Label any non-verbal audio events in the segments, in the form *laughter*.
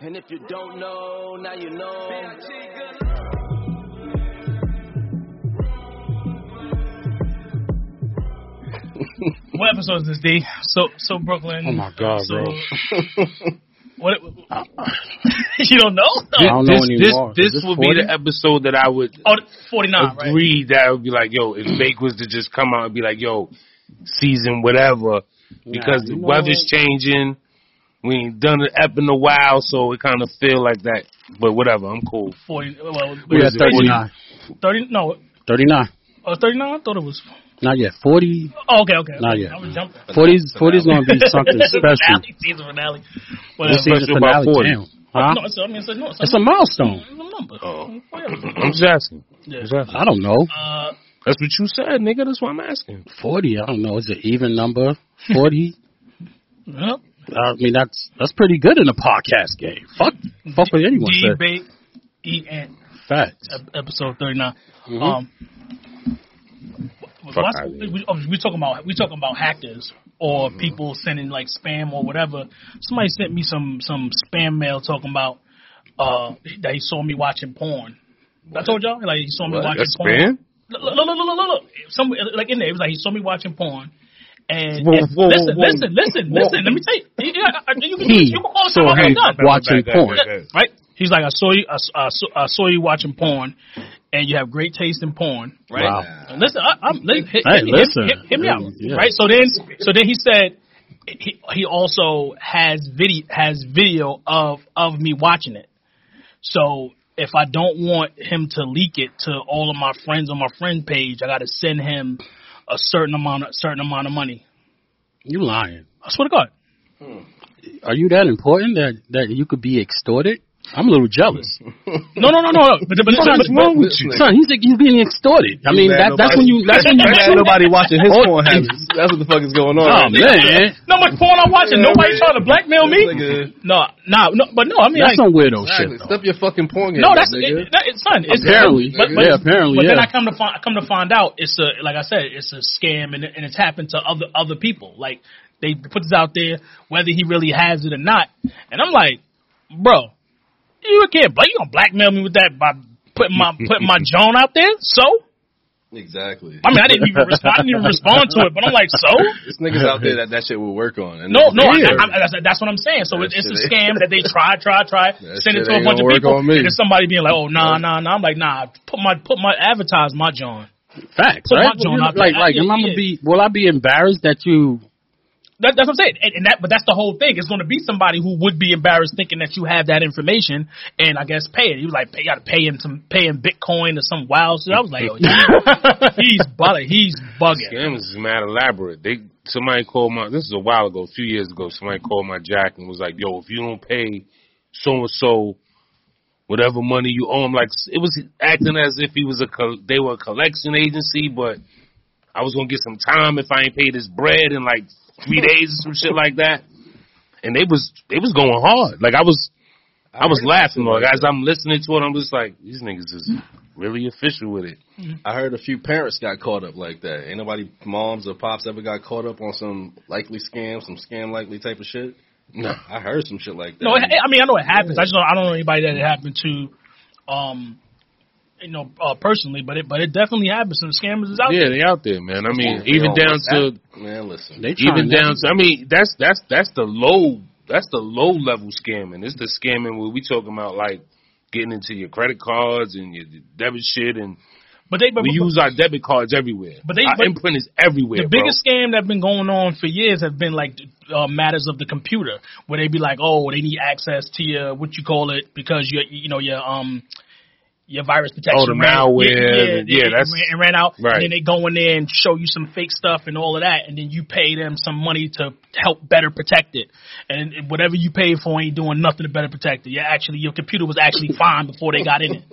And if you don't know, now you know. What episode is this, D? So so Brooklyn. Oh my god, so, bro! *laughs* What? you don't know? I don't know this, this, anymore. Is this, this would 40? be the episode that I would Oh, 49, right? agree that would be like, yo, if Bake was to just come out and be like, yo, season whatever, because you the know weather's changing. We ain't done an ep in a while, so it kind of feel like that. But whatever, I'm cool. 40, well, We yeah, at thirty nine. 30, no, Thirty nine. uh, 39? I thought it was. Not yet. Forty. Oh, okay, okay. Not yet. I was jumping. 40's, 40's gonna be *laughs* something special. finale, season finale. This Whatever. Special season about finale, 40. damn. Huh? No, it's, I mean, it's, a- no, it's, a- It's a milestone. it's a number. Oh. *laughs* Whatever. I'm just asking. Yeah. I don't know. Uh, That's what you said, nigga. That's why I'm asking. Forty. I don't know. It's an even number. Forty. *laughs* well, I mean, that's that's pretty good in a podcast game. Fuck, fuck what anyone D, said. Bake, E, and Facts. ep- episode 39. Um, Fuck Mm-hmm. why- out of here. we, oh, we talking about we talking about hackers or Mm-hmm. people sending like spam or whatever. Somebody sent me some some spam mail talking about uh, that he saw me watching porn. I told y'all like he saw me What? watching That's porn. spam? Look, look, look, look, look, look. Some like in there, it was like he saw me watching porn. And, Whoa, and whoa, listen, whoa. listen, listen, Whoa. listen. Let me tell you. Yeah, I- you, can, He you can call it saw something him I've done. watching Back, back, porn. back, back. Right? He's like, I saw you, I, s- I saw, I saw you watching porn, and you have great taste in porn, right? Wow. And Listen, I, I'm li- hit, Hey, hit- listen. hit, hit me out, Yeah. right? So then, so then he said, he, he also has video has video of of me watching it. So if I don't want him to leak it to all of my friends on my friend page, I got to send him a certain amount a certain amount of money. You lying? I swear to God. Are you that important that that you could be extorted? I'm a little jealous. No, no, no, no. *laughs* no. But, but, but, Son, but, wrong with you? Son, he's he's being extorted. I mean, that, mad that's nobody- when you that's when *laughs* you Ain't nobody watching his porn habits. That's what the fuck is going on. Oh man, not much porn I'm watching. Yeah, Nobody man. trying to blackmail me. Nigga. No, nah, no, but no. I mean, that's like, some weirdo Exactly. shit. Though. Step your fucking porn game. no, up, that's nigga. it, that, it's son. It's, Apparently, but, but, yeah, apparently, But then yeah. I come to find, I come to find out, it's a like I said, it's a scam, and, it- and it's happened to other other people. Like they put this out there, whether he really has it or not. And I'm like, bro, you can't black, you gonna blackmail me with that by putting my putting *laughs* my Joan out there. So Exactly. I mean, I didn't even respond, I didn't even respond to it, but I'm like, so There's niggas out *laughs* there that that shit will work on. And No, no, I, Yeah. I, I, that's, that's what I'm saying. So That it, it's a shit scam *laughs* that they try, try, try, That send it shit to a ain't bunch of gonna work people, on me. and it's somebody being like, "Oh, nah, nah, nah." I'm like, "Nah, put my, put my advertise my John." Facts, Put right? my joint out there. like, like, Yeah, am I gonna yeah. be? Will I be embarrassed that you? That, that's what I'm saying, and, and that, but that's the whole thing. It's going to be somebody who would be embarrassed thinking that you have that information, and I guess pay it. He was like, "Pay, got to pay him some, pay him Bitcoin or some wild shit." I was *laughs* like, "Yo, he's bugging, he's bugging." Scams is mad elaborate. They somebody called my this is a while ago, a few years ago. Somebody called my jack and was like, "Yo, if you don't pay so and so whatever money you owe him," like it was acting as if he was a col- they were a collection agency, but I was gonna get some time if I ain't paid his bread in like three days or some shit like that. And they was they was going hard. Like I was I was laughing like as I'm listening to it. I'm just like these niggas is really official with it. I heard a few parents got caught up like that. Ain't nobody moms or pops ever got caught up on some likely scam, some scam likely type of shit. No. I heard some shit like that. No, it, I mean I know it happens. I just don't, I don't know anybody that it happened to, um, you know, uh, personally. But it but it definitely happens, and the scammers is out Yeah, there. they out there, man. I mean, They even don't down want to that. man, listen. They trying even to- down to I mean, that's that's that's the low that's the low level scamming. It's the scamming where we talking about like getting into your credit cards and your debit shit and But they but, we but- use our debit cards everywhere. But they- our but- imprint is everywhere. the bro. biggest scam that's been going on for years have been like uh, matters of the computer, where they be like, oh, they need access to your what you call it because your you know your um your virus protection. Oh, the malware, and- they- yeah, it that's- ran, it ran out. right. And then they go in there and show you some fake stuff and all of that, and then you pay them some money to help better protect it. And and whatever you paid for ain't doing nothing to better protect it. Yeah, actually, your computer was actually fine before they got in it.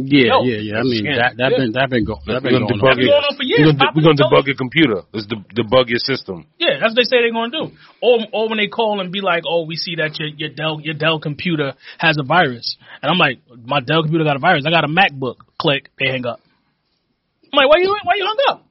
Yeah, No. yeah, yeah. I mean, Yeah. that that been that been, go, that We're been going on. gonna debug That's been it. going on for years. We're gonna, Papa we're gonna told debug your computer. Let's de- debug your system. Yeah, that's what they say they're going to do. Or, or when they call and be like, "Oh, we see that your your Dell your Dell computer has a virus," and I'm like, "My Dell computer got a virus. I got a MacBook." Click, they hang up. I'm like, "Why you why you hung up?"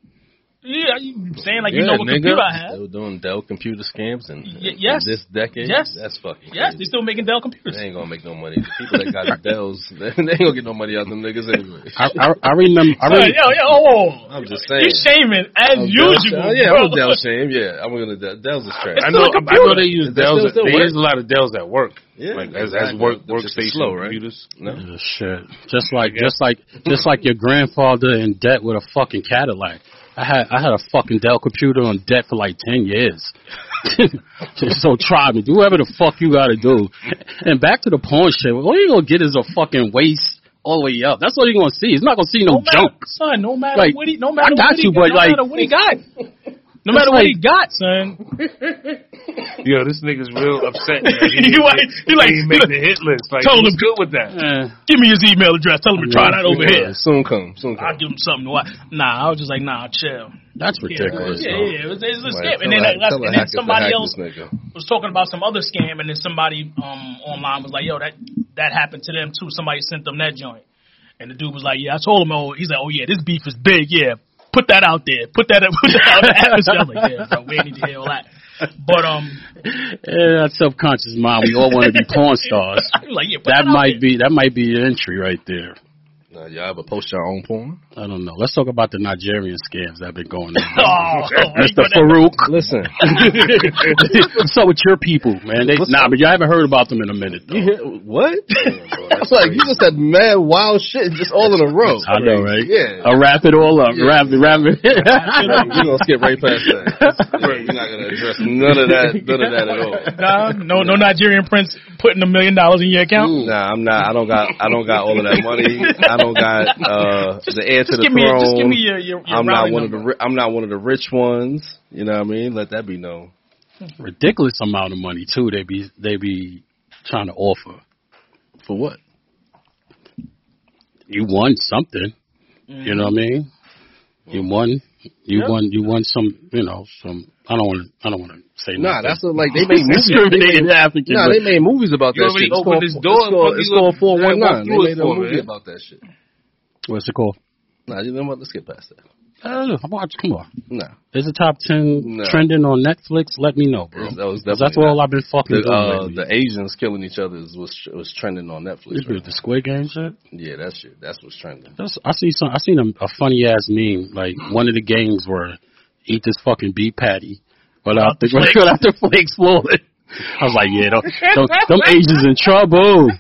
Yeah, you saying like you Yeah, know what nigga. computer I have? They were doing Dell computer scams and Y- yes. this decade. Yes. that's fucking. Yes, crazy. they're still making Dell computers. They ain't gonna make no money. The people that got the Dells, *laughs* they ain't gonna get no money out of them niggas *laughs* anyway. I, I, I remember. I Yo, remember yo, yo, oh, oh. I'm just you saying. shaming as I'm Oh, Dell usual. shame. yeah, bro. I'm *laughs* Dell shame. Yeah, I'm gonna Dell. Dell's is trash. still a I know. I know computer. they use Is that Dells. still- still They work? use a lot of Dells at work. Yeah, like as, as exactly. work They're just workstation slow, right? computers. No. Uh, shit. Just like just like just like your grandfather in debt with a fucking Cadillac. I had I had a fucking Dell computer on debt for like ten years. *laughs* so try me. Do whatever the fuck you gotta do. And back to the porn shit. All you gonna get is a fucking waist all the way up. That's all you're gonna see. It's not gonna see no, no matter, junk. son. No matter Like, what he, no I matter got what he, you, got- but, no like- matter what he got, no matter what he got, son. Yo, this nigga's real *laughs* upset. man. He You didn't like- make- you like- he didn't make the hit list. Like, Told he was him. good with that. Eh, Give me his email address. Tell him to try that over Yeah, here. Soon come. Soon I'll come. give him something to watch. Nah, I was just like, nah, chill. that's Yeah, ridiculous. yeah, though. yeah. It was, it was a Like, scam. tell a- And then, that's, tell a and hacker then to somebody hack else this nigga. was talking about some other scam, and then somebody um online was like, yo, that that happened to them too. Somebody sent them that joint, and the dude was like, yeah, I told him. Oh, he's like, oh yeah, this beef is big. Yeah, put that out there. Put that. *laughs* Put that out in the atmosphere. I'm like, yeah, bro, we ain't need to hear all that. But um, Yeah, that Eh, subconscious mind. We all want to be porn stars. I was like, yeah, *laughs* put that, That out might there. be that might be your entry right there. Nah, Uh, y'all ever post your own porn? I don't know. Let's talk about the Nigerian scams that have been *laughs* going on. Oh, you Mr. put that- Farouk. *laughs* Listen, What's up with your people, man? They, What's nah, but y'all haven't heard about them in a minute, though. *laughs* you hear what? *laughs* It's like you just said mad wild shit just all in a row. I know, right? Yeah. I'll wrap it all up. Wrap it, *laughs* wrap Right, it. We're gonna skip right past that. We're not gonna address none of that, none of that at all. Nah, no, no Nigerian prince putting a million dollars in your account. Nah, I'm not. I don't got. I don't got all of that money. I don't got uh, the heir to just the give me- throne. just give me your- your- your I'm not Raleigh one of the. number. Ri- I'm not one of the rich ones. You know what I mean? Let that be known. *laughs* Ridiculous amount of money too. They be they be trying to offer For what? you won something. You know what Mm-hmm. I mean? You won. You Yeah. won. You won some. You know some. I don't want. to I don't want to say. Nah, nothing. that's a, *laughs* like they made movies. discriminating applicant. Nah, they but- made movies about You that already shit. It's opened called- this door, It's called, fuck it's you called up. four one Yeah, walk nine. They through made a it for me, movie man. about that shit. what's it called? Nah, you know what? Let's get past that. I don't know. Oh, I'm watch- Come on. Nah, Is the top ten No. trending on Netflix? Let me know, bro. Yes, that was 'Cause definitely that's all not. I've been fucking the, doing uh, lately. the Asians killing each other is was was trending on This Netflix. bit, Right? the Squid Game shit. Yeah, that shit. That's what's trending. That's I see some. I seen a, a funny ass meme like one of the games where eat this fucking beef patty without Without *laughs* the the flakes. without the flakes falling. I was like, yeah, don't, don't, *laughs* them Asians in trouble.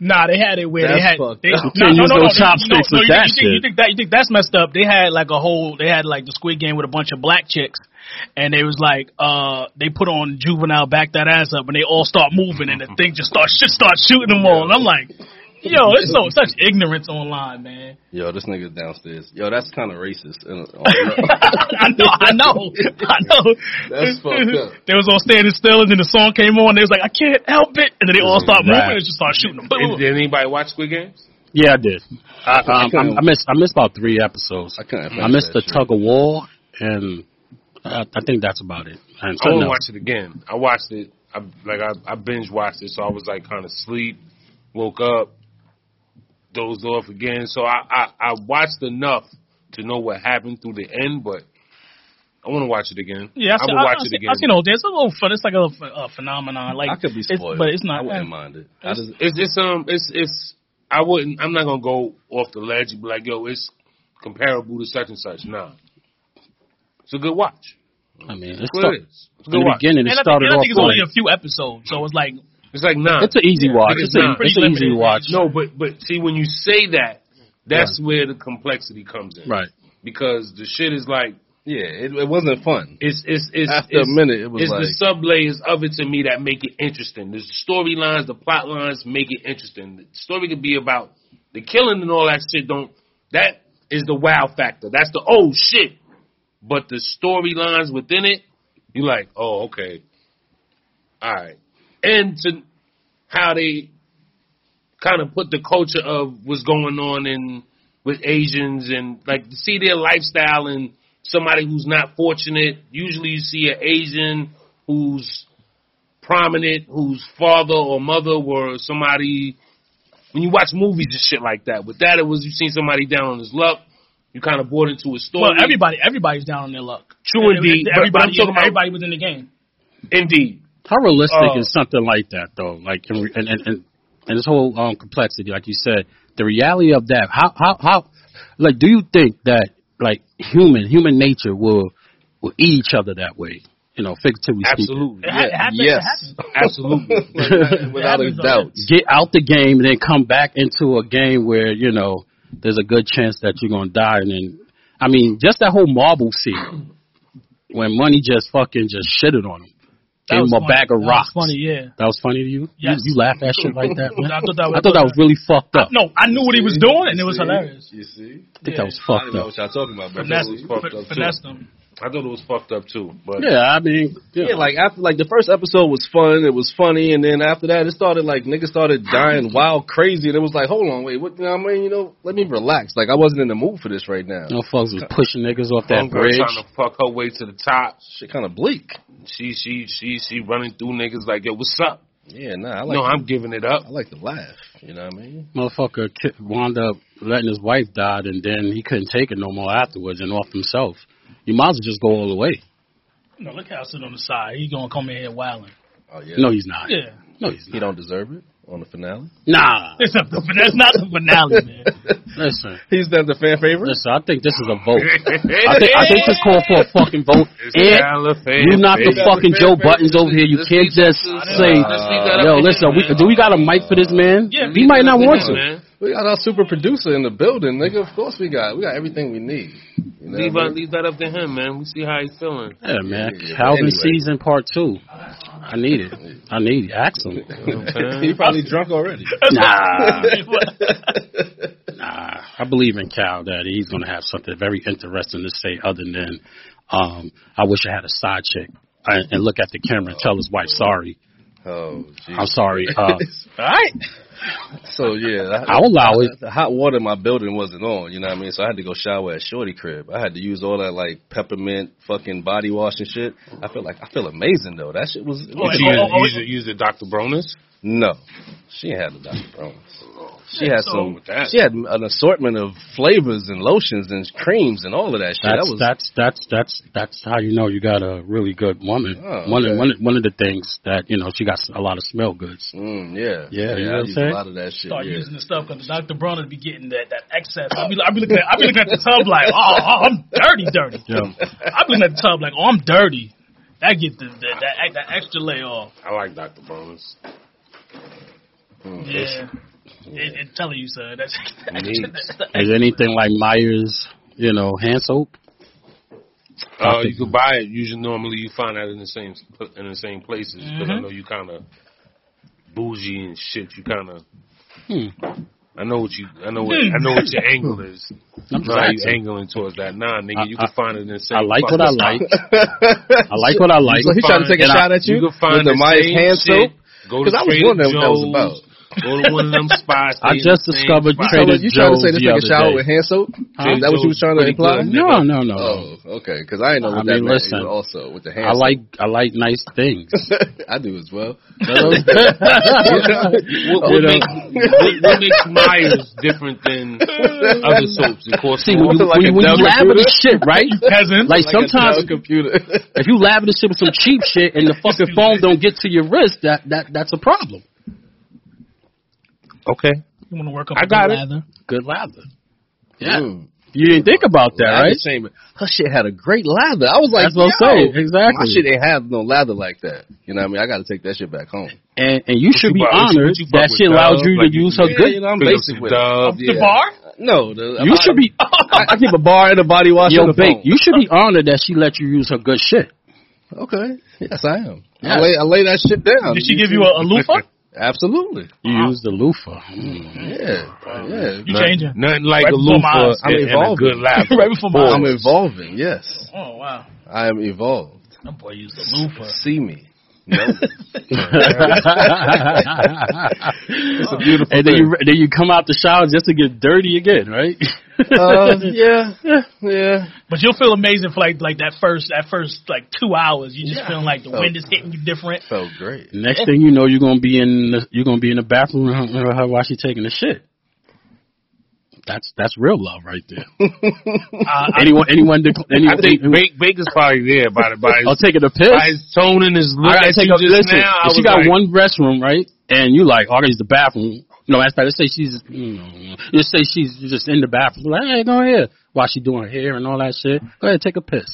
Nah, they had it where they That's had. fucked They, up. You can't use no they- chopsticks no, with you, that you think, You shit. think that you think that's messed up? They had like a whole. They had like the Squid Game with a bunch of black chicks, and they was like, uh, they put on juvenile, back that ass up, and they all start *laughs* moving, and the thing just start shit start shooting them all. And I'm like, yo, there's so such ignorance online, man. *laughs* Yo, this nigga's downstairs. Yo, that's kind of racist. And, uh, *laughs* I know, I know, I know. That's fucked up. *laughs* They was all standing still, and then the song came on. They was like, I can't help it, and then they all start moving Right. and just start shooting them. Did, did anybody watch Squid Games? Yeah, I did. I, um, I, couldn't- I missed I missed about three episodes. I couldn't I missed finish that the shit. tug of war and I, I think that's about it. And Oh, I want something to else. watch it again. I watched it. I like I, I binge watched it, so I was like kind of sleep, woke up, dozed off again. So I, I I watched enough to know what happened through the end, but I I want to watch it again. Yeah, I've I seen, will I, watch I've it seen- again. I've seen old. It's a little fun. It's like a, little ph- uh phenomenon. Like I could be it's- spoiled, but it's not. I wouldn't eh. mind it. I just, It's it's um it's it's I wouldn't I'm not gonna go off the ledge and be like yo it's comparable to such and such. Nah, it's a good watch. I mean, it's Well, it start, is. It's a in good the watch. beginning, And it I, think, started and I off. think it's only light. a few episodes, so it's like It's like nine. It's an easy watch. It's, it's a, not. Pretty it's an easy limited. watch. no, but but see when you say that, that's where the complexity comes in. Right. Because the shit is like yeah, it, it wasn't fun. it's it's it's After a it's- minute, it was it's like- the sub layers of it to me that make it interesting. The storylines, the plot lines make it interesting. The story could be about the killing and all that shit. Don't that is the wow factor. That's the oh shit. But the storylines within it, you like oh okay, all right, and to how they kind of put the culture of what's going on in with Asians and like to see their lifestyle and somebody who's not fortunate. Usually you see an Asian who's prominent, whose father or mother were somebody when you watch movies and shit like that. With that it was you seen somebody down on his luck, you kinda bought into his story. well, everybody everybody's down on their luck. True indeed, but- but I'm Everybody, talking about- everybody was in the game. indeed. How realistic Uh, is something like that, though? Like, and re- and and, and, and this whole um, complexity, like you said, the reality of that. How how how? Like, do you think that like human human nature will will eat each other that way? You know, figuratively speaking. Absolutely. It, ha- it happens. It yes, happens. *laughs* *laughs* Absolutely. without a happens doubt. Get out the game and then come back into a game where you know there's a good chance that you're gonna die. And then, I mean, just that whole Marvel scene when money just fucking just shitted on him, That gave was him a funny. bag of That was rocks. funny, yeah. That was funny to you? Yes. You, you laugh at shit like *laughs* that, man? I thought that was- really fucked up. No, I knew what he was doing, and it was See? hilarious. You see, I think yeah. that was I don't fucked know up. what y'all talking about, but Finesse, it was fucked up, fin- too. finesse them. I thought it was fucked up too. But Yeah, I mean, yeah. Yeah, like after like the first episode was fun, it was funny, and then after that it started like niggas started dying wild crazy, and it was like, hold on, wait, what? You know what I mean, you know, let me relax. Like I wasn't in the mood for this right now. no fucks was pushing niggas off that one girl bridge. trying to fuck her way to the top. Shit, kind of bleak. She she she she running through niggas like, yo, what's up? Yeah, nah, I like No, I'm giving it up. I like to laugh. You know what I mean? Motherfucker ki- wound up letting his wife die, and then he couldn't take it no more afterwards and off himself. You might as well just go all the way. No, look how I sit on the side. He gonna come in here wilding. Oh yeah. No, he's not. Yeah, No, he's he not. don't deserve it on the finale. Nah. it's a, but that's not the finale, man. Listen, He's not the fan favorite. listen, I think this is a vote. I think, I think this called *laughs* for a fucking vote. And you not the fucking Joe Buttons over here. You can't just say, yo, listen, we, do we got a mic for this man? Yeah, He might not want to. Man. We got our super producer in the building, nigga. Of course we got. We got everything we need. You know Leave, what I uh, mean? leave that up to him, man. We see how he's feeling. Yeah, man. Yeah, Calvin anyway. season part two. I need it. I need it. Ask *laughs* him. *laughs* he probably drunk already. Nah, nah. I believe in Cal that he's gonna have something very interesting to say other than, um, I wish I had a side chick I, and look at the camera and tell his wife, sorry, oh, I'm jeez. sorry. *laughs* Uh, All right. So yeah, that- I'll allow it. the hot water in my building wasn't on, you know what I mean? So I had to go shower at Shorty Crib. I had to use all that like peppermint fucking body wash and shit. I feel like I feel amazing though. That shit was Oh, Did you use, use, it- use the Dr. Bronus? no. She had a Dr. Bronze. She had So- some. that- She had an assortment of flavors and lotions and creams and all of that shit. That's that was that's that's that's that's how you know you got a really good woman. Oh, One of okay. one of- one of the things that you know she got a lot of smell goods. Mm, yeah, Yeah, you I know what I'm used saying? a lot of that shit. Start yeah. using the stuff because Dr. Bronner be getting that that excess. I be I be looking at I be looking at the tub like, oh, oh, I'm dirty, dirty. Yeah. I be looking at the tub like, oh, I'm dirty. That get the, the that that extra layer off. I like Dr. Bronus. Oh, Yeah. It, it telling you, sir. That's *laughs* Is anything like Myers, you know, hand soap? Uh, you could buy it. Usually, normally, you find that in the same in the same places. Because Mm-hmm. I know you kind of bougie and shit. You kind of. Hmm. I know what you. I know what. I know what your angle is. *laughs* I'm know how you just angling towards that. Nah, nigga, you can I- find it in the same. I like what I fucking- like. I like what I like. So he tried to take a And I- shot at you, You can find with the the Myers same hand shit. soap. Go to Because I was Trader wondering what that was Joe's, about. Go to one of *laughs* them spots. I stay in just the same discovered spot. Trader you trying to say Joe's this the nigga other shower day. with hand soap? Huh? Is that what you was trying to Pretty imply? good. No, no, no. Oh, okay. Because I didn't know I what that mean, meant. listen. You Also, with the hand. I soap. like I like nice things. *laughs* I do as well. *laughs* What, what, makes, what, what makes Myers different *laughs* than other soaps? Of course, See, when you, Like when, a you- when dumb you lather the shit, right? peasant. Like, Like a sometimes dumb *laughs* computer. if you lather the shit with some cheap shit and the fucking phone don't get to your wrist, that that that's a problem. okay. you want to work up I a got good it. lather. Good lather. Yeah. Mm. You didn't think about that, Lather right? Chamber. Her shit had a great lather. I was like, That's what I'm yo, saying. Exactly. My shit ain't have no lather like that. You know what I mean? I got to take that shit back home. And and you should be you fuck- what you- honored what you fuck that with, she allowed dog? you to Like, use yeah, her good. you know, I'm Pick up basic some with it. Dove, The yeah. bar? No, the, You should be I, I keep a bar and a body wash. yo and a bake. phone. You should be honored that she let you use her good shit. Okay. Yes, I am. Yes. I, lay, I lay that shit down. Did she give you a, a loofah? *laughs* Absolutely. You use the loofah. Yeah. Yeah. You changing? Nothing like Right a before my eyes. loofah I'm and, and a evolving. good *laughs* *laughs* laugh. right before my I'm eyes. evolving. Yes. Oh wow, I am evolved. that boy used a loofah. See me. *laughs* No. *laughs* it's a beautiful And then thing. you then you come out the shower just to get dirty again, right? uh, *laughs* yeah. Yeah. Yeah. But you'll feel amazing for like like that first that first like two hours. You just Yeah. feeling like the Oh. wind is hitting you different. Felt great. Next thing you know, you're gonna be in the, you're gonna be in the bathroom with her- with her while she's taking a shit. That's that's real love right there. Uh, I, Anyone anyone that- I anyone think who- Bake Bake is probably there by the *laughs* by I'll his, take it a piss. by his tone and his look I gotta at take you up. just Listen, now. if I she was got like, one restroom, right? And you like, oh, I gotta use the bathroom. No, as let's say she's, you know, just say she's just in the bathroom. Like, hey, go ahead. While she doing her hair and all that shit, go ahead, take a piss.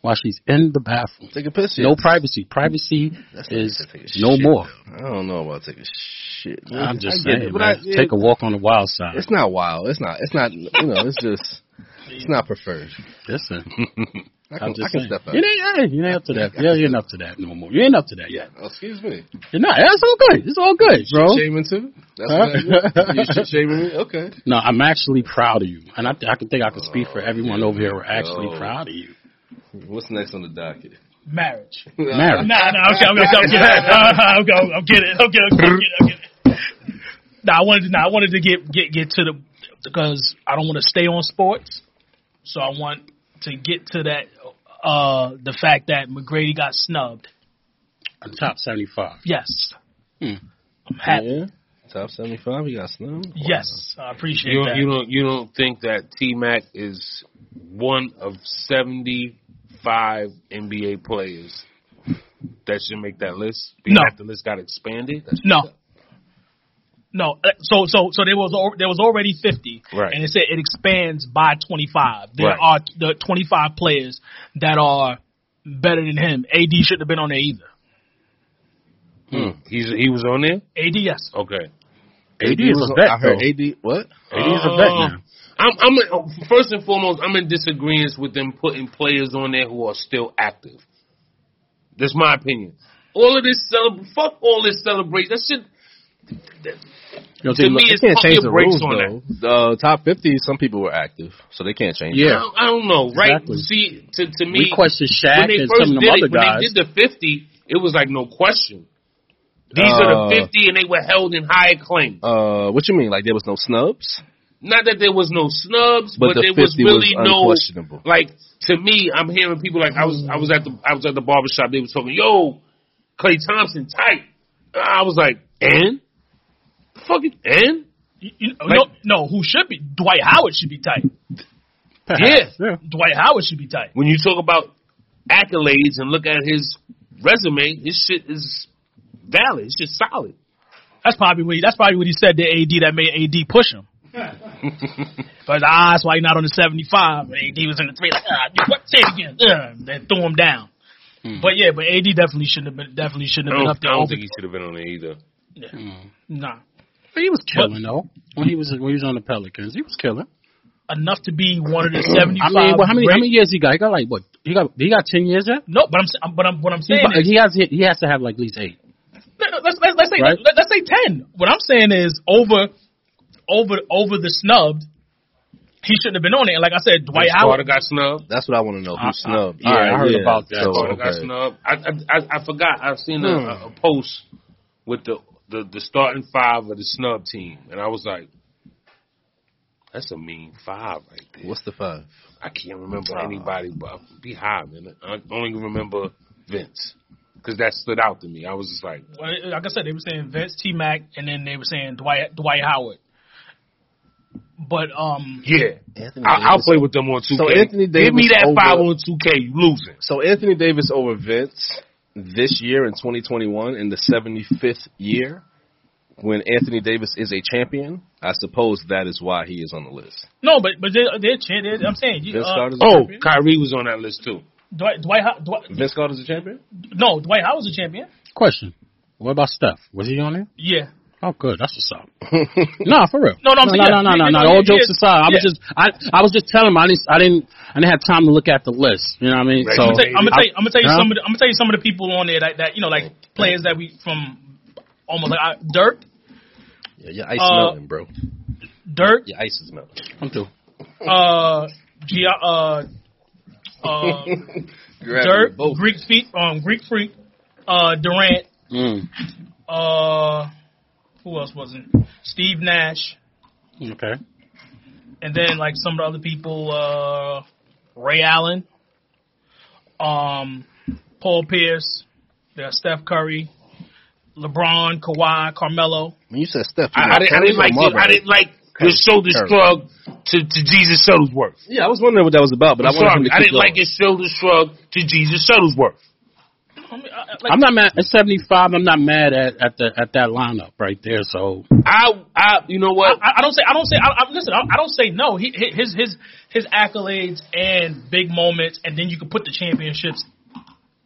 While she's in the bathroom, Take a piss. no yeah. privacy. Privacy is Take a no shit, more. though. I don't know about taking shit. I'm just I get saying, it, but man. I- yeah, take a walk on the wild side. It's not wild. It's not. It's not. You know. It's just. It's not preferred. *laughs* Listen, I I'm can, I just can saying. step up. You ain't, hey, you ain't up to that. Yeah, you ain't up to that no more. You ain't up to that yet. Oh, excuse me. You're not. That's all good. It's all good, bro. Shaming too. That's Huh? what I do. You shit shaming me. Okay. No, I'm actually proud of you, and I, th- I can think I can speak for everyone over here. We're actually Oh. proud of you. What's next on the docket? marriage. Marriage. Nah, nah, okay, okay, okay, okay. *laughs* Uh, okay, okay, I'm getting it. I'm getting it. I'm getting it. I'm getting it. Nah, I wanted to. Nah, I wanted to get get get to the because I don't want to stay on sports, so I want to get to that uh the fact that McGrady got snubbed. I'm top 75. Yes, Hmm. I'm happy. Yeah. Top seventy five. You got snow. Yes, I appreciate you don't, that. you don't you don't think that T Mac is one of seventy five NBA players that should make that list? Because No. that the list got expanded. No. No, uh, so so so there was al- there was already fifty, Right. and it said it expands by twenty five. There Right. are the twenty five players that are better than him. AD shouldn't have been on there either. Hmm. He's he was on there. AD, yes. Okay. AD is a vet, I heard though. AD. What? AD is Oh. a vet now. I'm, I'm first and foremost, I'm in disagreement with them putting players on there who are still active. That's my opinion. All of this celebr fuck all this celebration. That shit. You don't To think- me, it's can't change the brakes on that. The Uh, top fifty. Some people were active, so they can't change. Yeah. I don't, I don't know, right? Exactly. See, to to me, we question Shaq when they and first some of did them it, other when guys. they did the fifty, it was like no question. These are the Uh, fifty, and they were held in high acclaim. It. Uh, what you mean? Like there was no snubs? Not that there was no snubs, But but, the there was 50 was really no unquestionable. like to me. I'm hearing people like I was I was at the I was at the barber shop. They was talking, "Yo, Clay Thompson tight." I was like, "And fucking and You, you- Like- no, no, who should be Dwight Howard should be tight. Perhaps, Yeah. yeah. Dwight Howard should be tight. when you talk about accolades and look at his resume, his shit is valid. It's just solid. That's probably what he, that's probably what he said to AD that made AD push *laughs* him. but ah, that's why he's not on the seventy five. AD was in the three. Like, ah, you- what? Say it again. Uh, they threw him down. Hmm. But yeah, but AD definitely shouldn't have been definitely shouldn't I have been up there. Oh, don't, I don't over- think he should have been on it either. nah, But he was killing, though. When he was when he was on the Pelicans, he was killing. enough to be one of *clears throat* the seventy I five. mean, well, how many how many years he got? He got like what? He got he got ten years yet. No, but I'm s- I'm- but I'm what I'm He's saying about- is He has he has to have like at least eight. No, no, let's, let's, let's say Right? let, us say ten. What I'm saying is over, over, over the snubbed. He shouldn't have been on it. And like I said, Dwight Carter Howard. got snubbed. That's what I want to know. Who I- I- snubbed? yeah, I heard about that. So, Carter Oh, got okay. snubbed. I, I I I forgot. I've seen a, a, a post with the the the starting five of the snub team, and I was like, that's a mean five right there. What's the five? I can't remember anybody, but be high, man. I only remember Vince because that stood out to me. I was just like, Well, like I said, they were saying Vince T Mac, and then they were saying Dwight Dwight Howard. But um, yeah, Anthony I, I'll Davis. play with them on two K. So Anthony give me Davis that over- five on two K. You losing? So Anthony Davis over Vince this year in 2021 in the 75th year when Anthony Davis is a champion. I suppose that is why he is on the list. no, but but they, they're, ch- they're I'm saying you, Vince uh, Carter's a Oh, champion. Kyrie was on that list too. Dwight Dwight, How- Dwight Vince Carter's a champion. no Dwight Howard's a champion. Question. What about Steph? Was he on there? Yeah. Oh, good. That's what's up. *laughs* nah, for real. No, no, I'm no, saying- no, no, no, yeah, no, yeah, All yeah, jokes yeah. aside, I was Yeah. just, I, I was just telling him I didn't, I didn't, I didn't have time to look at the list. You know what I mean? Right. So I'm I'm gonna tell, I'm gonna tell you, I'm gonna tell you Huh? some of the, I'm gonna tell you some of the people on there that, that you know like players that we from almost like I, Dirk Yeah, your ice Uh, melting, bro. Dirk Your ice is melting. I'm through. uh Gia, uh uh Dirk Greek feet um Greek freak uh Durant Mm. uh who else wasn't Steve Nash Okay. and then like some of the other people uh Ray Allen um Paul Pierce there's Steph Curry LeBron Kawhi Carmelo When you said Steph, you I, meant I didn't, I Curry didn't or like your, Marbury? I didn't like your shoulder Curry. shrug to, to Jesus Shuttlesworth. Yeah, I was wondering what that was about, but I I'm wanted him sorry, to I keep didn't going. like your shoulder shrug to Jesus Shuttlesworth. I mean, I, like, I'm not mad at 75. I'm not mad at at the at that lineup right there. So I, I, you know what? I, I don't say I don't say I, I, listen. I, I don't say no. He, hi- his his his accolades and big moments, and then you can put the championships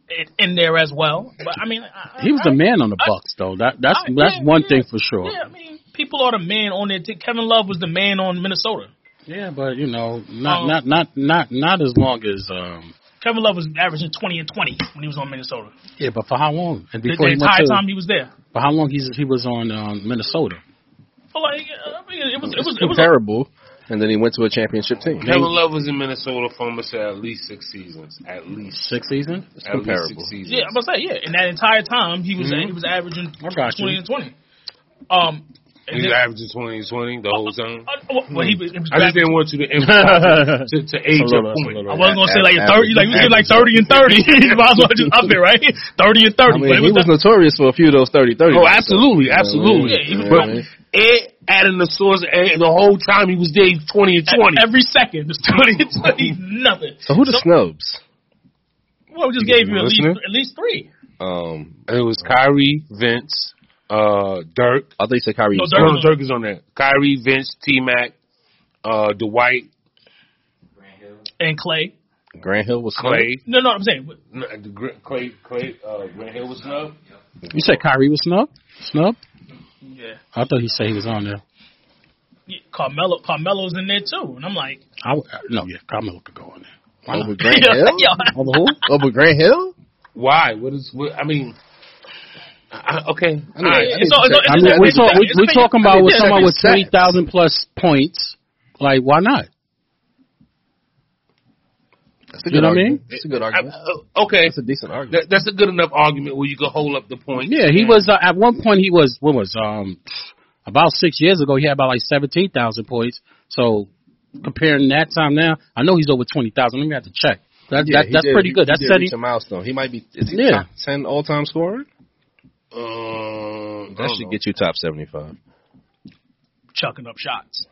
in, in there as well. But I mean, I, he was I, the man on the I- Bucks, though. That that's I- that's yeah, one yeah. thing for sure. Yeah, I mean, people are the man on it. Kevin Love was the man on Minnesota. Yeah, but you know, not Um, not not not not as long as um. Kevin Love was averaging twenty and twenty when he was on Minnesota. Yeah, but for how long? And The, before the he went entire to, time he was there. for how long he's he was on um, Minnesota? But like, uh, I mean, it was it It's was it was. A, comparable, and then he went to a championship team. Kevin Love was in Minnesota for almost at least six seasons. At least. Six season? It's At least comparable. six seasons. yeah, I'm gonna say yeah. And that entire time he was Mm-hmm. he was averaging I got you. twenty and twenty. Um. and He's then- averaging 20 and 20 the whole time. uh, well, well, he, was- he was I drafted- just didn't want you to, emphasize it, to, to age your That's a point. little- I wasn't gonna say like a Average- thirty, like you said like average. thirty and thirty. *laughs* you might as well just up it, right? Thirty and thirty. I but mean, it he was the- notorious for a few of those 30 30. Oh, absolutely, absolutely. Yeah, he was- but it adding the source, and the whole time he was there, he was 20 and 20. every second. It's twenty and twenty. *laughs* Nothing. So who the snubs? Well, we just You gave you at least listening? at least three. Um, It was Kyrie, Vince, uh, Dirk. I thought you said Kyrie. No, was- Dirk- Dirk, no, Dirk is on there. Kyrie, Vince, T Mac, uh, Dwight, And Clay. Grant Hill was snubbed? Clay. No, no, I'm saying No, the Gr- Clay, Clay, uh, Grant Hill was snubbed. You said Kyrie was snubbed? Snubbed? yeah. I thought he said he was on there. Carmelo, Carmelo's in there too, and I'm like, I w- no, yeah, Carmelo could go on there. Why not? Over Oh, Grant Yeah, Hill? yeah. Over who? Over Grant Hill? Why? What is? What, I mean, I, I- okay. I mean, All I right. mean, so- so- I It's mean, a- we're, it's a talk, thing, we it's a we're thing. talking about I mean, with yeah, that'd someone be with sad. twenty thousand plus points. Like, why not? That's a You know what I mean? argument. That's a good I- argument. uh, okay. That's a decent argument. That, that's a good enough argument where you can hold up the point. Yeah, he was uh, at one point. He was what was um about six years ago. He had about like seventeen thousand points. So comparing that time now, I know he's over twenty thousand. Let me have to check. That, Yeah, that he that's did- pretty he- good. he That's did setting. reach a milestone. He might be. Is he top Yeah. ten all time scorer? Um, I That don't should know. get you top seventy five. chucking up shots.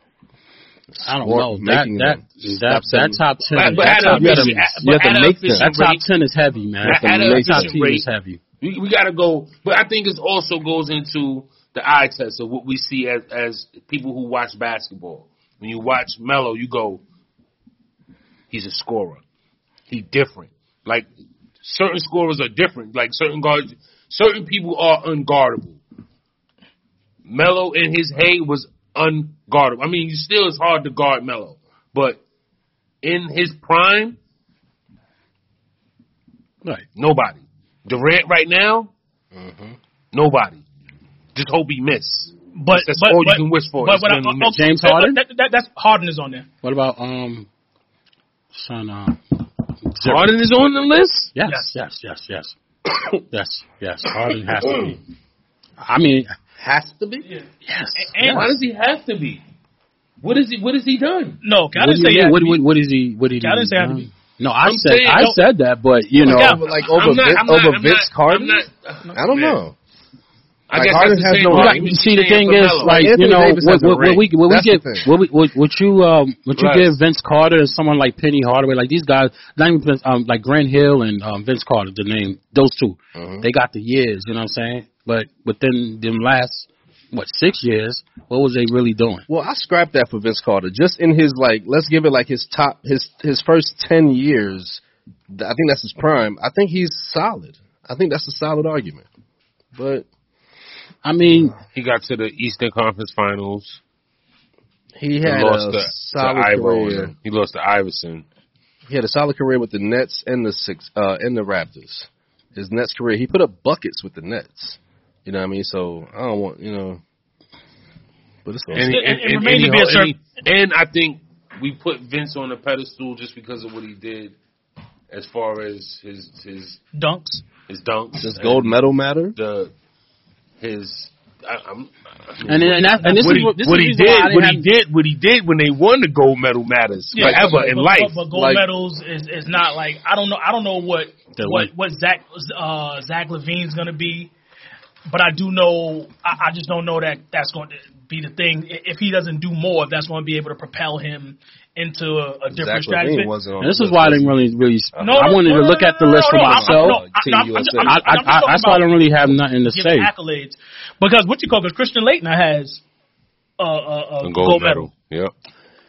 I don't Or know that making that them. that, Stop that setting- top ten. But, but that at top an you gotta- efficient, you but have to at an make them. That efficient top rate, ten is heavy, man. At- at That a top efficient ten rate. is heavy. we, we got to go. But I think it also goes into the eye test of what we see as as people who watch basketball. When you watch Melo, you go, he's a scorer. He different. Like certain scorers are different. Like certain guards, certain people are unguardable. Melo in his hay was unguardable. I mean, you still it's hard to guard Melo, but in his prime, Right. Nobody. Durant right now, Mm-hmm. nobody. Just hope he miss. But That's but, all you but, can wish for But is what I- when he missed. okay, James that- Harden? That, that- that's Harden is on there. What about um, son? Uh, Zero. Harden is on the *coughs* list. Yes, yes, yes, yes, yes, yes. Harden has to be. I mean, Has to be. Yes. And why does he have to be? What is he? What has he done? No, I What didn't do you say mean? that. What, what, what is he? What did he? I didn't say I have to do? be. No, I I'm said saying, I no. said that, but you know, Yeah. Over, like over I'm not- Vince, I'm not- over I'm Vince not- Carter. I'm not- I don't man. know. I Like, guess Harden that's has the same no no right. You see the thing is, like Anthony you know, Davis what, has a what, what ring. we what we That's get, the thing. what, we, what, what you um, what you Right. give Vince Carter and someone like Penny Hardaway, like these guys, not even Vince, um, like Grant Hill and um, Vince Carter, the name, those 2 Mm-hmm. they got the years, you know what I'm saying? But within them last what six years, what was they really doing? Well, I scrapped that for Vince Carter. Just in his like, let's give it like his top, his his first ten years. th- I think that's his prime. I think he's solid. I think that's a solid argument. But I mean, He got to the Eastern Conference Finals. he He had lost a to, solid to Ivo. career. and He lost to Iverson. He had a solid career with the Nets and the six uh, and the Raptors. His Nets career, he put up buckets with the Nets. You know what I mean? So I don't want you know. But it's And, It- and, it and, remains and to be he- ascertained. and he- and I think we put Vince on a pedestal just because of what he did, as far as his his Dunks. his dunks. does and gold medal matter? The his. I, I'm, I mean, and and, that, and this what is he, what, this what is he the reason why I did, didn't what have- he did, what he did when they won the gold medal matters Yeah, forever but- in but- life. But, but gold Like- medals is, is not like I don't know I don't know what They're what like- what Zach uh, Zach Levine's gonna be, but I do know I, I just don't know that that's going to be the thing I- if he doesn't do more that's going to be able to propel him into a, a different Zach Levine strategy. wasn't on And this the is why I list. didn't really, really. No, I no, wanted no, to no, look no, at the no, list for no, no, I- myself. no, I- Team I'm- I'm- USA. I'm- I, I, I'm just I, talking that's why I about- don't really have nothing to giving say. accolades because what you call because Christian Leitner has a, a, a A gold, medal. Yep.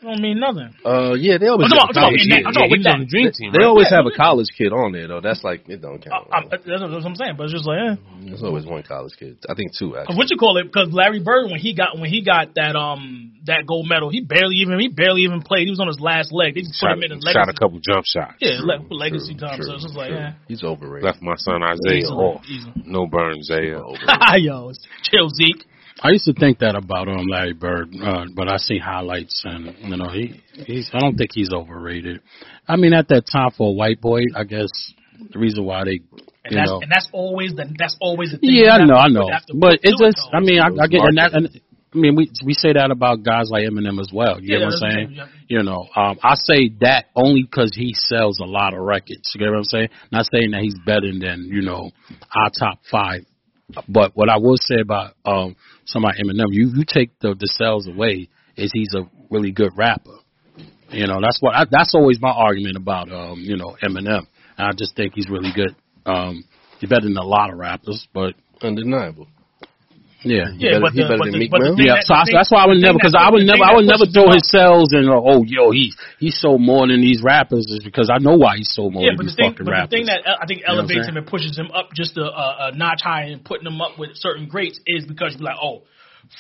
Don't mean nothing. Uh, yeah, they always I'm talking have about- I'm college talking about- kid. I'm talking about Uh, with he was that. on the dream team. They right? always have a college kid on there though. That's like it don't I, count. I, that's what I'm saying, but it's just like eh. There's always one college kid. I think two Cause actually. what you call it? Because Larry Bird, when he got when he got that um that gold medal, he barely even he barely even played. He was on his last leg. They just put shot, him in his shot a legacy. couple jump *laughs* shots. Yeah, le- legacy time. so it's just like true. eh. yeah. He's overrated. Left my son Isaiah Easily, off. easily. No burn, *laughs* Isaiah. Ha, *laughs* Yo, it's chill, Zeke. I used to think that about um Larry Bird, uh, but I see highlights and you know he he's I don't think he's overrated. I mean at that time for a white boy, I guess the reason why And they you that's know and that's always the that's always the thing. you yeah I have know to- I you know, have to but put it to just though. I mean I, I get and that and I mean we we say that about guys like Eminem as well. You Yeah, know what I'm that's saying? true, yeah. You know um I say that only because he sells a lot of records. You get what I'm saying? Not saying that he's better than you know our top five but what I will say about um somebody Eminem, you you take the the sales away, is he's a really good rapper. You know, that's what I, that's always my argument about um you know Eminem. And I just think he's really good. Um, he's better than a lot of rappers, but Undeniable. yeah. better- Yeah, but he the, better but than the, Meek but the Mill? thing that- Yeah, so the I, thing- that's why I would the thing never, because that- I would the never, thing I would that never pushes throw him his sales and uh, oh yo he he sold more than these rappers is because I know why he sold more Yeah, than but the these thing, but fucking the rappers. thing that uh, I think know what I'm elevates saying? him and pushes him up just a, a, a notch higher and putting him up with certain greats is because you're like, oh,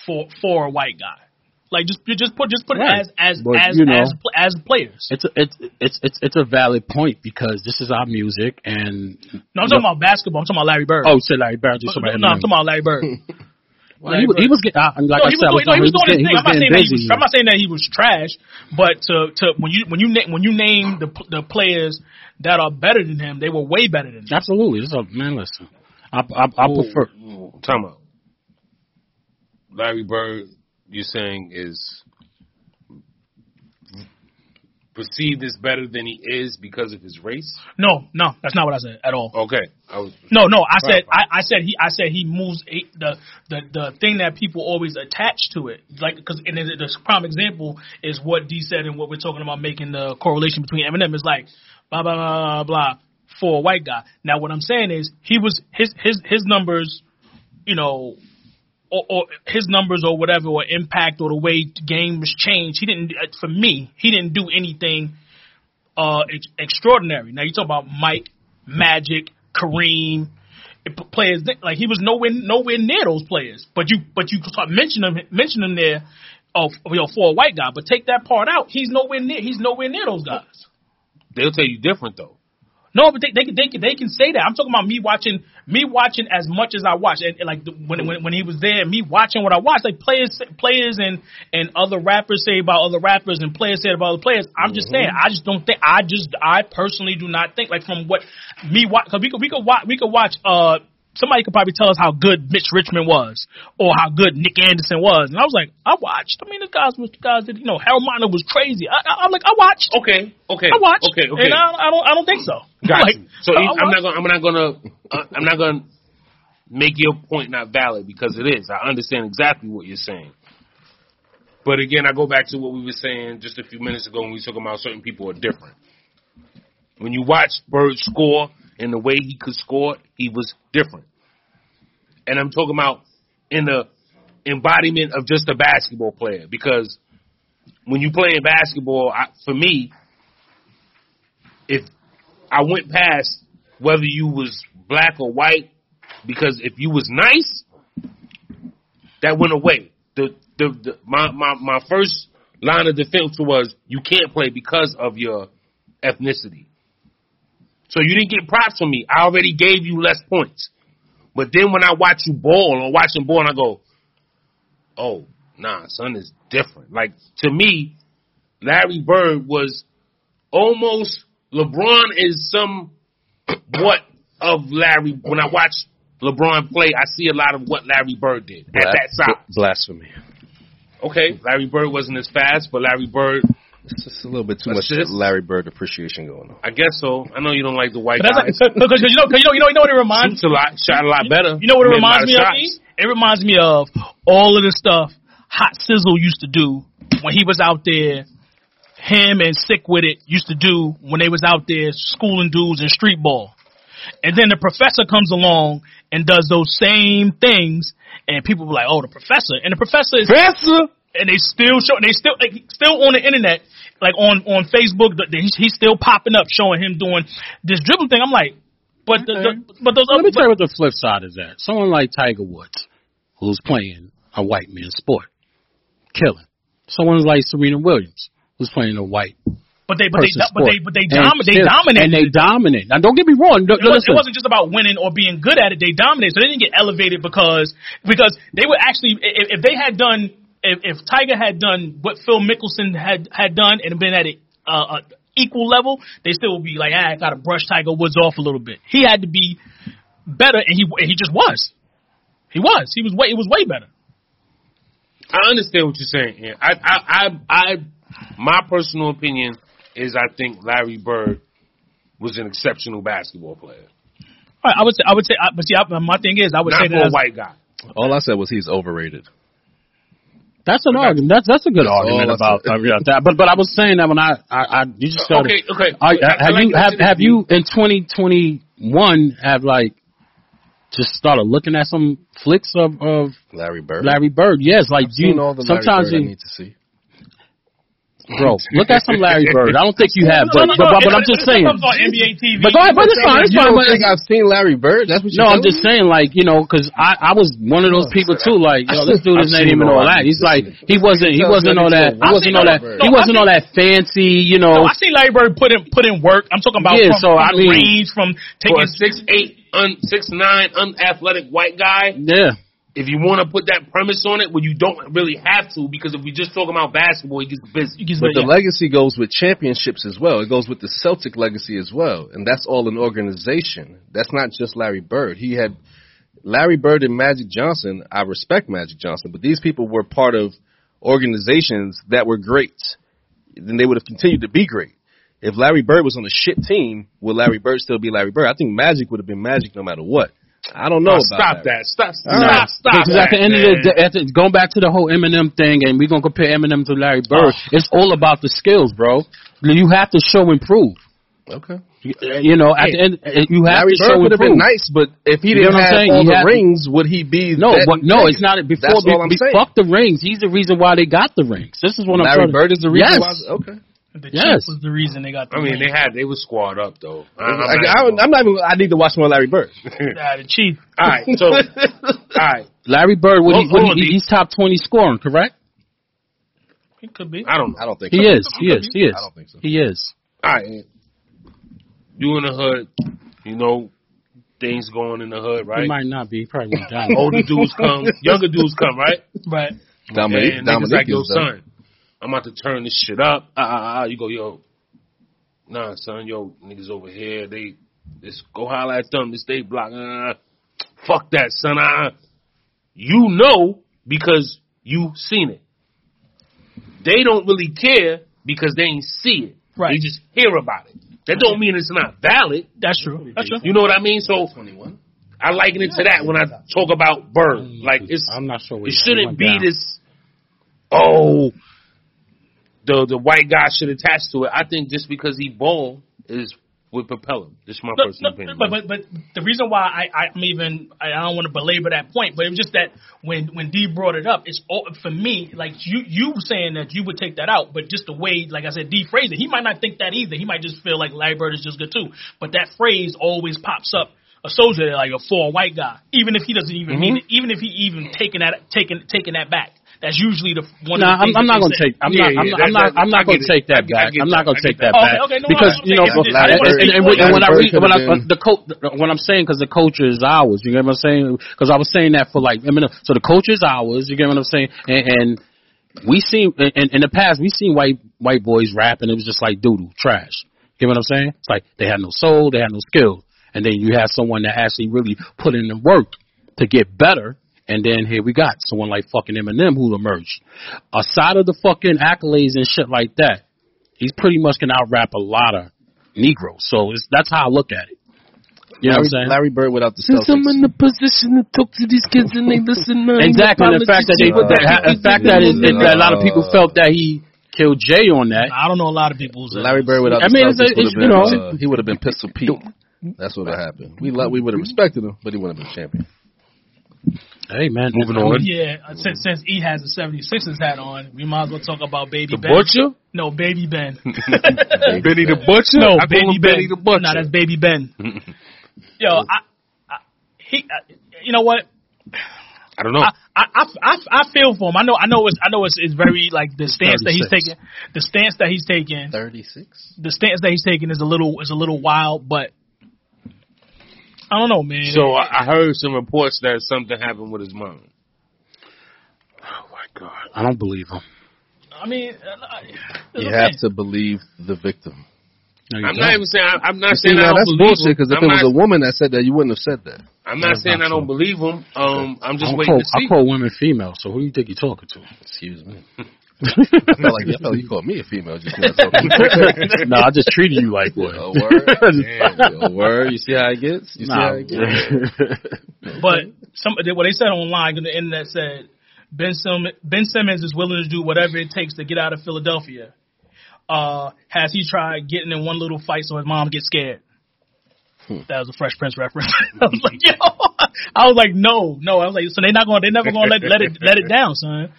for for a white guy, like just you just put just put Right. it as as But, as you know. as, pl- as players. it's a, it's it's it's it's a valid point because this is our music and No, I'm talking about basketball. I'm talking about Larry Bird. oh shit Larry Bird no, just somebody no, I'm talking about Larry Bird. *laughs* Well, he, was, he was getting, I, and like no, I he was said, doing, no, he was doing his thing. I'm getting, not saying that he was. busy. I'm not saying that he was trash, but to to when you when you na- when you name the pl- the players that are better than him, they were way better than him. Absolutely, this is a, man. Listen, I I, I prefer. Time out. Larry Bird, you're saying is perceived as better than he is because of his race. No, no, that's not what I said at all. Okay, I was No, no. I said, Right. I, I said he, I said he moves a, the the the thing that people always attach to it, like because and the, the prime example is what D said and what we're talking about making the correlation between Eminem is like blah blah blah blah, blah for a white guy. Now what I'm saying is he was his his his numbers, you know, or, or his numbers or whatever or impact or the way the game was changed. He didn't uh, for me. He didn't do anything uh ex- extraordinary. Now you talk about Mike, Magic, Kareem, it- p- players that- like he was nowhere nowhere near those players. But you but you start mention them mention them there of you know, for a white guy. But take that part out, he's nowhere near he's nowhere near those guys. They'll tell you different though. No, but they they can they can they can say that. I'm talking about me watching me watching as much as I watch, and, and like the, when, when when he was there, me watching what I watched. Like players players and and other rappers say about other rappers, and players say about other players. I'm just saying, I just don't think. I just I personally do not think like from what me watch because we could we could watch we could watch uh somebody could probably tell us how good Mitch Richmond was or how good Nick Anderson was. And I was like, I watched. I mean, the guys was the guys that you know, Harold Miner was crazy. I, I, I'm like, I watched. Okay, okay, I watched. Okay, okay. And I, I don't, I don't think so. *laughs* Got Like, you. So I you- I'm watched. not gonna, I'm not gonna, uh, I'm not gonna make your point not valid because it is. I understand exactly what you're saying. But again, I go back to what we were saying just a few minutes ago when we were talking about certain people are different. When you watch Bird score and the way he could score, he was different. And I'm talking about in the embodiment of just a basketball player because when you play in basketball, I, for me, if I went past whether you was black or white because if you was nice, that went away. The the, the my, my my first line of defense was you can't play because of your ethnicity. So you didn't get props from me. I already gave you less points. But then when I watch you ball or watching ball, and I go, oh nah, son is different. Like to me, Larry Bird was almost LeBron is some *clears throat* what of Larry. When I watch LeBron play, I see a lot of what Larry Bird did at that size. Blasphemy. Okay, Larry Bird wasn't as fast, but Larry Bird, It's just a little bit too much Assist? Larry Bird appreciation going on. I guess so. I know you don't like the white But that's guys. like, because you know, cause you know, you know, you know what it reminds Shoots a lot, shot a lot better. You know what it Made a reminds lot me of? shots. E? It reminds me of all of the stuff Hot Sizzle used to do when he was out there. Him and Sick with It used to do when they was out there schooling dudes in street ball. And then the professor comes along and does those same things, and people were like, "Oh, the professor!" And the professor is Professor! and they still show they still like, still on the internet like on on Facebook th- he's, he's still popping up showing him doing this dribble thing. I'm like, but the, the, but those Let other me tell you what the flip side is that. Someone like Tiger Woods, who's playing a white man's sport, killing. Someone like Serena Williams, who's playing a white but they but they, person's do- but sport. they but they and dom- they killing. dominated. And they dominate. Now, don't get me wrong. No, it, no, was, listen. it wasn't just about winning or being good at it. They dominated, so they didn't get elevated because because they were actually if, if they had done if, if Tiger had done what Phil Mickelson had had done and been at it. Uh, uh, Equal level, they still would be like, ah, I gotta brush Tiger Woods off a little bit. He had to be better, and he and he just was. He was. He was way. It was way better. I understand what you're saying. Ian. I, I, I, I, my personal opinion is I think Larry Bird was an exceptional basketball player. All right, I would say. I would say. I, but see, I, my thing is, I would Not say for a that. white guy. All I said was he's overrated. That's an argument. That's that's a good argument all I about said. uh, yeah, that. But but I was saying that when I I, I you just gotta, Okay, okay. I, I- I have like you that have you have did. you in twenty twenty one have like just started looking at some flicks of of Larry Bird. Larry Bird? Yes, like I've you seen all the Larry sometimes Bird I you, need to see. *laughs* bro look at some Larry Bird. I don't think you have, No, no, but no, but, it- but, I'm it- it just saying. comes on NBA TV. But go ahead, but it's fine. It's You fine. don't But think I've seen Larry Bird? That's what you no, I'm just saying, like you know, because I I was one of those people too. Like yo, this dude Oh, I've is not seen even all all I that. need He's to like see. he wasn't he Tell wasn't all that he I've wasn't seen all all of that it. he No, wasn't all that fancy. You No, know, I seen Larry Bird put in put in work. I'm talking about Yeah, from, so from I mean- range from For a taking six eight, un, six nine, unathletic white guy, yeah. if you want to put that premise on it, well, you don't really have to because if we just talking about basketball, he gets busy. He's But like, the yeah. legacy goes with championships as well. It goes with the Celtic legacy as well, and that's all an organization. That's not just Larry Bird. He had Larry Bird and Magic Johnson. I respect Magic Johnson, but these people were part of organizations that were great. Then they would have continued to be great. If Larry Bird was on a shit team, would Larry Bird still be Larry Bird? I think Magic would have been Magic no matter what. I don't know. Oh, about stop Larry. that! Stop! Stop! No, Stop! Because at that, the end of man. the day, at the, going back to the whole Eminem thing, and we're gonna compare Eminem to Larry Bird. It's all about the skills, bro. You have to show and prove. Okay. You- You know, at the end, you have Larry to show Bird would have and been prove. nice, but if he You know didn't what I'm have saying? all He the had- rings, would he be? No, that but no, nigga? it's not. Before That's be, all I'm be- saying. fuck the rings. He's the reason why they got the rings. This is what Larry I'm. trying to- Bird is the reason. Yes. Why, okay. the Yes. Chiefs was the reason they got. The I mean, they ring. had they were squad up though. I, I, I'm not I, even- am not even. I need to watch more Larry *laughs* Bird. Nah, the Chief. all right, *laughs* so all right, Larry Bird. What he, Hold- what hold he, on, D. he's top twenty scoring, correct? It could be. I don't know. I don't think He so. is. He is. He is. I don't think so. He is. All right, you in the hood, you know things going in the hood, He right? might not be. He probably went down. Older dudes come, younger dudes come, right? Right. Dominique, and niggas Dominique like, yo, is the- son, I'm about to turn this shit up. Ah, ah, ah. You go, yo, nah, son, yo, niggas over here, they, just go holler at them, this they block. Ah, ah, ah. fuck that, son. I, you know because you seen it. They don't really care because they ain't see it. Right. They just hear about it. That don't mean it's not valid. That's true. That's true. You know what I mean? So I liken it to that when I talk about bird. *laughs* Like it's Mm, I'm not sure. where it he went shouldn't be down. this. Oh, the the white guy should attach to it. I think just because he bald is would propel him. This is my No, personal no, opinion. But, but but the reason why I, I I'm even I I don't want to belabor that point, but it was just that when when D brought it up, it's all for me like you you saying that you would take that out, but just the way like I said D phrased it, he might not think that either. He might just feel like Larry Bird is just good too. But that phrase always pops up associated like a for a white guy, even if he doesn't even mean Mm-hmm. it, even if he even taking that taking taking that back. That's usually the one. Nah, of the things I'm, I'm that not they gonna say. take. I'm Yeah, not. I'm, not- yeah, I'm that- not. that- I'm I not gonna get take it. I that get- I back. get I'm that. not gonna I take get that that. back Okay, Oh, okay, no, because I don't you know. think it's- it's- and- and- and it's- when- and when I Larry read, Bird when I, could've been- the co- when I'm saying because the culture is ours. You get what I'm saying? Because I was saying that for like a minute. So the culture is ours. You get what I'm saying? And, and we seen in- in, in the past we seen white white boys rap and it was just like doodle trash. You get what I'm saying? It's like they had no soul, they had no skill, and then you have someone that actually really put in the work to get better. And then here we got someone like fucking Eminem who emerged. Aside of the fucking accolades and shit like that, he's pretty much can out rap a lot of Negroes. So it's, that's how I look at it. You know Larry, what I'm saying? Larry Bird without the Celtics. the position to talk to these kids and they listen. exactly. And the fact that they, Apologies. that, the fact that, it, that a lot uh, of people felt that he killed Jay on that. I don't know a lot of people's uh, Larry Bird without the I mean, it's a- Celtics would have it's, you been, uh, know, he would have been Pistol Pete. That's what would have happened. We love, we would have respected him, but he wouldn't have been champion. Hey man, Moving on. Yeah, uh, since since E has the 76ers hat on, we might as well talk about Baby The Ben. butcher, No, Baby Ben. *laughs* Benny the butcher. no, I Baby call him Ben. Benny the butcher. Nah, that's Baby *laughs* Ben. Yo, I, I he, I, you know what? I don't know. I, I, I, I feel for him. I know, I know, it's, I know, it's, it's very like the stance that he's 36. taking. The stance that he's taking. Thirty six. The stance that he's taking is a little is a little wild, but I don't know, man. so I, I heard some reports that something happened with his mom. Oh my god, I don't believe him. I mean, uh, I- You okay. have to believe the victim. No, you I'm don't. not even saying I, I'm not See, saying I now don't that's believe bullshit. him. Because if I'm it was not, a woman that said that, you wouldn't have said that. I'm not That's saying not I don't true. believe him. Um, I'm I just don't waiting call, to see. I call women female, so who you think you talking to? Excuse *laughs* me. I felt like I felt like you called me a female. Just now. no, I just treated you like *laughs* one. a Oh, word, Damn, a word. You see how it gets. You see Nah. how it gets. But some what they said online on the internet said Ben Sim, Ben Simmons is willing to do whatever it takes to get out of Philadelphia. Uh, has he tried getting in one little fight so his mom gets scared? Hmm. That was a Fresh Prince reference. *laughs* I was like, yo, I was like, no, no. I was like, so they're not going, to they're never going to let let it let it down, son.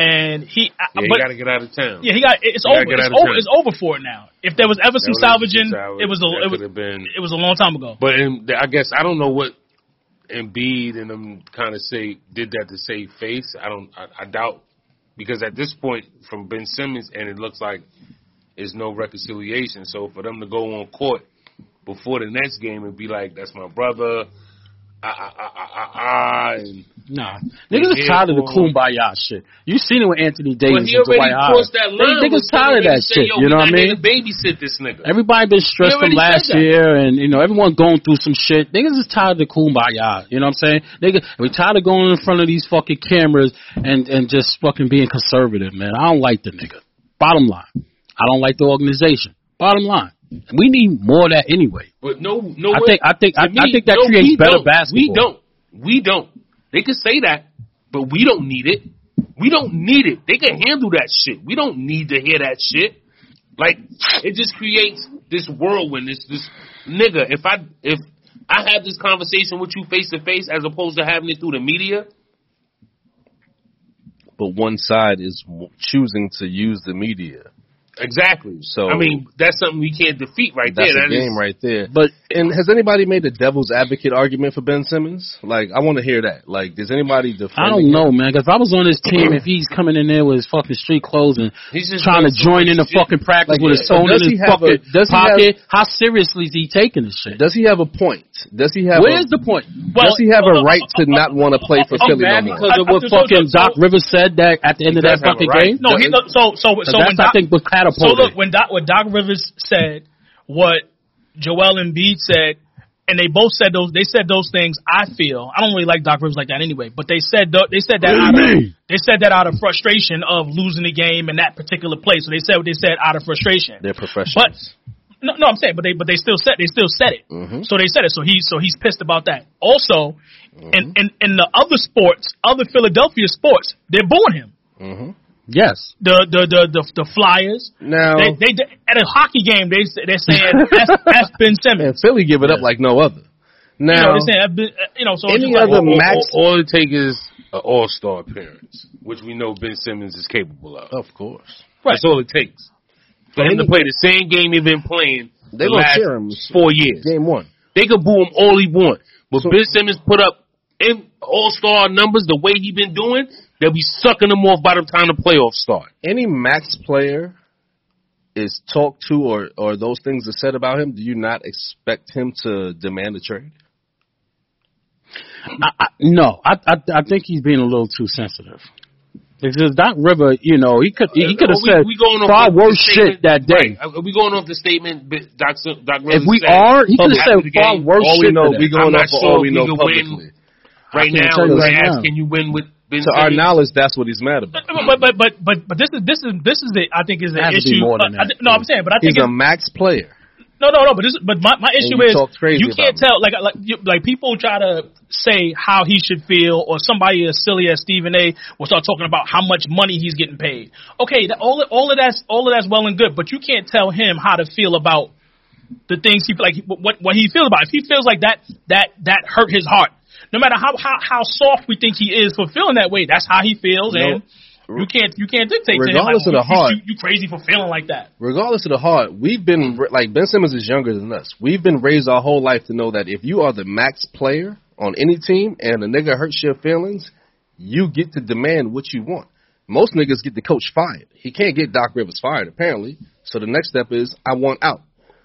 And he, I, Yeah, but you gotta get out of town. yeah, he got it's over. gotta get It's out of over. town. It's over for it now. If there was ever some That salvaging, was- it was a it that was could have been. it was a long time ago. But in, I guess I don't know what Embiid and them kind of say did that to save face. I don't. I, I doubt because at this point, from Ben Simmons, and it looks like there's no reconciliation. So for them to go on court before the next game and be like, "That's my brother," ah ah ah ah ah, ah, and *laughs* Nah, niggas is Yeah, tired of the boy. kumbaya shit. You seen it with Anthony but Davis he and Dwight already Howard. crossed that They- line. Niggas with tired of somebody that said, shit. "Yo, You we know what I not here mean? to Babysit this nigga. Everybody been stressed He from already last said that. year, and you know everyone going through some shit. Niggas is tired of the kumbaya. You know what I'm saying? Nigga, we tired of going in front of these fucking cameras and and just fucking being conservative, man. I don't like the nigga. Bottom line, I don't like the organization. Bottom line, we need more of that anyway. But no, no. I way. think- I think- To I- I think that creates we better don't. We basketball. don't. We don't. They can say that, but we don't need it. We don't need it. They can handle that shit. We don't need to hear that shit. Like it just creates this whirlwind. This this nigga. If I if I have this conversation with you face to face as opposed to having it through the media, but one side is w- choosing to use the media. exactly. So- I mean, that's something we can't defeat right That's there. a That is- game right there. But And has anybody made the devil's advocate argument for Ben Simmons? Like, I want to hear that. Like, does anybody defend? I don't know, man. 'cause if I was on his team, if he's coming in there with his fucking street clothes and He's just trying to doing some join in the shit. fucking Like, practice with his so phone in does he his have fucking a- does he have- pocket, how seriously is he taking this shit? Does he have a point? Does he have? Where's a, the point? Well, does he have oh, a oh, right oh, to not want to play for oh, Philly Mad no more? because of I- what I- so- fucking so- Doc Rivers said that at the end of He that does have a fucking right. game. No, he no, so so so that's, when I Doc, think, was so catapulted. look when Doc what Doc Rivers said, what Joel Embiid said, and they both said those. They said those things. I feel I don't really like Doc Rivers like that anyway. But they said tho- they said that What do you out of, mean? they said that out of frustration of losing the game in that particular play. So they said what they said out of frustration. They're professionals. But no, no, I'm saying, but they but they still said they still said it. Mm-hmm. So they said it. So he so he's pissed about that. Also, Mm-hmm. in, in in the other sports, other Philadelphia sports, they're booing him. Yes. The the the the, the Flyers. Now- they, they at a hockey game they they're *laughs* saying that's, that's Ben and Simmons. Philly give it up like no other. You Now, know, they're saying that's Ben, uh, you know. So it's Any just like, other well, well, Max- all, all it takes is an all star appearance, which we know Ben Simmons is capable of. of course, right. That's all it takes. For him to any- play the same game he's been playing They the gonna last cheer him. four years. game one. They could boo him all he want. But Ben Simmons put up in all star numbers the way he been doing, they'll be sucking him off by the time the playoffs start. Any max player is talked to or or those things are said about him. Do you not expect him to demand a trade? I, I, no, I, I I think he's being a little too sensitive. Because Doc River, you know, he could he could have Are we- said we going off far the worse statement- shit that day. Right. Are we going off the statement that Doc, S- Doc If Rivers we said are, he could have after the said far game? worse All we shit. know, today. we I'm going not off of sure all if we we know could win. publicly. right can't now, tell you we're right now. asking you win with Ben To our Simmons? knowledge, that's what he's mad about. But but but but but this is this is this is the I think is the Has to issue. be more than Uh, I that. thi- no, I'm saying, but I He's think it's, a max player. No, no, no. But this, but my, my issue you is talk crazy you can't about tell. Like, like, you, like people try to say how he should feel, or somebody as silly as Stephen A. will start talking about how much money he's getting paid. Okay, that, all all of that's all of that's well and good, but you can't tell him how to feel about the things he like what what he feels about. If he feels like that that that hurt his heart, no matter how how how soft we think he is for feeling that way, that's how he feels, and. You can't you can't dictate Regardless to of him, the like, you- heart. You, you crazy for feeling like that. regardless of the heart, we've been like Ben Simmons is younger than us. We've been raised our whole life to know that if you are the max player on any team and a nigga hurts your feelings, you get to demand what you want. Most niggas get the coach fired. He can't get Doc Rivers fired apparently. So the next step is I want out.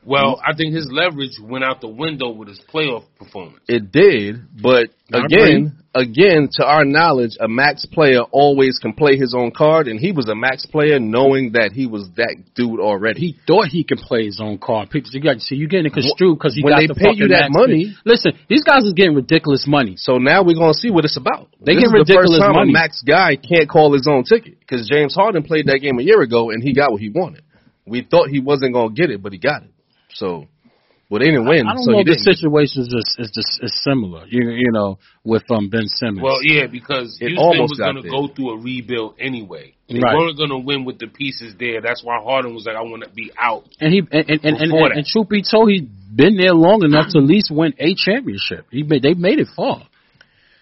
Well, I think his leverage went out the window with his playoff performance. It did, but I again, again, to our knowledge, a max player always can play his own card, and he was a max player knowing that he was that dude already. He thought he could play his own card. People, you got see, you getting it construed because he When got they the pay you fucking that max money- fee. Listen, these guys is getting ridiculous money. So now we're gonna see what it's about. They this get is the ridiculous first time money. a max guy can't call his own ticket because James Harden played that game a year ago and he got what he wanted. We thought he wasn't gonna get it, but he got it. So, well, they didn't win. I don't so know he if the didn't. situation is just, is just is similar. You you know with um Ben Simmons. Well, yeah, because It Houston almost was got going to there. go through a rebuild anyway. They Right. weren't going to win with the pieces there. That's why Harden was like, "I want to be out." and he and and and, and, Before and, that. and truth be told, he's been there long enough to at least win a championship. He made, they made it far.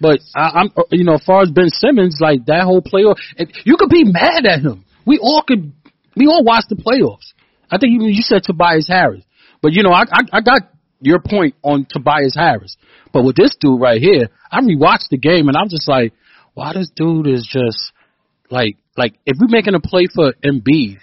But I, I'm uh, you know as far as Ben Simmons, like that whole playoff, and you could be mad at him. We all could. We all watched the playoffs. I think even you said Tobias Harris, but you know I I, I got your point on Tobias Harris. But with this dude right here, I rewatched the game and I'm just like, why this dude is just like like if we're making a play for Embiid,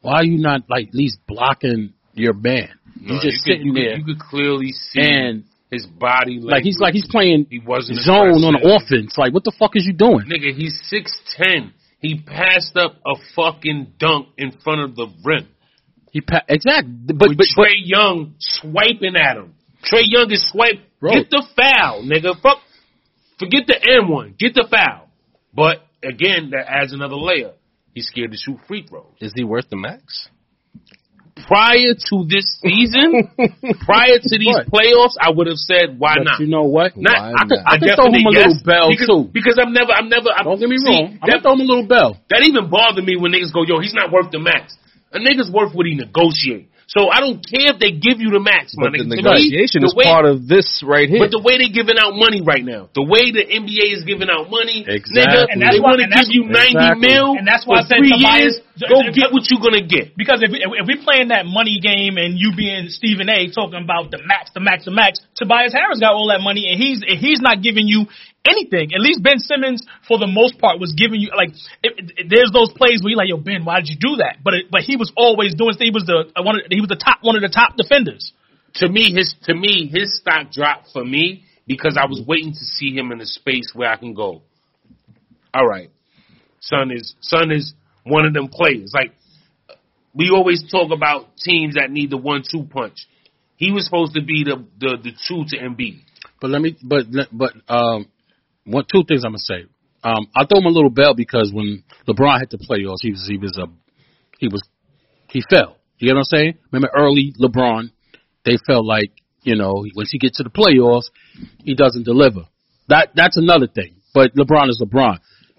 why are you not like at least blocking your man? No, you just could- sitting you could- there you could clearly see and his body language. like he's like he's playing He wasn't zone on aggressive. offense. Like what the fuck is you doing? Nigga, he's six ten. He passed up a fucking dunk in front of the rim. He pa- exactly, but With but, but Trey Young swiping at him. Trey Young is swipe. Bro. Get the foul, nigga. Fuck. Forget the and one. Get the foul. But again, that adds another layer. He's scared to shoot free throws. Is he worth the *laughs* max? Prior to this season, prior to these But- playoffs, I would have said, why but not? you know what? Not- Why I could, not? I could throw him a definitely little yes, bell because, too. Because I'm never, I'm never. I'm, Don't get me see, wrong. I'm gonna That, throw him a little bell. that even bothered me when niggas go, yo, he's not worth the max. A nigga's worth what he negotiate. So I don't care if they give you the max, my But nigga. the To me, negotiation the is way- part of this right here. But the way they're giving out money right now, the way the NBA is giving out money, Exactly. nigga, And that's they why- want to and that's- give you ninety Exactly. mil And that's why I for said three Tobias- years. Go get what you're gonna get. Because if, if we're playing that money game and you being Stephen A. talking about the max, the max, the max, Tobias Harris got all that money and he's and he's not giving you anything. At least Ben Simmons, for the most part, was giving you like it, it- there's those plays where you're like, yo, Ben, why did you do that? But it, but he was always doing. He was the I wanted, he was the top one of the top defenders. to me, his to me his stock dropped for me because I was waiting to see him in a space where I can go. All right, son is son is one of them players. Like we always talk about teams that need the one-two punch. He was supposed to be the the, the two to Embiid. But let me, but let- but um, one two things I'm gonna say. Um, I throw him a little bell because when LeBron had the playoffs, he was he was a he was he fell. You get what I'm saying? Remember early LeBron, they felt like you know once he gets to the playoffs, he doesn't deliver. That that's another thing. But LeBron is LeBron.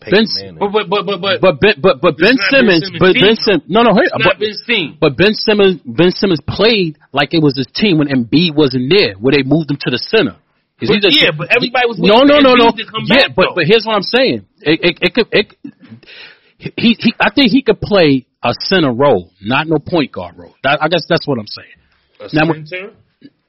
Ben, Manning. But but but but but, but ben, but but Ben It's not Ben Simmons, Simmons' but Ben team. Simmons, no no, hey, not but, Ben's team. but Ben Simmons, Ben Simmons played like it was his team when Embiid wasn't there, where they moved him to the center. 'Cause he's But a- yeah, but everybody was no, waiting no, for no, no. Embiid to come yeah, back, but though. but here's what I'm saying. It, it, it could, it, he, he, I think he could play a center role, not no point guard role. That, I guess that's what I'm saying. A Now- center?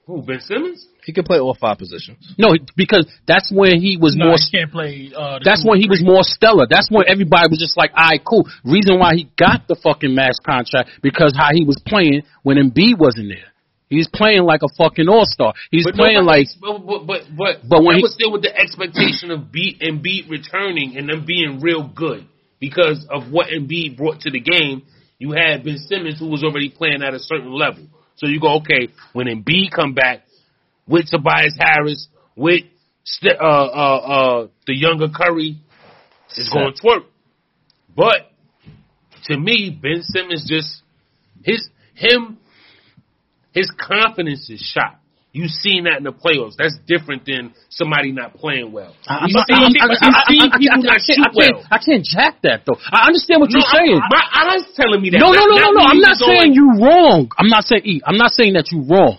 Who Ben Simmons? He can play all five positions. No, because that's when he was No, more. he can't play. Uh, the That's two when and he was three. more stellar. That's when everybody was just like, "All right, cool." Reason why he got the fucking max contract because how he was playing when Embiid wasn't there. He's playing like a fucking all star. He's playing like nobody- but but but, But but when that he- was still with the expectation of beat Embiid returning and them being real good because of what Embiid brought to the game. You had Ben Simmons who was already playing at a certain level, so you go okay when Embiid come back with Tobias Harris with Ste- uh uh uh the younger Curry is going to twerk, but to me Ben Simmons just his him his confidence is shot. You seen that in the playoffs. That's different than somebody not playing well. I'm You not- seen I'm- I'm- I'm- people- you I'm- seen I'm- people I not can't- shoot I can't- well. I can't jack that though. I understand what No, you're I'm- saying. my eyes telling me that. No, That- no, no, that no, no. I'm means not going- saying you wrong. I'm not saying E. I'm not saying that you wrong.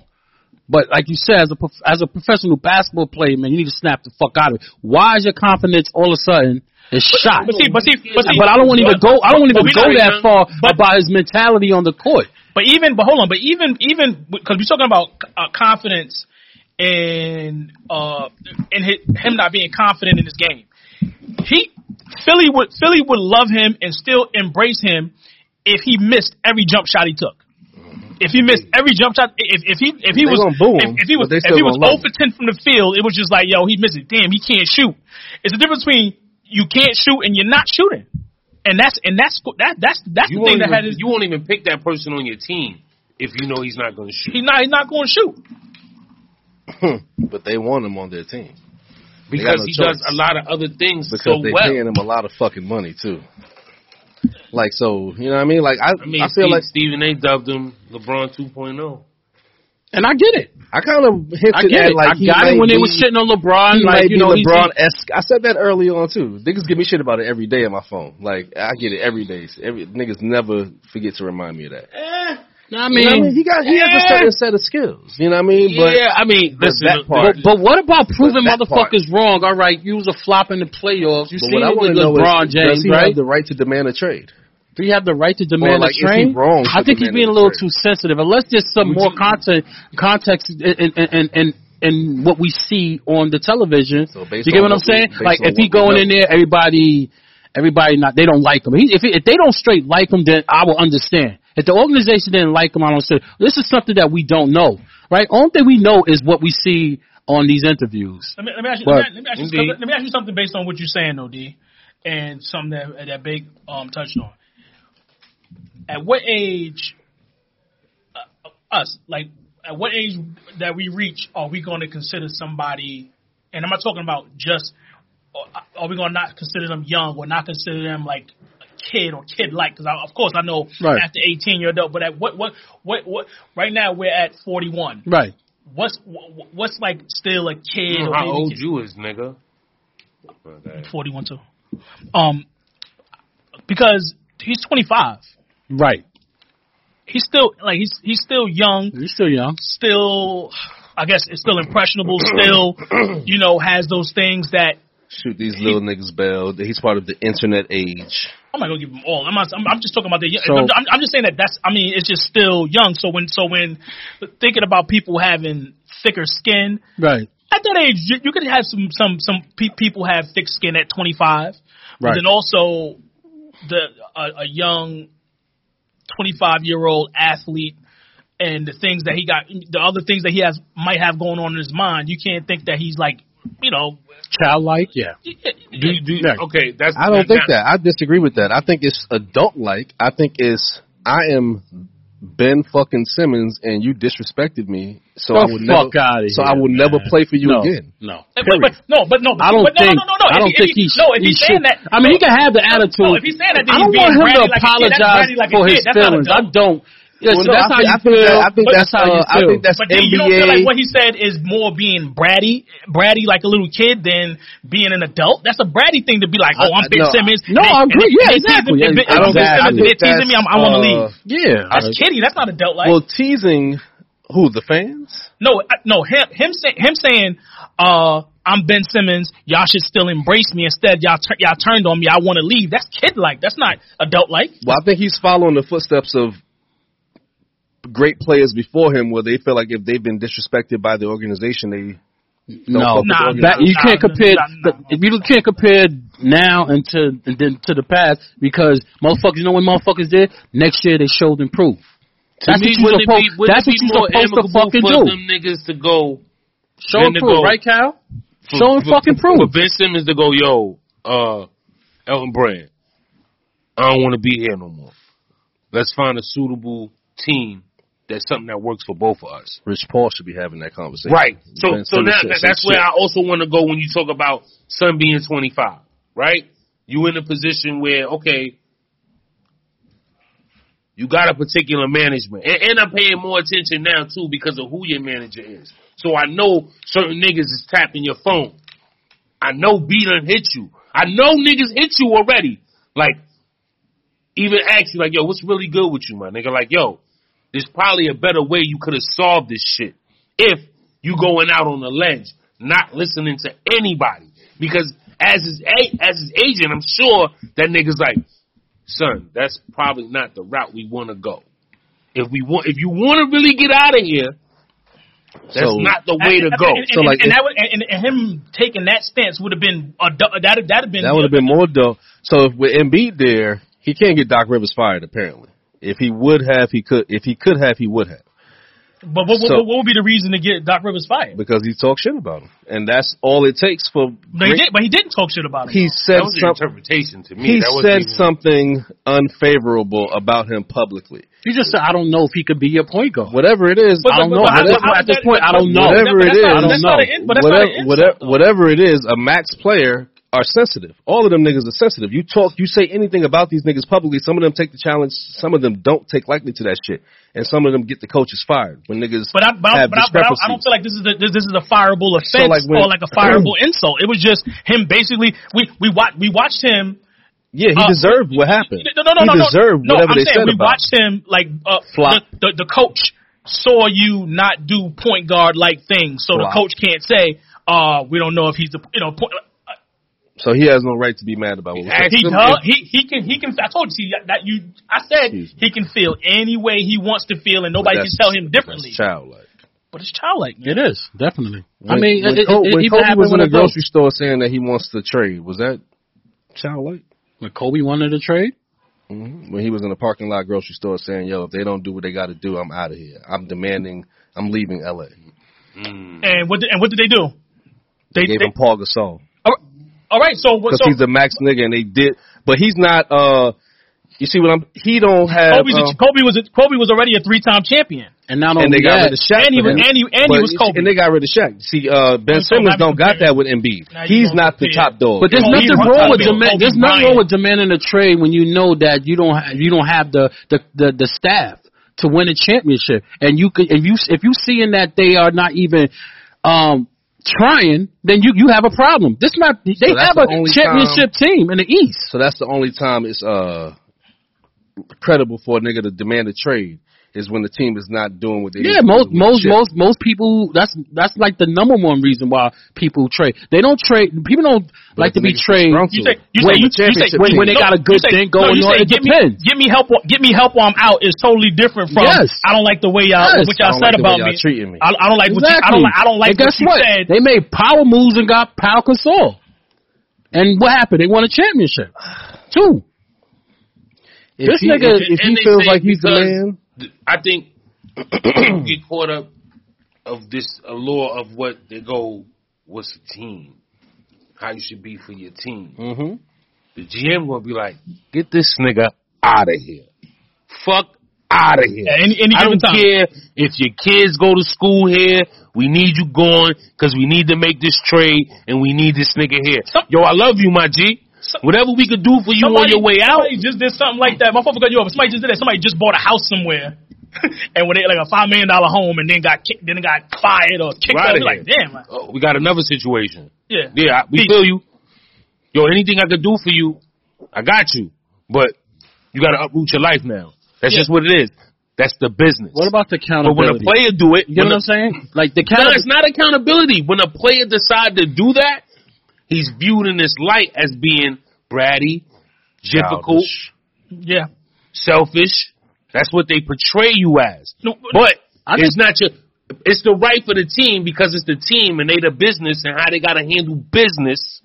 But like you said, as a prof- as a professional basketball player, man, you need to snap the fuck out of it. Why is your confidence all of a sudden is shot? But see, but see, but see, But I don't want to even go. I don't want to But even we go not that even- far but- about his mentality on the court. But even, but hold on. But even, even because we're talking about uh, confidence and uh, and hi- him not being confident in his game. He Philly would Philly would love him and still embrace him if he missed every jump shot he took. If he missed every jump shot, if, if he if he They was gonna boo him, if, if he but was they if still he was gonna love 0 for 10 from the field, it was just like yo, he missed it. Damn, he can't shoot. It's the difference between you can't shoot and you're not shooting, and that's and that's that that's that's You the won't, thing that had even, his you won't even pick that person on your team if you know he's not going to shoot. he's not he's not going to shoot. But they want him on their team got because no he choice. does a lot of other things because so they're well. paying him a lot of fucking money too. Like so, you know what I mean? Like I, I I, mean, feel Steve, like Stephen A. dubbed him LeBron oh. 2.0. And I get it. I kind of hinted I get at it. like I he got it might when they be- were shitting on LeBron. He Like might you be know, he's- LeBron esque. I said that early on too. Niggas give me shit about it every day on my phone. Like I get it every day. Every niggas never forget to remind me of that. I You know what I mean, mean, he got he has a certain set of skills. You know what I mean? But yeah, I mean, but listen, that look, part- But what about proving that part. motherfuckers wrong? All right, you was a flop in the playoffs. You but seen what I it want to with know is LeBron does James, he right? have the right to demand a trade? Do you have the right to demand like, is a he trade? wrong I to think he's demand being a a little trade? too sensitive. Unless there's some more content, context in, in, in, in, in what we see on the television. So based you get on what I'm what we- saying? based Like on if what he we going know. in there, everybody, everybody not they don't like him. He, if, he, if they don't straight like him, then I will understand. If the organization didn't like him, I don't say this is something that we don't know, right? Only thing we know is what we see on these interviews. Let me, let me ask you. let, But- me ask you Indeed. let me ask you something based on what you're saying, though, D, and something that that Big um, touched on. At what age, uh, us like, at what age that we reach are we going to consider somebody? And I'm not talking about just. uh, Are we going to not consider them young or not consider them like a kid or kid like? Because of course I know Right. after 18 year old, but at what what what what? Right now we're at 41. Right. What's wh- what's like still a kid? you know or how maybe old kid? you is, nigga. Okay. 41 too. Um, because he's 25. Right. He's still like he's he's still young. You're still young. Still, I guess it's still *clears throat* impressionable. Still, you know, has those things that Shoot these little niggas bell. He's part of the internet age. I'm not gonna give them all. I'm not, I'm, I'm just talking about the. So- I'm, I'm, I'm just saying that that's. I mean, it's just still young. So when so when thinking about people having thicker skin, Right. at that age, you, you could have some some some pe- people have thick skin at 25, but Right. then also the a, a young 25 year old athlete and the things that he got, the other things that he has might have going on in his mind. You can't think that he's like, you know, Childlike. Yeah. Do you, do you, Yeah. okay, that's I don't now- think that. I disagree with that. I think it's adult like. I think it's I am Ben fucking Simmons and you disrespected me, so The I would fuck never, outta so here, I will man. never play for you no, again. No. But, but, no, but no, but, I don't but no, think. no, no, no, no. I don't if, think he, he. if he, no, if he he's should. saying that, I mean, he can have the attitude. No, if he's saying that, then I don't he's want being him bratty like a kid. That's to apologize bratty like a for kid. his That's not feelings. adult. I don't. Yes, Well, no, I that's how think- you I think feel. that- I think but that's, how uh, you I feel. think that's- But then you don't NBA feel like what he said is more being bratty, bratty like a little kid than being an adult. That's a bratty thing to be like, oh, I- I'm Ben no, Simmons. no, I agree. Yeah, exactly. If, if, I if Ben don't think- I Simmons think been teasing me, I'm, I want to uh, leave. yeah. That's kitty. That's not adult like. Well, teasing who the fans? No, I- no, him, him, say, him saying, uh, I'm Ben Simmons. Y'all should still embrace me. Instead, y'all, tur- y'all turned on me. I want to leave. That's kid like. That's not adult like. Well, I think he's following the footsteps of great players before him, where they feel like if they've been disrespected by the organization, they No, fuck with Nah, nah, organized. that, you nah, can't nah, compare. nah, nah. the- you can't compare now and to and then to the past because motherfuckers. You know what motherfuckers did? Next year they showed and proof. That's me, what you wouldn't it supposed. be- wouldn't that's it what you be more supposed to amicable fucking for do. them niggas to go Show than and to proof, go- right, Cal? for, Show and for- fucking for- For proof. Ben Simmons to go, yo, uh, Elton Brand, I don't want to be here no more. Let's find a suitable team that's something that works for both of us. Rich Paul should be having that conversation. Right. So Ben so Simmons now said that, some that's where I also want to go when you talk about son being 25, right? You in a position where okay, you got a particular management, and, and I'm paying more attention now too because of who your manager is. So I know certain niggas is tapping your phone. I know B done hit you. I know niggas hit you already. Like, even ask you like, yo, what's really good with you, my nigga? Like, yo, there's probably a better way you could have solved this shit if you going out on the ledge, not listening to anybody. Because as his a- as his agent, I'm sure that nigga's like, son, that's probably not the route we want to go. If we want, if you want to really get out of here, that's So- not the way to And- go. And, and, So, like, and if- that would, and, and him taking that stance would have been adult. That that have been That would have been more dope. So if with Embiid there, he can't get Doc Rivers fired. Apparently, if he would have, he could. If he could have, he would have But what, what, so- what, would be the reason to get Doc Rivers fired? But, because he talked shit about him, and that's all it takes for. he great- did. But he didn't talk shit about him. he though. said that was something. your interpretation to me. He that wasn't said even- something unfavorable about him publicly. You just said I don't know if he could be your point guard. Whatever it is, But- I don't but- know. but- I Whatever- don't know at this point. I don't know. Whatever it but that's is, not- I don't that's not know. an in- but that's whatever, not an insult, whatever, though. whatever it is, a max player are sensitive. All of them niggas are sensitive. You talk, you say anything about these niggas publicly. Some of them take the challenge. Some of them don't take lightly to that shit, and some of them get the coaches fired when niggas But I, but, I, have but, I, but I, I don't discrepancies. feel like this is a, this, this is a fireable offense like, when- or like a fireable insult. It was just him basically. We we watched we watched him. yeah, he uh, deserved what happened. No, no, no, no, he no. deserved no, whatever I'm they said saying we about. him. watched him like uh, Flop. The, the the coach saw you not do point guard like things, so the Flop. coach can't say, "Uh, we don't know if he's the you know point." uh, So he has no right to be mad about what was said. Ask He him does. if- He he can he can. I told you see, that you. I said Excuse me. he can feel any way he wants to feel, and nobody can That's- tell him differently. That's childlike. But it's childlike. man. It is definitely. I When- mean, when, it, it, Kobe- it when even Kobe happened was in when the it goes- grocery store saying that he wants to trade, was that childlike? when Kobe wanted to trade. when he was in the parking lot grocery store saying, "Yo, if they don't do what they got to do, I'm out of here. I'm demanding. I'm leaving LA." And what did, and what did they do? They, Mm. They gave they- him Paul Gasol all right- all right. So what? because So he's a max nigga, and they did. But he's not. uh You see what I'm? He don't have. Kobe's Oh, a, um, Kobe was a, Kobe was already a three time champion. And not and only they got that, rid of Shaq. And he for was- him. and he- and he But was you- Kobe. And they got rid of Shaq. See, uh, Ben That's so Simmons not don't got fair. that with Embiid. Now you He's don't not the compare. top dog. But there's Kobe nothing Bryant- wrong with Kobe demand, there's Bryant. nothing wrong with demanding a trade when you know that you don't ha- you don't have the, the, the, the staff to win a championship, and you could if you if you seeing that they are not even um trying, then you you have a problem. This not they that's have a the only championship team in the East. So that's the only time it's uh credible for a nigga to demand a trade is when the team is not doing what they. need Yeah, to most do with most shit. most most people that's that's like the number one reason why people trade. They don't trade. People don't like to the be niggas is traded. strong. You say you When say you, you the say championship when- when they got a good you say- thing going you on, say, it give depends." Me, give me help. wh- Give me help while I'm out is totally different from. Yes. I don't like the way y'all Yes. I what y'all don't like the said way about y'all me. treating me. I, I don't like what you, I don't. like- I don't like and guess what you what? said. They made power moves and got Pau Gasol. And what happened? They won a championship. Two. If This he, nigga- if, if And he they feels say like he's the because man, th- I think *clears throat* you get caught up of this allure of what they go, what's the team? How you should be for your team. Mhm. The GM gonna be like, get this nigga out of here. Fuck out of here. At any- any I given don't time. care if your kids go to school here. We need you gone because we need to make this trade and we need this nigga here. Some- Yo, I love you, my G. Whatever we could do for you on your way out. Somebody just did something like that. My father got you over. Somebody just did that. Somebody just bought a house somewhere, *laughs* and when they like a five million dollar home, and then got kicked, then got fired or kicked Right out. of You're Like here. damn, like, Oh, we got another situation. yeah, Yeah, I- we Peace. feel you. Yo, anything I could do for you, I got you. But you got to uproot your life now. That's Yeah. just what it is. That's the business. What about the But when a accountability? player do it, you know what when a- I'm saying? Like the No, accountability. it's not accountability. When a player decide to do that, he's viewed in this light as being bratty, difficult, yeah. selfish. That's what they portray you as. No, But I it's not your. It's the right for the team because it's the team and they the business and how they gotta handle business.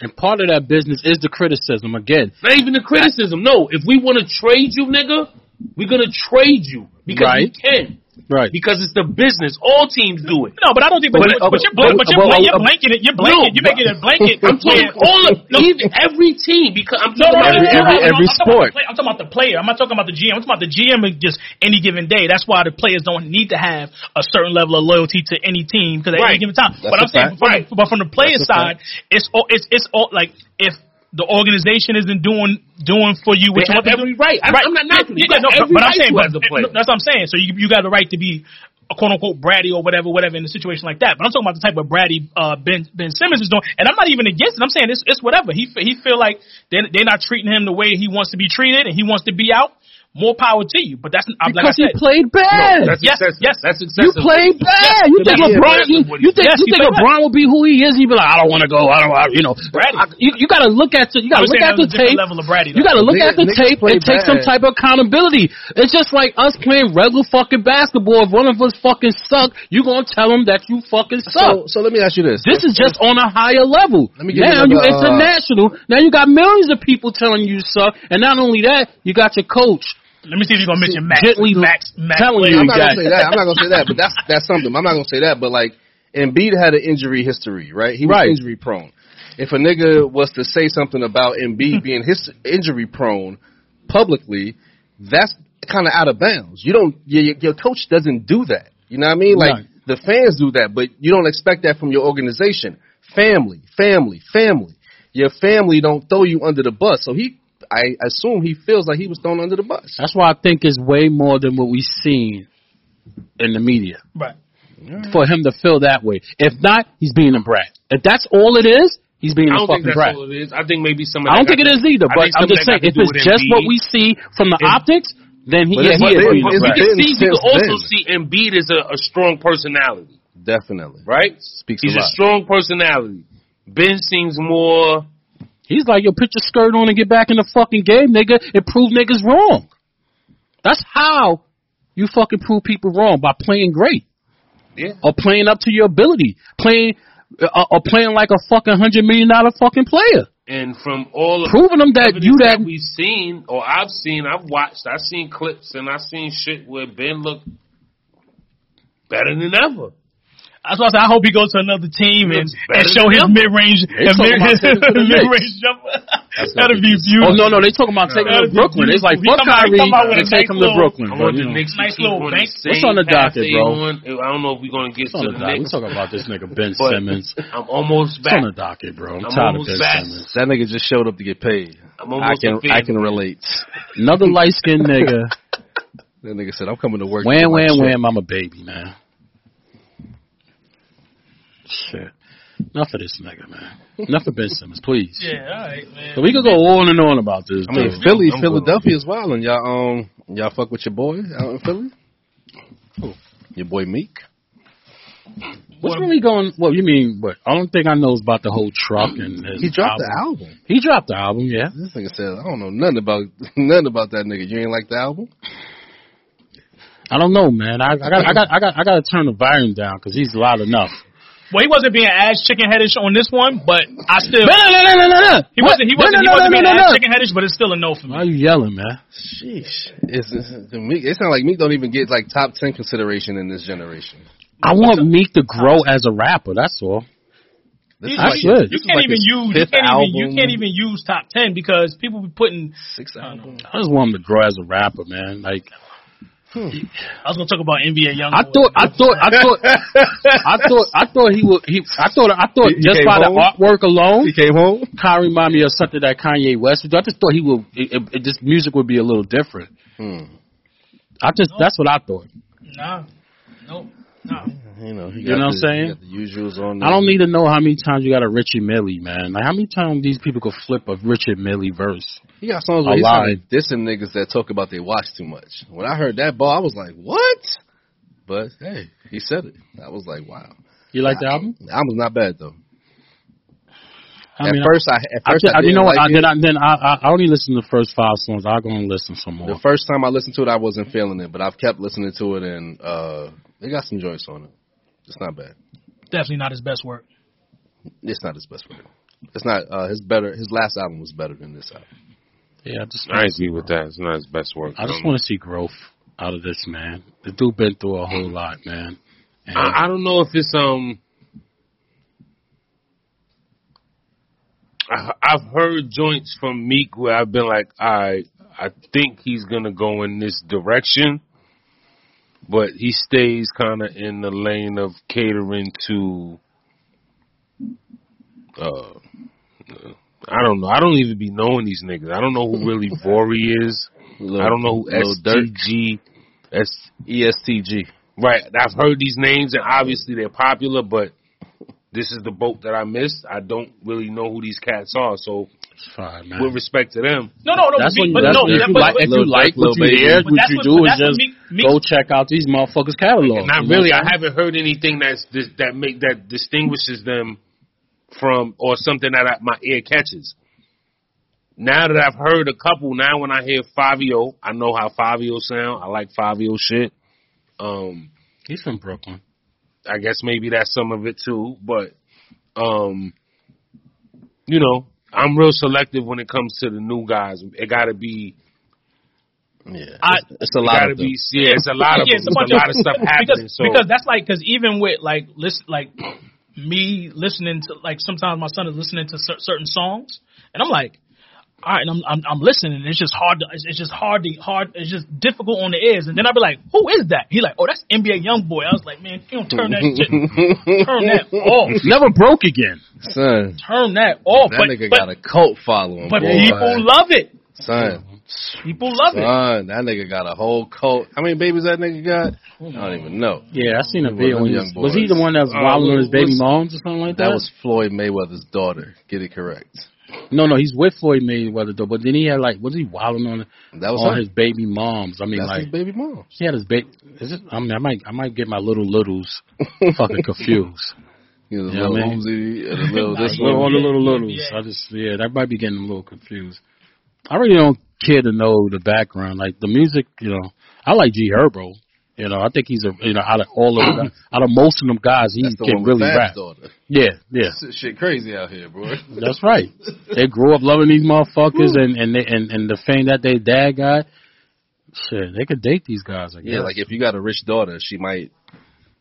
And part of that business is the criticism. Again, Not even the criticism. No, if we want to trade you, nigga, we're gonna trade you because Right. we can. right? Because it's the business. All teams do it. No, but I don't think. But, But- but, but you're, blan- but you're, but- blan- you're but- blanking it. You're blanking. No, you're making it a *laughs* blanket. I'm talking all of even, every team because I'm No, talking no, no, no, about no, every- no, no, every I'm talking about sport. the play- I'm talking about the player. I'm not talking about the GM. I'm talking about the GM is just any given day. That's why the players don't need to have a certain level of loyalty to any team because at any Right. given time. That's but a I'm saying, fact. from the, but from the player That's a side, it's all, it's it's all like if the organization isn't doing doing for you what They you have want them to every do- right. I'm- I'm not knocking it. You got but- every but I'm right saying, to but as a player. that's what I'm saying. So you you got the right to be. A quote unquote bratty or whatever, whatever in a situation like that. But I'm talking about the type of bratty uh, Ben Ben Simmons is doing, and I'm not even against it. I'm saying it's it's whatever. He fe- he feel like they they're not treating him the way he wants to be treated, and he wants to be out. More power to you. But that's I'm like I Because said. he played bad. That's Yes, excessive. yes. That's you excessive. played bad. You think Yeah, yeah. LeBron? You, you think Yes, you he think played bad. LeBron will be who he is? He'd be like, I don't want to go. I don't. I, you know. Bratty. I- you, you got to look at the, you I'm got to saying look at the that was a different tape. level of bratty, you got to look Nigga- at the niggas tape play and take bad. some type of accountability. It's just like us playing regular fucking basketball. If one of us fucking suck, you gonna tell him that you fucking So, suck. so let me ask you this. this is just on a higher level. Let me give you now you another, uh, international. now you got millions of people telling you you suck, and not only that, you got your coach Let me see if you're gonna mention Max. gently Max, Max. telling Play- you I'm not guys. gonna say that. I'm not gonna say that. But that's that's something. I'm not gonna say that. But like Embiid had an injury history, right? He was Right. injury prone. If a nigga was to say something about Embiid being his injury prone publicly, that's kind of out of bounds. You don't. Your, your coach doesn't do that. You know what I mean? Like Right. the fans do that, but you don't expect that from your organization. Family, family, family. Your family don't throw you under the bus. So he, I assume he feels like he was thrown under the bus. That's why I think it's way more than what we've seen in the media Right. for him to feel that way. If not, he's being a brat. If that's all it is, he's being I a don't think fucking that's brat. all it is. I think maybe some. Of I don't that think it got is to- either, I but think some I'm of just that saying, got to if do it's with just what Embiid. we see from the If- optics, then he, But it's yeah, he what is. they- a But fucking it's we brat. been- can see, we since can also then. see Embiid is a, a strong personality, Definitely. right? Speaks He's a a, lot. strong personality. Ben seems more. He's like, yo, put your skirt on and get back in the fucking game, nigga, and prove niggas wrong. That's how you fucking prove people wrong by playing great. Yeah. Or playing up to your ability. Playing, uh, or playing like a fucking hundred million dollar fucking player. And from all of Proving them that evidence you that, we've seen, or I've seen, I've watched, I've seen clips, and I've seen shit where Ben looked better than ever. That's why I said I hope he goes to another team and, Looks and better show his than him. mid range They talking about sending *laughs* him to the mid range jumper. That'd be Oh beautiful. Mm-hmm. no, no, they talking about taking him to Brooklyn. It's He like fuck come out- he Kyrie, come out with a and nice take him to little- Brooklyn. I bro, want you the know. Knicks to Nice keep little on bank. the same What's on the path docket, they bro? on. I don't know if we're gonna get It's on to the the docket. We Knicks. talking about this nigga Ben But- Simmons. It's I'm almost back. on the docket, bro. I'm, I'm tired of Ben almost back. Simmons. That nigga just showed up to get paid. I'm I almost can a fan. I can relate. Another light *laughs* skinned nigga. That nigga said, "I'm coming to work." for Wham, my shit." wham, wham. I'm a baby, man. Shit. Enough of this nigga, man. Enough of Ben Simmons, please. Yeah, all right, man. We could go on and on about this. I mean, dude. Philly, I'm Philadelphia as well, and y'all um y'all fuck with your boy out in Philly. Your boy Meek. What's really going? Well, you mean? But I don't think I knows about the whole truck and his He dropped album. the album. He dropped the album, yeah. This nigga said, "I don't know nothing about *laughs* nothing about that nigga. You ain't like the album." I don't know, man. I, I got, I got, I got, I got to turn the volume down because he's loud enough. Well, he wasn't being as chicken headish on this one, but I still. No, no, no, no, no, no. He What? wasn't. He wasn't. he No, no, no, wasn't no, being no, no, as no. chicken headish, but it's still a no for Why are me. you yelling, man? Sheesh. It's, it's, Meek, it sounds like Meek don't even get like top ten consideration in this generation. I want Meek to grow as a rapper. That's all. This is You- I like- should. this is You can't like even his use. You fifth can't even. You album, can't even use top ten because people be putting. sixth album. I just want him to grow as a rapper, man. Like I was gonna talk about NBA young. I thought, I thought, I thought, I thought, I thought he would. He, I thought, I thought He- he just came by the home? artwork *laughs* alone, He came home. Kyrie reminded me of something that Kanye West would do. I just thought he would. It, it, it, this music would be a little different. I just that's what I thought. nah, nope, nah. You know, You know what I'm saying? The usuals on. I don't need to know how many times you got a Richie Millie, man. Like how many times these people could flip a Richie Millie verse? He got songs where he's Alive. trying to diss some niggas that talk about they watch too much. When I heard that ball, I was like, what? But hey, he said it. I was like, wow. You like the album? The album's not bad though. I at mean, first, I at I, first ju- I, I- you didn't know what? like I, it. then I then I, I I only listened to the first five songs. I go and listen some more. The first time I listened to it, I wasn't feeling it, but I've kept listening to it, and uh they got some joints on it. It's not bad. Definitely not his best work. It's not his best record. It's not uh his better. His last album was better than this album. yeah, I just I agree with that. It's not his best work. I just don't- want to see growth out of this man. The dude been through a whole lot, man. And I, I don't know if it's um. I, I've heard joints from Meek where I've been like, I I think he's gonna go in this direction, but he stays kind of in the lane of catering to. Uh, I don't know. I don't even be knowing these niggas. I don't know who really Vori is. I don't know who Lil Durk. STG, S, E ESTG. Right. I've heard these names and obviously they're popular, but this is the boat that I missed. I don't really know who these cats are. So it's fine, man. with respect to them, No, no, no. That's but, when but that's no, when if that- you but- like but- if you Lil like Durk, what you Lil Baby. hear, But what that's you what- but do is that's what just Meek- Meek- go check out these motherfuckers' catalog. not really. I haven't heard anything that's dis- that make that distinguishes them from or something that I, my ear catches. Now that I've heard a couple, now when I hear Fabio, I know how Fabio sound. I like Fabio shit. Um, He's from Brooklyn. I guess maybe that's some of it too, but um you know, I'm real selective when it comes to the new guys. It gotta be Yeah, I- it's, it's a it lot gotta of them. be yeah, it's a lot of Yeah, them. it's a It's a bunch lot of- of stuff *laughs* happening. because So because that's like because even with like listen like me listening to like sometimes my son is listening to cer- certain songs and I'm like all right and I'm I'm, I'm listening and it's just hard to it's, it's just hard to hard it's just difficult on the ears and then I'll be like who is that he like oh that's NBA YoungBoy I was like man you don't turn *laughs* that shit turn that off Never broke again. son. turn that off That but nigga but, got a cult following. but boy. people love it son. people love it Son, that nigga got a whole cult. How many babies that nigga got? I Hmm. don't even know. Yeah, I seen a Well, video. them when he young was, was he boys. the one that was Uh, wilding on his what- baby what's- moms or something like that? That was Floyd Mayweather's daughter. Get it correct. no, no. He's with Floyd Mayweather though. But then he had like, was he wilding on That was on her. his baby moms? I mean, That's like his baby mom. he had his baby. Is it? I mean, I might I might get my little littles *laughs* fucking confused. He was a Yeah, little man. Uzi and a *laughs* little this Well, all one. the little littles. Yeah. I just yeah, that might be getting a little confused. I really don't care to know the background, like the music. You know, I like G Herbo. You know, I think he's a you know out of all of *clears throat* them, out of most of them guys, he That's the can one with really Fab's rap. daughter. Yeah, yeah, This shit crazy out here, *laughs* bro. that's right. they grew up loving these motherfuckers, and and they, and and the fame that their dad got. Shit, they could date these guys. I *laughs* guess. Yeah, like if you got a rich daughter, she might.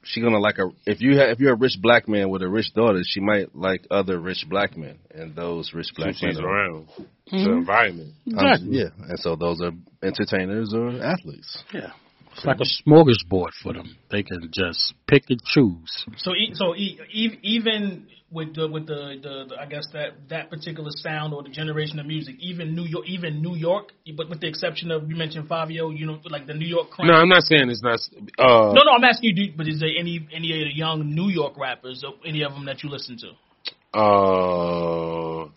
She gonna like a if you have, if you're a rich black man with a rich daughter, she might like other rich black men, and those rich black men. she's are- around. Mm-hmm. The environment. Exactly. yeah, and so those are entertainers or athletes. yeah. It's like a smorgasbord for them. They can just pick and choose. So e- so e- e- even with the with the, the, the I guess that that particular sound or the generation of music, even New York, even New York, but with the exception of you mentioned Fabio, you know, like the New York crowd. No, I'm not saying it's not uh no, no, I'm asking you, do, but is there any any of the young New York rappers, or any of them that you listen to? uh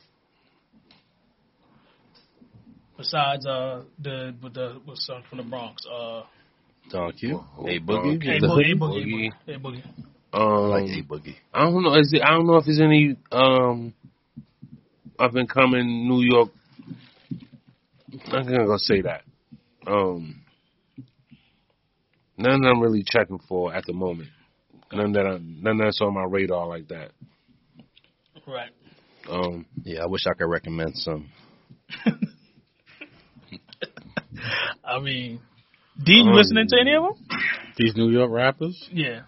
Besides uh the with the with son from the Bronx, uh Don Q, Oh, A Boogie, Don A Q. The Boogie, Hood? A Boogie, Boogie. A Boogie. um like A Boogie. I don't know. Is it, I don't know if there's any um up and coming New York. I'm not gonna say that. Um, none that I'm really checking for at the moment. None that I, none that's on my radar like that. Right. Um, Yeah, I wish I could recommend some. I mean, D, you listening to any of them? These New York rappers. Yeah.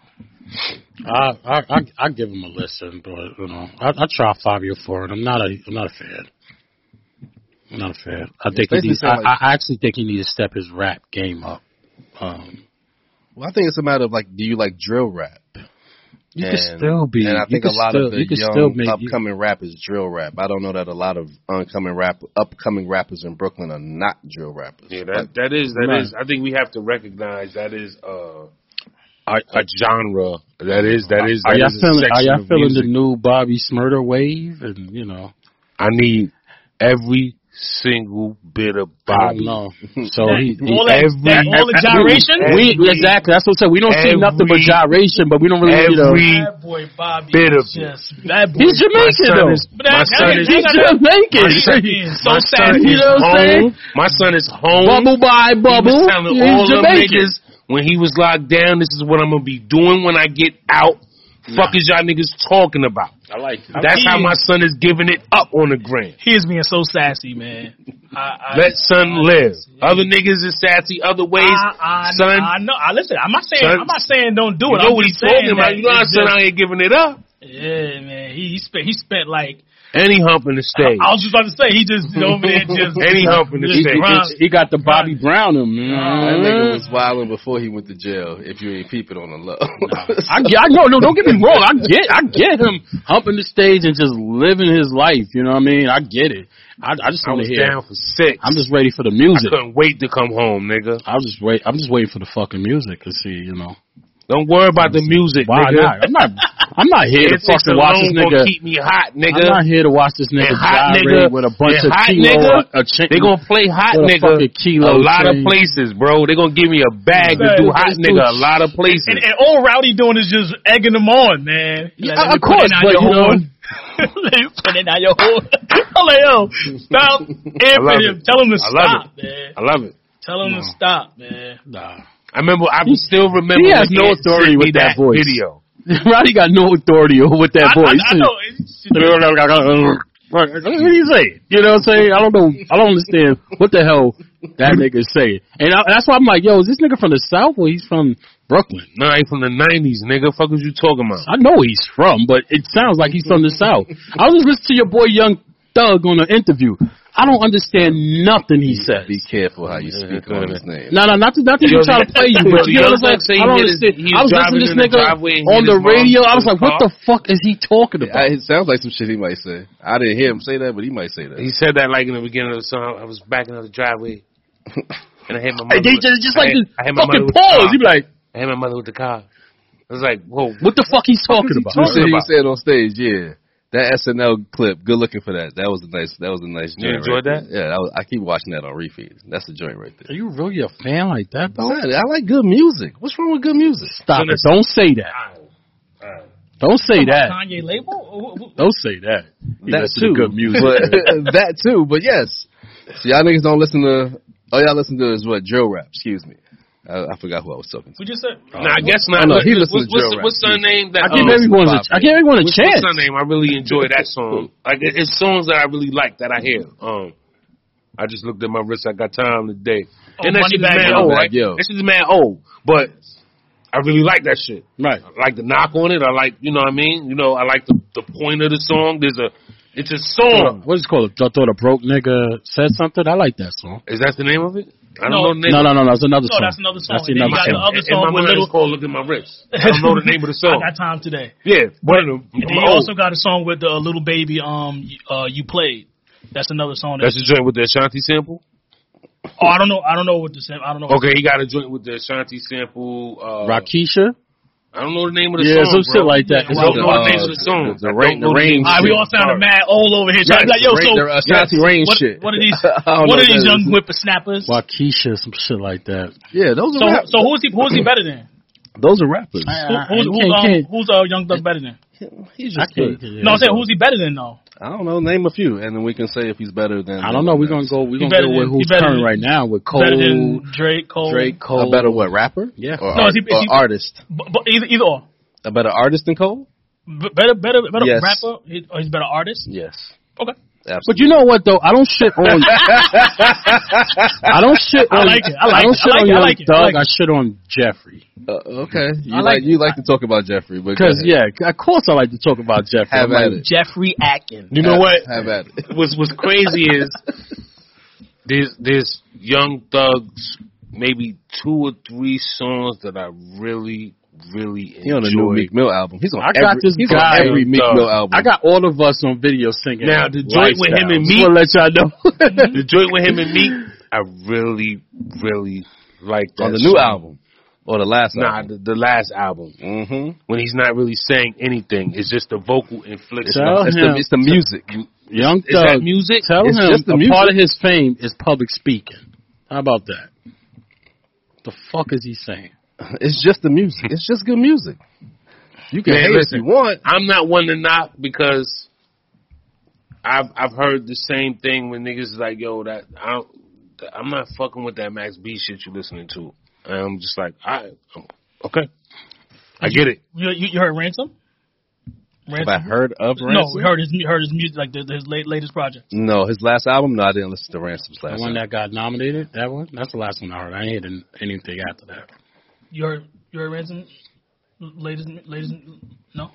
I I I, I give him a listen, but you know, I, I try Fabio for it. I'm not a I'm not a fan. I'm not a fan. I think he basically needs, I, sound like- I actually think he needs to step his rap game up. Um, Well, I think it's a matter of like, do you like drill rap? you could still be. And I you think a could lot still, of the you could young still make, upcoming rap is drill rap. I don't know that a lot of oncoming rap, upcoming rappers in Brooklyn are not drill rappers. Yeah, Like, that that is that is. Right. I think we have to recognize that is uh, a, a genre. That is that is. Are that y'all is a feeling? Are section y'all of feeling music. the new Bobby Smurder wave? And you know, I need every single bit of I don't Bobby. know. *laughs* So That- he, he all that, every- that- all the gyrations. we exactly. That's what I said. We don't see nothing but Every- gyration, but we don't really need a. every- That boy Bobby Bit of is just that boy. He's My Jamaican son though. is But my that- son that- is that- He's Jamaican. is *laughs* my so sad. son You is know what I'm home. My son is home. Bubble by He bubble. was telling all He's them Jamaican. niggas when he was locked down, this is what I'm gonna be doing when I get out. Fuck is y'all niggas talking about? I like it. That's how my son is giving it up on the gram. He is being so sassy, *laughs* man. I, I, Let son live. Other niggas is sassy other ways. I, I, son, I know. I, listen, I'm not saying Son. I'm not saying don't do you it. know I'm what just he's saying that talking about. You know how it's son just- out here giving it up. Yeah, man. He, he spent he spent like And he humping the stage. I was just about to say he just over there *laughs* just And he humping the just stage. grind. He got the Bobby Brown him. You know? That nigga was wilding before he went to jail. If you ain't peeping on the low, *laughs* I get, I know, no, don't get me wrong. I get, I get him humping the stage and just living his life. You know what I mean? I get it. I, I just I want was to hear. down for six. I'm just ready for the I music. couldn't wait to come home, nigga. I was just wait. I'm just waiting for the fucking music to see. You know Don't worry about the music, why nigga. not? I'm not. I'm not here to It takes fucking watch this alone gonna nigga. keep me hot, I'm not nigga. here to watch this nigga And hot gyrate nigga. with a bunch And of hot kilo. nigga. a cha- They gonna play hot, With a nigga. fucking kilo a lot chain. of places, bro. They gonna give me a bag to do hot, This dude- nigga. A lot of places. and, and all Rowdy doing is just egging them on, man. Yeah, Let me put of course, it on but your you know- horn. *laughs* Let me put it on your horn. *laughs* I'm like, yo, stop amping love him. it. Tell him to I love stop, man. I love it. Tell him to stop, man. Nah. *laughs* I remember. I still remember. he has when no Ed sent authority me with that voice. Video. Roddy got no authority with I, that voice. I, I know. It's- what do you say? You know what I'm saying? I don't know. I don't understand what the hell that nigga is saying. And I, that's why I'm like, yo, is this nigga from the South or he's from Brooklyn? No, I ain't from the nineties, nigga. Fuck is you talking about? I know he's from, but it sounds like he's from the South. I was listening to your boy Young Thug on an interview. I don't understand nothing he says. be careful how you speak on *laughs* his name. No, no, not to, not to Yo, even try to play you, but you yo, know what I'm so saying? he I don't hit his- understand. he I was was driving listening to this in the nigga driveway and hit on the his mom radio. I was in like, the what the fuck is he talking about? I, it sounds like some shit he might say. I didn't hear him say that, but he might say that. He said that like in the beginning of the song. I was backing up the driveway, and I *laughs* hit my mother. Like, they with- just, just like I hit- this I hit my fucking mother with the pause. car. He'd be like, I hit my mother with the car. I was like, whoa. what the fuck he's talking about? You said he about? said on stage, yeah. That SNL clip, good looking for that. That was a nice. That was a nice. You joint enjoyed right that? there. Yeah, that was, I keep watching that on refeeds. That's a joint right there. Are you really a fan like that, bro? Man, I like good music. What's wrong with good music? Stop it. Don't say that. Don't say that. Kanye label? Don't say that. You That listen to too, good *laughs* music. But *laughs* that too. But yes, so y'all niggas don't listen to. All y'all listen to is what drill rap. Excuse me, I, I forgot who I was talking to. We just said. Nah, I guess Oh, I not. know, What- he listened to what's, what's, drill rap. what's her name? That I give um, everyone a, I give everyone a what's, chance. what's her name? I really enjoy that song. Like it, it's songs that I really like that I hear. Um, I just looked at my wrist. I got time today, Oh, and that shit is Moneybag mad Yo. old, Moneybag right? Yo. That shit is mad old, but I really like that shit. Right. I like the knock on it. I like, you know what I mean? You know, I like the, the point of the song. There's a, it's a song. What is it called? I thought a broke nigga said something. I like that song. Is that the name of it? No. I don't know the name. No, no, no, no. It's another No, song. that's another song. That's And then you another got the other song. In my song with mind, little. it's called Look at My Wrist. I don't know the name of the *laughs* song. I got time today. yeah, one of them. Oh, And then I'm you old. also got a song with the uh, little baby. Um, y- uh, you played. That's another song. That, That's the joint with the Ashanti sample? oh, I don't know. I don't know what to say. I don't know. Okay, he got a joint with the Ashanti sample. Uh, Rakisha? I don't know the name of the Yeah, some uh, song. bro. shit like that. I It's on don't know the the, names of the songs. the I rain- don't know the rain names of All right, we shit. all sounded Sorry. mad all over here. Trying to be like, yo, so Ra- the Ashanti yes, Rain what, shit. What are these? I don't What know are these that young is. whippersnappers? Wakisha, some shit like that. Yeah, those are So, rap- so who's he? Who's he better *laughs* than? those are rappers. Who, who's who's, I um, can't- who's uh, Young Thug better than? He's I just can't- good. No, I'm saying who's he better than though? I don't know. Name a few, and then we can say if he's better than. I don't know. We're gonna go. We're gonna better go than- with he who's better current than- right now with better than Cole, Drake, Cole, Drake, Cole. A better what rapper? Yeah. Or, No, art- is he- is or he- artist? But, but either either or. A better artist than Cole? B- better, better, better Yes. rapper. He, or he's better artist. Yes. Okay, But Absolutely. you know what though? I don't shit *laughs* on. I don't shit on. I like it. I like it. don't I shit like on it. I Young like it. I Thug. like it. I shit on Jeffrey. Uh, okay. You I like like, it. you like to talk about Jeffrey because Because yeah, of course I like to talk about Jeffrey. Have I'm at like, it. Jeffrey Atkins. You know what? Have at it. what's what's crazy is there's there's young thugs maybe two or three songs that I really, really He on the new enjoy. Meek Mill album. He's on I every, got this he's guy. on every Meek uh, Mill album. I got all of us on video singing. Now, the joint with him and Just wanna let y'all *laughs* know. the joint with him and Meek, I really, really like that on the new song. album or the last Nah, album. the, the last album Mm-hmm. when he's not really saying anything, it's just the vocal inflection. Tell it's, him. the, it's the music. Young Is that Thug. music? Tell It's him just the a music. part of his fame is public speaking. How about that? The fuck is he saying? It's just the music. It's just good music. You can Man, hate listen. if you want. I'm not one to knock because I've I've heard the same thing when niggas is like, yo, that I don't, I'm not fucking with that Max B shit you listening to. And I'm just like, I okay, I get it. You, you, you heard Ransom? Have I heard of No, Ransom? we heard his mu- heard his music like the, his late, latest project. No, his last album. No, I didn't listen to Ransom's The last. one album. that got nominated? That one? That's the last one I heard. I ain't heard anything after that. You heard you heard Ransom latest latest no.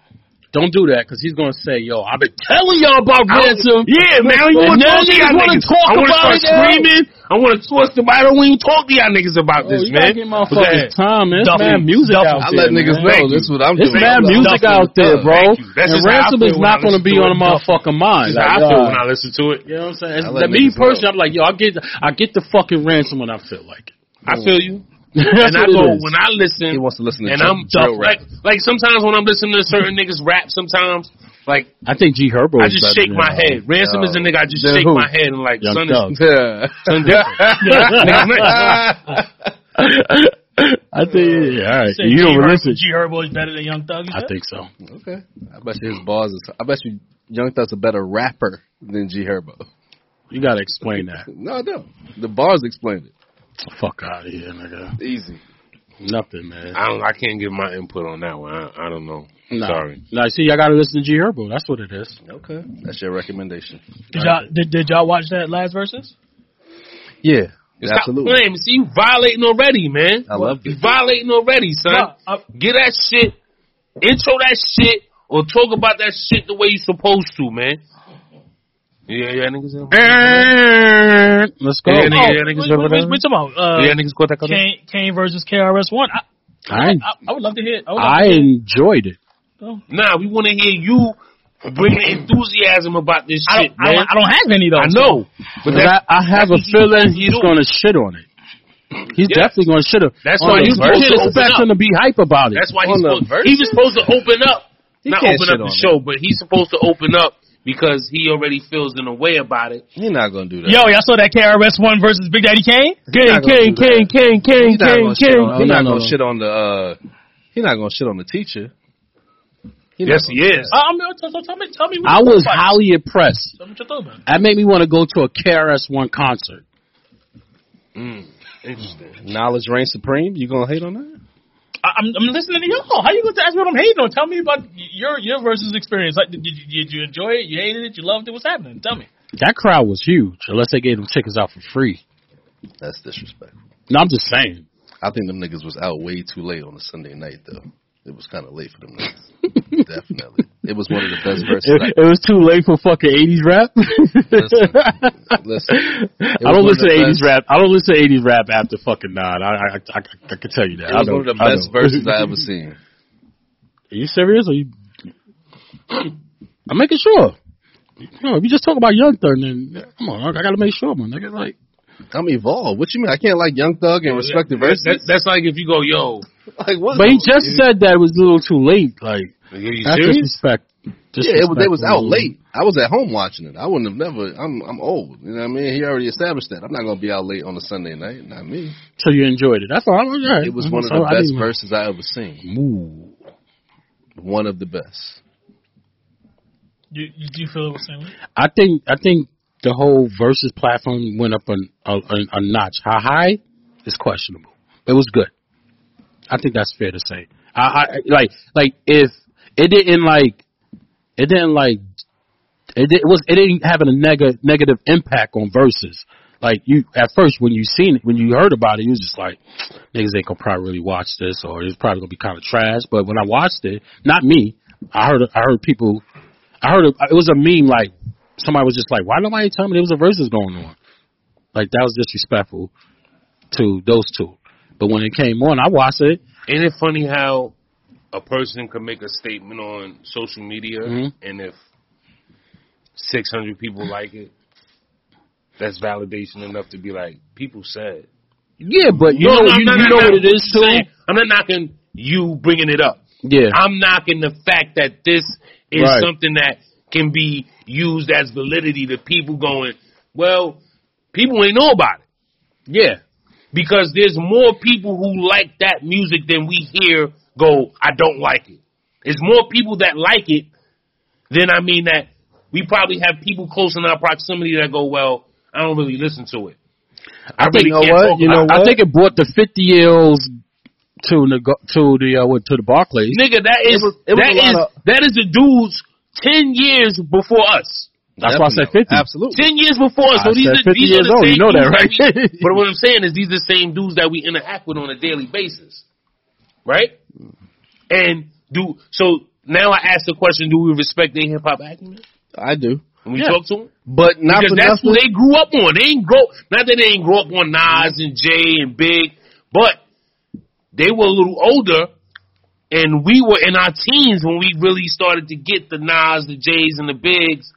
Don't do that because he's going to say, yo, I've been telling y'all about ransom. Yeah, man. I And want to now talk to niggas y'all wanna niggas. talk I want to about start it now. screaming. I want to twist them. I don't even talk to y'all niggas Oh, about this, you gotta man. get But yeah. motherfuckers time, man. It's Duffy, mad music Duffy. out I there. let niggas man. know. Thank That's you. what I'm It's doing. mad music Duffy. out there, bro. Thank you. That's and just how I ransom feel is when I not going to be listen to on it, the motherfucking mind. That's how I Like, feel uh, when I listen to it. You know what I'm saying? It's, I let that me niggas know. personally, I'm like, yo, I get, I get the fucking ransom when I feel *laughs* like it. I feel you. That's and I what it go is. when I listen. He wants to listen to and drill- I'm drill like, rap. like sometimes when I'm listening to certain niggas rap, sometimes like I think G Herbo. I is better just shake than, my uh, head. Ransom is a nigga. I just Then shake who? my head and like Young son Thug. is *laughs* Yeah. son different. *laughs* *laughs* *laughs* I think. Yeah, all right. Said You G don't Herbo- listen. G Herbo is better than Young Thug. you I said? think so. okay. I bet you his bars is. I bet you Young Thug's a better rapper than G Herbo. You gotta explain that. No, I don't. The bars explained it. Fuck out of here, nigga. Easy. Nothing, man. I don't. I can't give my input on that one. I, I don't know. No. Sorry. No, see, I gotta listen to G Herbo. That's what it is. Okay. That's your recommendation. Did y'all did, did y'all watch that last verses? Yeah. Stop playing. See, you violating already, man. I love You it. violating already, son. No, I, Get that shit. Intro that shit or talk about that shit the way you supposed to, man. Uh, Yeah, yeah, niggas. And let's go. oh, Yeah, nigga, yeah, what, niggas what, over what, there. what you talking about? Uh, Yeah, niggas caught that. color? Kane, Kane versus KRS One. I, I, I, I would love to hear. I, would love I to hear. enjoyed it. Nah, we want to hear you bring the enthusiasm about this I shit, don't, I, man. don't, I don't have any though. I know, but But that, I, I have a that's what feeling you he's do. gonna shit on it. He's Yeah. definitely gonna shit on. That's on why it. you he's supposed to can't open expect up. him to be hype about it. that's why he's On the supposed, verse? he was supposed to open up, not can't open shit up the on show, but he's supposed to open up because he already feels in a way about it. You're not gonna do that. Yo, y'all saw that KRS One versus Big Daddy Kane? not gonna do that. Kane, He's Kane, not gonna shit on. No, He's not no, gonna no. shit on the. uh He's not gonna shit on the teacher. He not Yes, gonna he is. Ah. I, I mean, so, so tell me, tell me. What I you was thought about highly impressed. it. Tell me what you thought about it. That made me want to go to a KRS One concert. Interesting. Knowledge reigns supreme. You gonna hate on that? I, I'm, I'm listening to y'all. How you going to ask me what I'm hating on? Tell me about your your versus experience. Like, did, did, you, did you enjoy it? You hated it? You loved it? What's happening? Tell me. That crowd was huge, unless they gave them tickets out for free. That's disrespectful. No, I'm just saying. I think them niggas was out way too late on a Sunday night though. It was kind of late for them niggas. *laughs* Definitely. It was one of the *laughs* *laughs* best verses. It, it was too late for fucking eighties rap. *laughs* Listen, listen. It I don't was one of listen to the eighties best- rap. I don't listen to eighties rap after fucking nine. I I, I, I- I can tell you that. It I was know, one of the I best know. verses *laughs* I ever seen. Are you serious? Are you? I'm making sure. No, if you just talk about Young Thug, then come on, I, I gotta make sure, my nigga. Like, *laughs* I'm evolved. What you mean? I can't like Young Thug and respect the verses. That- that's like if you go, yo, like what? but he just said that it was a little too late. Like, are you that's serious? disrespect. Yeah, it was, they was disrespectful. out late. I was at home watching it. I wouldn't have never. I'm I'm old. You know what I mean? He already established that. I'm not gonna be out late on a Sunday night. Not me. So you enjoyed it. That's all. Right. It was one Oh, of the best verses I ever seen. Move. One of the best. You, you do you feel it was same? way? I think I think the whole versus platform went up an, a, a, a notch. How high is questionable. It was good. I think that's fair to say. I, I like like if it didn't like it didn't like it, did, it was it didn't have a neg- negative impact on verses. Like you at first when you seen it when you heard about it you was just like niggas ain't gonna probably really watch this or it's probably gonna be kind of trash. But when I watched it, not me, I heard I heard people, I heard it was a meme like somebody was just like, why nobody tell me there was a versus going on? Like that was disrespectful. to those two. But when it came on, I watched it. Isn't it funny how a person can make a statement on social media Mhm. and if 600 people like it, that's validation enough to be like, people said. Yeah, but you know, you, you know what it is too. Saying, I'm not knocking you bringing it up. Yeah, I'm knocking the fact that this is Right. something that can be used as validity to people going, well, people ain't know about it yeah, because there's more people who like that music than we hear go, I don't like it. There's more people that like it than I mean that we probably have people close in our proximity that go, well, I don't really listen to it. I, think- you really know can't what? talk You about know it. I what? think it brought the fifty year olds to the go- to the uh, what, to the Barclays. Nigga, that It is was- it was that a lot is of- that is the dudes ten years before us. That's why I said Definitely. fifty. Absolutely. Ten years before us. I So these said 50 are these years are the old, same you know that, dudes right? *laughs* we- but what I'm saying is these are the same dudes that we interact with on a daily basis, right? And do so now. I ask the question: Do we respect their hip hop acumen I do. when we Yeah. talk to them? But not Because for that's who nothing. they grew up on. They ain't grow not that they ain't grow up on Nas and Jay and Big, but they were a little older, and we were in our teens when we really started to get the Nas, the Jays, and the Bigs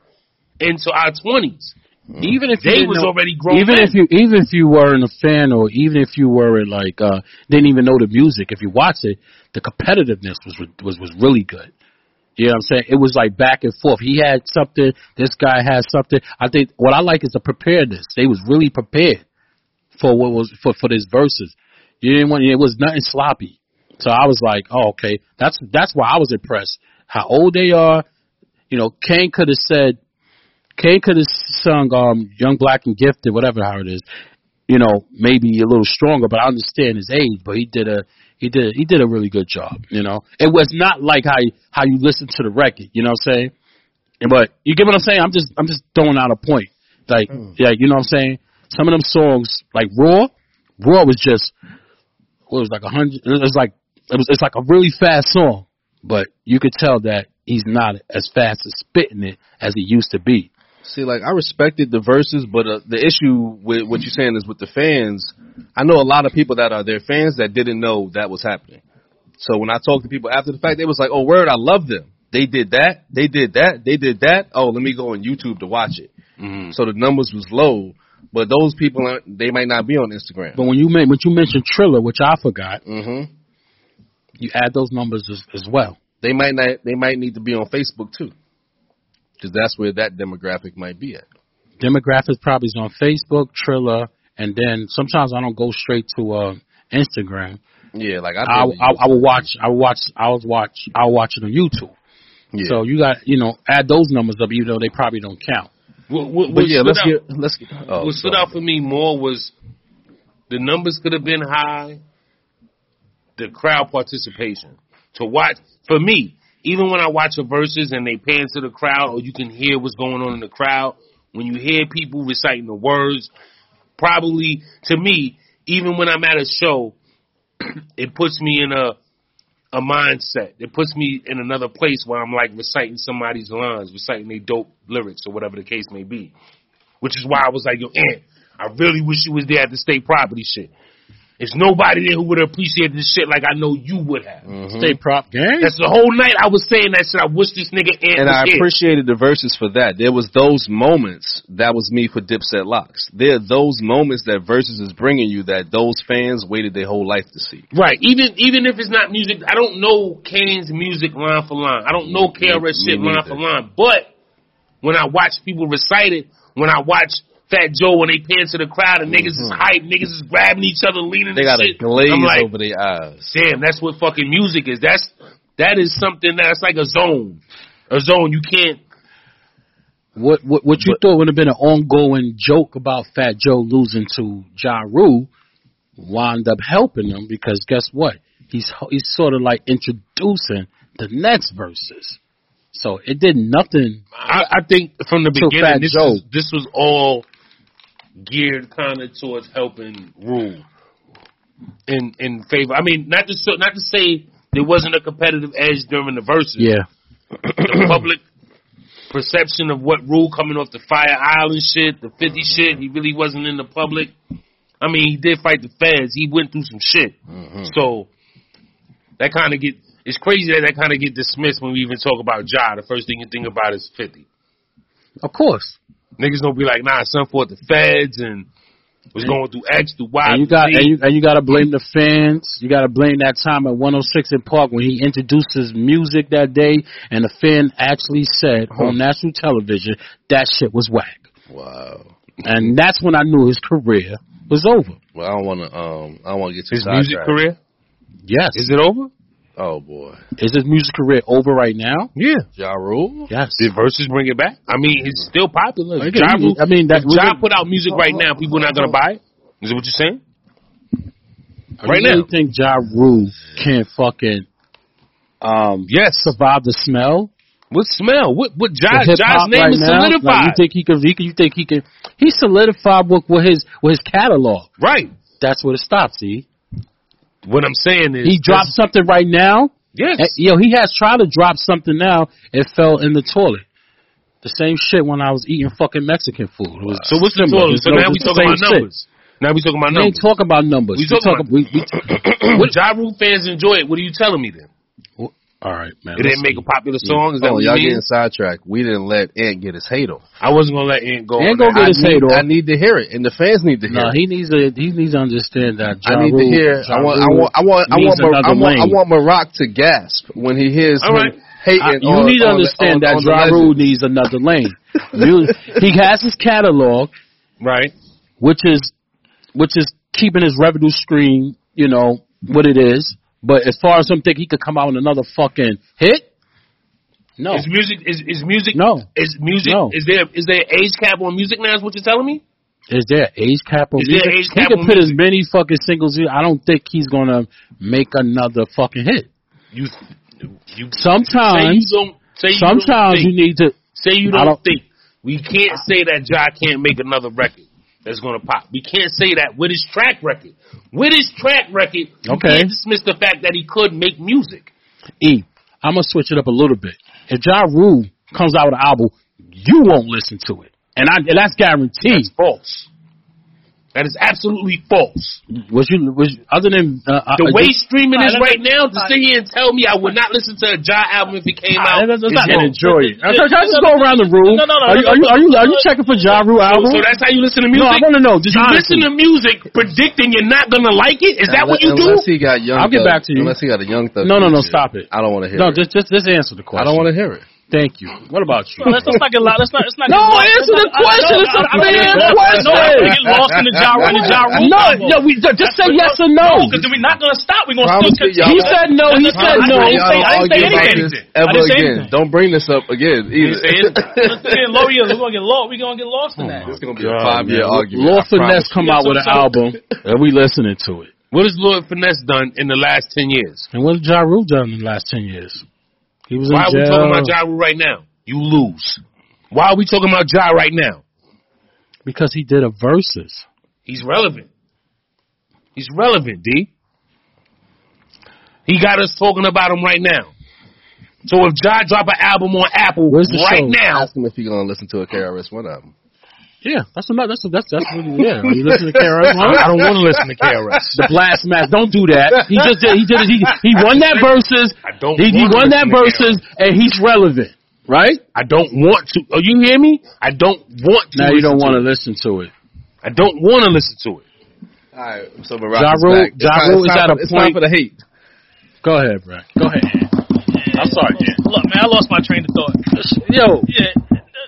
into our twenties. Mm-hmm. Even if They didn't was know- already grown. Even men. if you even if you weren't a fan or even if you were like uh didn't even know the music, if you watched it, the competitiveness was was was really good. You know what I'm saying? It was like back and forth. He had something, this guy had something. I think what I like is the preparedness. They was really prepared for what was for for this verses. You didn't want it was nothing sloppy. So I was like, oh, okay, that's that's why I was impressed. How old they are, you know. Kane could have said, Kane could have sung um, "Young Black and Gifted," whatever how it is. You know, maybe a little stronger, but I understand his age. But he did a he did he did a really good job. You know, it was not like how you, how you listen to the record. You know what I'm saying? And- But you get what I'm saying? I'm just I'm just throwing out a point. Like yeah, you know what I'm saying? Some of them songs like Raw, Raw was just what was it, like a hundred. It was like it was it's like a really fast song, but you could tell that he's not as fast as spitting it as he used to be. See, like I respected the verses, but uh, the issue with what you're saying is with the fans. I know a lot of people that are their fans that didn't know that was happening. So when I talked to people after the fact, they was like, "Oh, word, I love them. They did that. They did that. They did that. Oh, let me go on YouTube to watch it." Mm-hmm. So the numbers was low, but those people aren't- they might not be on Instagram. But when you men- when you mentioned Triller, which I forgot, hmm you add those numbers as, as well. They might not. They might need to be on Facebook too, because that's where that demographic might be at. Demographics probably is on Facebook, Triller, and then sometimes I don't go straight to uh, Instagram. Yeah, like I. I, told you. I I will watch I will watch I will watch I will watch it on YouTube. Yeah. So you got you know add those numbers up, even though they probably don't count. What, what, But what yeah, stood let's out- get let's get. Oh, what stood sorry. out for me more was the numbers could have been high, the crowd participation. To watch for me, even when I watch a verses and they pan to the crowd, or you can hear what's going on in the crowd. When you hear people reciting the words, probably to me, even when I'm at a show, *clears throat* it puts me in a a mindset. It puts me in another place where I'm like reciting somebody's lines, reciting their dope lyrics or whatever the case may be which is why I was like, yo, Ant, I really wish you was there at the state property shit. There's nobody there who would have appreciated this shit like I know you would have. Mm. Mm-hmm. Stay prop gang. That's the whole night I was saying that shit. I wish this nigga Ant and was I here. appreciated the verses for that. There was those moments that was me for Dipset locks. There are those moments that verses is bringing you that those fans waited their whole life to see. Right. Even even if it's not music, I don't know Kane's music line for line. I don't know KRS shit Mm, me line neither. for line. But when I watch people recite it, when I watch Fat Joe when they pan to the crowd and niggas is hype, niggas is grabbing each other, leaning. Mm-hmm. They and got a shit, glaze I'm like, over their eyes. damn, that's what fucking music is. That's that is something that's like a zone, a zone. You can't. What what what you thought would have been an ongoing joke about Fat Joe losing to Ja Rule wound up helping him because guess what? He's he's sort of like introducing the next verses. So it did nothing. I, I think from the So Fat beginning, this Joe. was, this was all geared kind of towards helping rule in in favor. I mean, not to so- not to say there wasn't a competitive edge during the verses. the *clears throat* public perception of what rule coming off the Fire Island shit, the 50 shit, he really wasn't in the public. I mean, he did fight the feds. He went through some shit. Mm-hmm. So that kind of get it's crazy that that kind of get dismissed when we even talk about Ja. The first thing you think about is Fifty. Of course. Niggas gonna be like, nah, son fought the feds and was going through X through Y. And you through got Z. and you, and you got to blame the fans. You got to blame that time at 106 in Park when he introduced his music that day, and the fan actually said on national television that shit was whack. Wow. And that's when I knew his career was over. Well, I don't want to. Um, I don't want to get too his music sidetracked. career. Yes, Is it over? Oh boy, is his music career over right now? Yeah. Ja Rule. Yes. Did verses bring it back? I mean, it's still popular. Again, Ja Rule- I mean, that if Ja put out music Oh, right now, people not gonna buy it. Is that what you're saying? I right really now. think Ja Rule can fucking um Yes. survive the smell. What smell? What what The Ja, hip Ja's hop name right is now, solidified. Like, you think he can? He, can- you think he can? He solidified with, with his with his catalog. right. That's where it stops. See, What I'm saying is he dropped something right now. Yes. Eh, Yo, he has tried to drop something now. It fell in the toilet. The same shit when I was eating fucking Mexican food. It was so what's the similar. total? It's So no- now we it's the talking about same shit. numbers. Now we talking about We ain't numbers. talking about numbers. We We talking talk about- about. We, we, *clears throat* What Ja Rule fans enjoy it? What are you telling me then? all right, man. It let's didn't make see. a popular song. Is that Oh, what you y'all mean? getting sidetracked. We didn't let Ant get his hate on. I wasn't gonna let Ant go. Ant on I gonna get that. his need- hate on. I need to hear it, and the fans need to hear. No, it. he needs to. He needs to understand that. Ja I need to Rule- hear. I Ja want. I Rule want. I want. I want. needs Mar- another I want. I lane. want Maroc to gasp when he hears All him right. hating. I- you on- need to on the- understand on- that on the Ja legend. Rule needs another lane. You, he has his catalog, Right. which is which is keeping his revenue stream, you know, what it is. But as far as him think he could come out with another fucking hit, no. Is music is, is music No. is music No. is there is there an age cap on music now is what you're telling me? Is there an age cap on Is there music? an age he cap can on put as many fucking singles in. I don't think he's gonna make another fucking hit. You you say you Sometimes, don't say you don't sometimes think, you need to. say you I don't, don't- think. We can't say that Ja can't make another record that's gonna pop. We can't say that with his track record. With his track record, you Okay. can't dismiss the fact that he could make music. E, I'm gonna switch it up a little bit. If Ja Rule comes out with an album, you won't listen to it, and I and that's guaranteed. That's false. That is absolutely false. was you was other than uh, uh, The way you- streaming is Alright, right let's- now, to sit here and tell me I would not listen to a Ja album if it came out. Alright, let's, let's is Ah, not wrong. enjoy it. No, no, Can I just no, go around the room? no, no, no, are, you, no, are you no, are you are you no. checking for Ja Rule So, album? so that's how you listen to no, music. I want to know. Just you honestly. listen to music predicting you're not gonna like it. Is that what you do? Unless he got young. I'll get Thug- back to you. Unless he got a young thug. No, no, no, feature. stop it. I don't want to hear. no, it. just just just answer I the question. don't want to hear it. Thank you. What about you? Let's, let's not get lost. Let's not. Let's not No, get lost. answer the Let's not- question. I- I- It's a I- I- I- No, fair I don't question. wanna get lost in the Ja Rule. The Ja Rule. no, yo, we ju- just say yes or no. Because we're not gonna stop. We're gonna Promise still you, y'all- He continue. said no. He That's said not- Y'all I didn't say- no. don't I didn't argue say about anything. this ever I didn't say again. anything. Don't bring this up again. Either. say anything. Let's low years. We're gonna get *laughs* lost. We're gonna get lost in that. *laughs* It's gonna be a five year argument. I Law promise Finesse come out with an album, and we listening to it. What has Lord Finesse done in the last ten years? And what has Ja Rule done in the last ten years? He was in Why are we jail. talking about Ja Rule right now? You lose. Why are we talking about Ja right now? because he did a versus. He's relevant. He's relevant, D. He got us talking about him right now. So if Ja drop an album on Apple Where's the right you. show? now, Ask him if he's gonna listen to a KRS One album. Yeah, that's another. That's that's that's really, yeah. Are you listening to *laughs* KRS? I don't want to listen to KRS. the blast match. Don't do that. He just did. He did. He he won that versus. I don't He, he wanna won that listen to versus, and he's relevant, right? I don't want to. Oh, you hear me? I don't want to. Now you don't want to want listen to it. I don't want to listen to it. All right, so Ja Maroc is Rule- back. It's Ja time- Rule it's is time at a for- It's time point- for the hate. Go ahead, bro. Go ahead. I'm sorry, Dan. Look, man, I lost my train of thought. Yo, Yeah,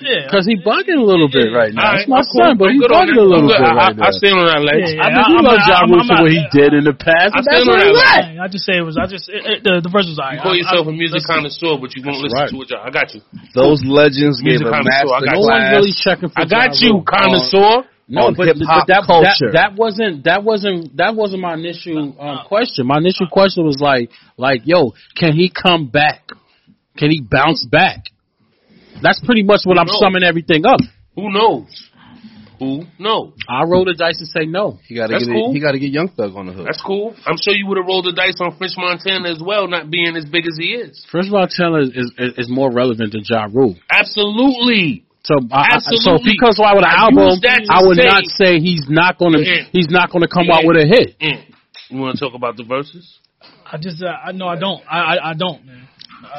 yeah. because he bugging a little bit right now. All It's my I'm cool. son, but I'm he's good on bugging that. a little I'm bit good. I, right I, I now. stand on that, Yeah, I Legs. I- mean, you I'm love not- Ja I'm- Rule I'm for not- what he did in the past. I but That's stand on where he's that. at. I just say it was. I just it, it, the the verse was alright. You call I- I- yourself a music listen, connoisseur, but you won't listen right. to a Ja. I got you. Those legends gave Music a connoisseur, I master got No one's class. really checking for I got Ja Rule. you, connoisseur. No, on but, hip-hop but that, culture. That, that wasn't that wasn't that wasn't my initial um, question. My initial question was like like yo, can he come back? Can he bounce back? That's pretty much what I'm No. summing everything up. Who knows? Who knows? I roll the dice and say no. He gotta That's get cool. he gotta get Young Thug on the hook. That's cool. I'm sure you would have rolled the dice on French Montana as well, not being as big as he is. First of all, Taylor is, is, is more relevant than Ja Rule. Absolutely. So, I, I- so Absolutely. because why would an I album? used that to I would say- not say he's not gonna Yeah. he's not gonna come out Yeah. with a hit. Mm. You want to talk about the verses? I just, uh, I no, I don't. I, I, I don't. Man.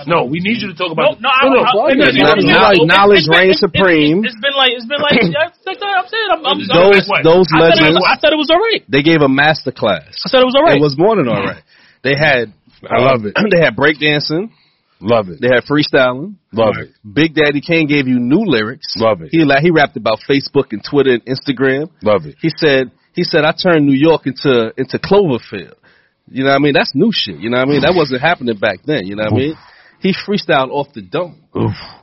No, we need you to talk No, about. no, I, I, I, fuck it. no, no, no, no, Knowledge- no. knowledge It's been- reigns it's- it's- supreme. It's been like, it's been like. that's- that's what I'm saying. I'm, I'm, I'm Those- like, those I said it was- legends- I said it was all right. They gave a master class. I said it was all right. It was more than all right. They had. I love it. *clears throat* They had breakdancing. Love it. They had freestyling. Love it. Big Daddy Kane gave you new lyrics. Love it. He like he rapped about Facebook and Twitter and Instagram. Love it. He said he said I turned New York into into Cloverfield. You know what I mean? That's new shit. You know what I mean? That wasn't happening back then. You know what I mean? He freestyled off the dome.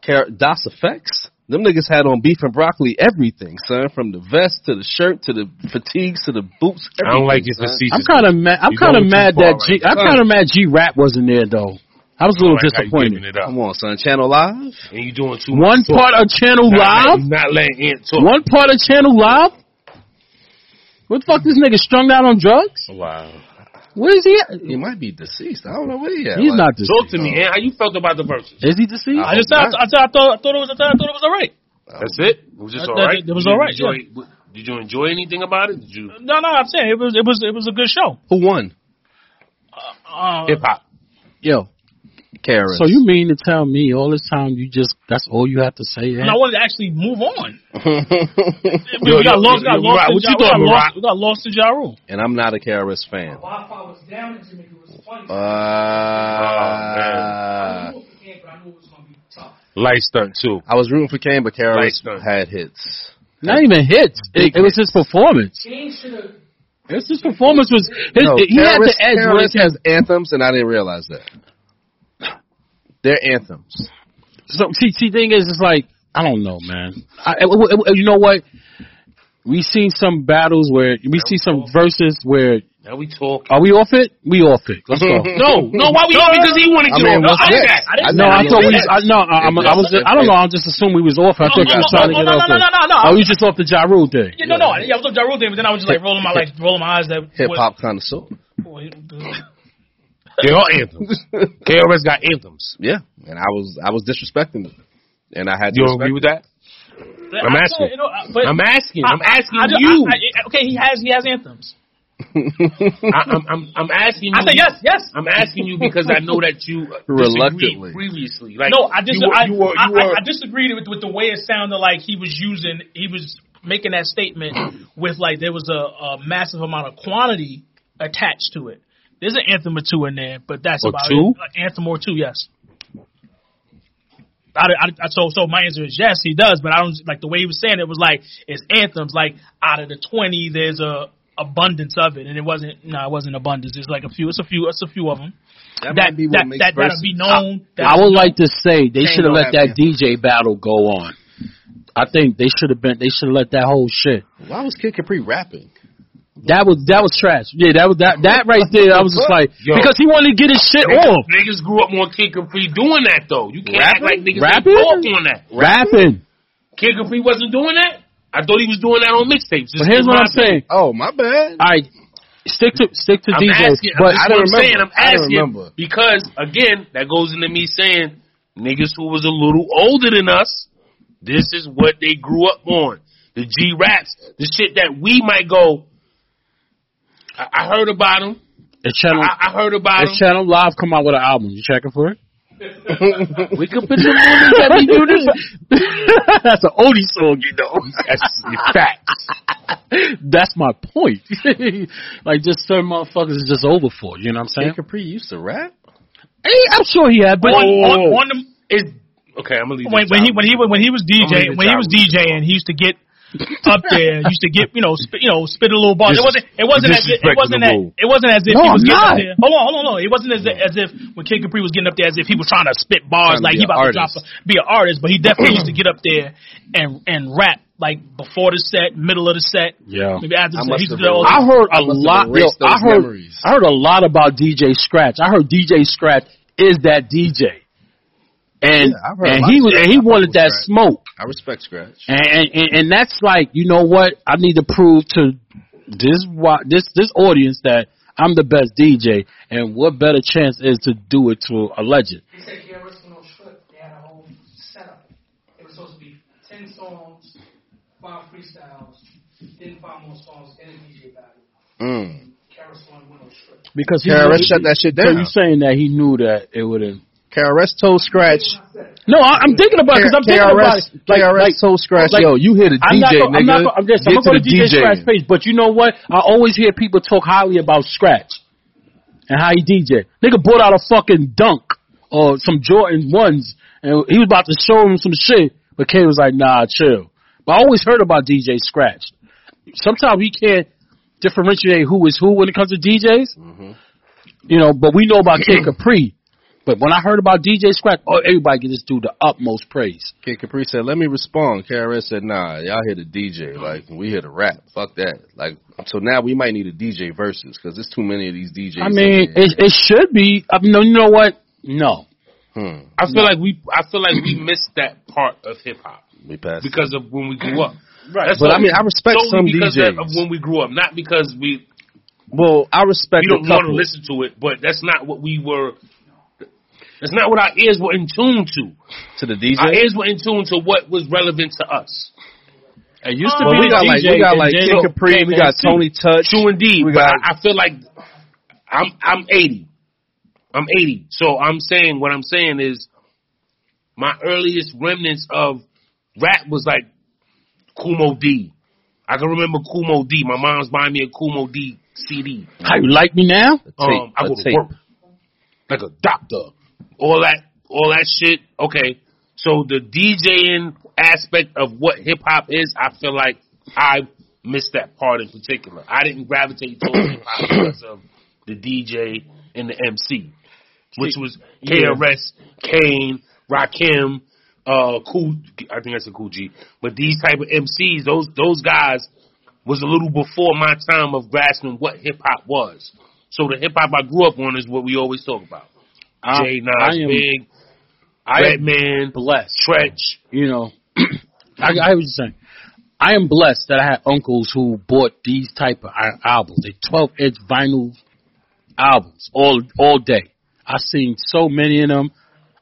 Car- DOS effects. Them niggas had on beef and broccoli everything, son. From the vest to the shirt to the fatigues to the boots. I don't like everything, your son. facetious. I'm kind of mad. I'm You kind of going too mad far that right G. am now. kind of mad G Rap wasn't there though. I was a little Like how you disappointed. giving it up. Come on, son. Channel Live. And you doing too One much talk. part of Channel Not- Live. you Not letting Ant talk. One part of Channel Live. What the fuck? This nigga strung out on drugs. Wow. Where is he? At? He might be deceased. I don't know where he at. He's Like, not deceased. Talk to me, Ant. How you felt about the verses? Is he deceased? I just, I, I, I thought, I thought it was, I thought, I thought it was all right. That's it. It was just That- all that- right. it was Did you all right, enjoy- Did you enjoy anything about it? Did you No, no, I'm saying it was, it was, it was a good show. Who won? Uh, hip hop? Yo. Karen. So you mean to tell me all this time you just that's all you have to say? eh? and I Ant? wanted to actually move on. We, Yo, we got yo, lost, yo, got lost, yo, Rock, in what Ja- you we got thought, lost, Rock? we got lost in Ja Rule. *laughs* and I'm not a KRS fan. Oh, Wi-Fi was down at Jamaica. It was funny. I knew Uh, it was camp, but I knew it was going to be tough. Light stunt too. I was rooting for Kane, but KRS Like, uh, had hits. Not even hits. It, Big it was his performance. Game should have. It's his performance was his, No, he had the KRS edge. when it KRS has anthems, and I didn't realize that. They're anthems. So see, see, thing is, it's like I don't know, man. I, it- it- it- you know what? We seen some battles where we see some verses where Now we talk. are we off it? We off it. Let's go. *laughs* No, no, why we? No, because he wanted I you. mean, no, what's I didn't- next? I didn't- No, I Yeah, thought we. yeah. I, no, I, I'm, I was. I don't know. I just assumed we was off. I thought you were trying to get no, off no, no, it. no, no, Oh, no. you just off the Ja Rule thing. Yeah, no, no. Yeah, I was on Ja Rule thing, but then I was just like rolling my like rolling my eyes. That Hip hop connoisseur. *laughs* what- They all *laughs* anthems. KRS got anthems. Yeah, and I was I was disrespecting them, and I had to You don't respect agree with that? I'm I- asking. you know, I- but I'm asking. I'm asking I- I- you. I- I- okay, he has he has anthems. I, I'm, I'm, I'm asking you. I said yes, yes. Mm-hmm. I'm asking you because I know that *laughs* you Reluctantly. reluctantly previously. Like No, I dis- you were- I, you were- I, you were- I, I disagreed with, with the way it sounded like he was using. He was making that statement with like there was a, a massive amount of quantity attached to it. There's an anthem or two in there, but that's Or about two? it. An anthem or two, yes. I, I, I, so so my answer is yes, he does. But I don't like the way he was saying it was like it's anthems. Like out of the twenty, there's a abundance of it, and it wasn't. No, it wasn't abundance. It's like a few. It's a few. It's a few of them. That, That might be what that makes that that'll verses- be known. I would like to say Kane they should have don't let have that DJ battle go on. I think they should have been. They should have let that whole shit. Why was Kid Capri rapping? That was that was trash. Yeah, that was that that right there. I was just like Yo. because he wanted to get his shit off, Niggas grew up on Kid Capri doing that though. You can't act like niggas Rapping? ain't talk on that. rapping. Kid Capri wasn't doing that. I thought he was doing that on mixtapes. But here's what I'm saying. Oh my bad. All right, stick to stick to I'm DJs. asking. But I I don't don't I'm remember. saying. I'm I don't asking remember. because again, that goes into me saying niggas who was a little older than us. This is what they grew up on. The G raps, the shit that we might go. I, I heard about him. the channel I, I heard about the him. channel live come out with an album. You checking for it? We could put some movies that we do this. *laughs* That's an oldie song, you know. *laughs* That's facts. That's my point. *laughs* like, just certain motherfuckers is just over for. You know what I'm saying? Kid Oh. Capri used to rap. Hey, I'm sure he had, but on, Oh. on, Whoa. on the It's, okay, I'm gonna leave. when, that when he out. when he was- when he was DJing I'm gonna leave when he the was job. DJing he used to get up there used to get you know spit, you know spit a little bars. It Dis- wasn't it wasn't as if, it disrespecting wasn't the as, rule. it wasn't as if No, he was I'm getting up not. there. Hold on, hold on, hold on. It wasn't as, as if when Kid Capri was getting up there as if he was trying to spit bars Trying to like be he an about to drop artist. a, be an artist, but he definitely *clears throat* used to get up there and and rap like before the set, middle of the set, Yeah. maybe after I the set. must He used to have do all been- I that. heard a must have lot. Yo, erased I those heard memories. I heard a lot about DJ Scratch. I heard DJ Scratch is that DJ, and Yeah, I've heard a and lot he of was shit and he about wanted that Scratch. smoke, I respect Scratch. and, and and that's like you know what I need to prove to this wa- this this audience that I'm the best DJ, and what better chance is to do it to a legend? They said Garrett's no shit. They had a whole setup. It was supposed to be 10 songs. five freestyles, then five more songs, and a DJ battle. Mm. Carousel went on strip. *laughs* Because he Karen knew- Rush shut that shit So down. you saying that he knew that it would have? KRS toe scratch. No, I, I'm thinking about because I'm thinking about KRS, it. Like, KRS like, toe scratch. like- yo, you hit a I'm DJ, not gonna, I'm not nigga. gonna, I'm just, Get I'm gonna go to the DJ Scratch page, but you know what? I always hear people talk highly about Scratch and how he DJ. Nigga bought out a fucking dunk or some Jordan ones, and he was about to show him some shit, but K was like, nah, chill. But I always heard about DJ Scratch. Sometimes we can't differentiate who is who when it comes to DJs, Mm-hmm. you know. But we know about Kid Capri. But when I heard about DJ Scratch, oh, everybody give this dude the utmost praise. Kid Capri said, "Let me respond." KRS said, "Nah, y'all hit a DJ. Like we hit a rap. Fuck that. Like so now we might need a DJ versus because there's too many of these DJs. I mean, out there. it, it should be. I mean, no, you know what? No, Hmm. I feel like we I feel like we missed that part of hip hop we passed. it. because of when we grew up. Right. But I mean, I respect some because DJs. that- of when we grew up, not because we well, I respect a we don't want to couple. listen to it, but that's not what we were. That's not what our ears were in tune to. to the DJ. Our ears were in tune to what was relevant to us. it used Well, we got like we got like Kid Capri, we got Tony Touch. True indeed. We but got- I, I feel like I'm I'm 80. I'm 80. So I'm saying what I'm saying is my earliest remnants of rap was like Kumo D. I can remember Kumo D. My mom's buying me a Kumo D CD. How you like me now? uh, Um, I a go to tape. work like a doctor. All that, all that shit. Okay, so the DJing aspect of what hip hop is, I feel like I missed that part in particular. I didn't gravitate towards hip hop because of the DJ and the MC, which was KRS, Kane, Rakim, uh, Cool. I think that's a Cool G. But these type of MCs, those those guys was a little before my time of grasping what hip hop was. So the hip hop I grew up on is what we always talk about. I- I Jay Nas, am- Big, I am Redman, blessed. Stretch. You know, *clears throat* I, I was just saying, I am blessed that I had uncles who bought these type of al- albums, the twelve inch vinyl albums, all all day. I seen so many of them.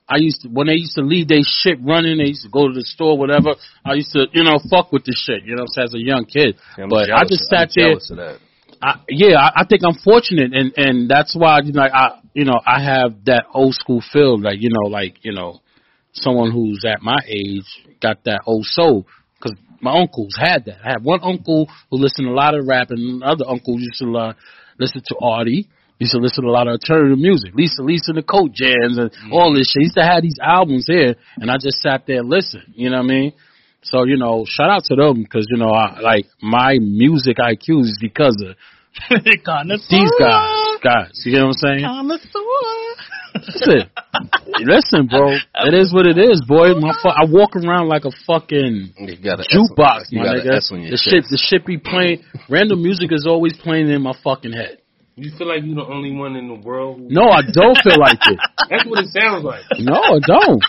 I used to when they used to leave their shit running, they used to go to the store, whatever. I used to, you know, fuck with the shit, you know, what I'm saying, as a young kid. I'm but I jealous- just I'm sat there jealous of that. I, yeah, I, I think I'm fortunate, and and that's why you know I you know I have that old school feel, like you know, like you know, someone who's at my age got that old soul because my uncles had that. I had one uncle who listened to a lot of rap, and another uncle used to uh, listen to Artie. Used to listen to a lot of alternative music, Lisa Lisa and the Coat Jams and all this shit. Used to have these albums here, and I just sat there and listened. You know what I mean? So you know, shout out to them because you know, I, like my music IQ is because of these Oh. guys, guys. You get what I'm saying? Listen, listen, bro. It is what it is, boy. My fu- I walk around like a fucking You got a jukebox, You my got a nigga. S on your The shit, the shit be playing. Random music is always playing in my fucking head. You feel like you're the only one in the world. Who, No, I don't feel like it. That's what it sounds like. No, I don't.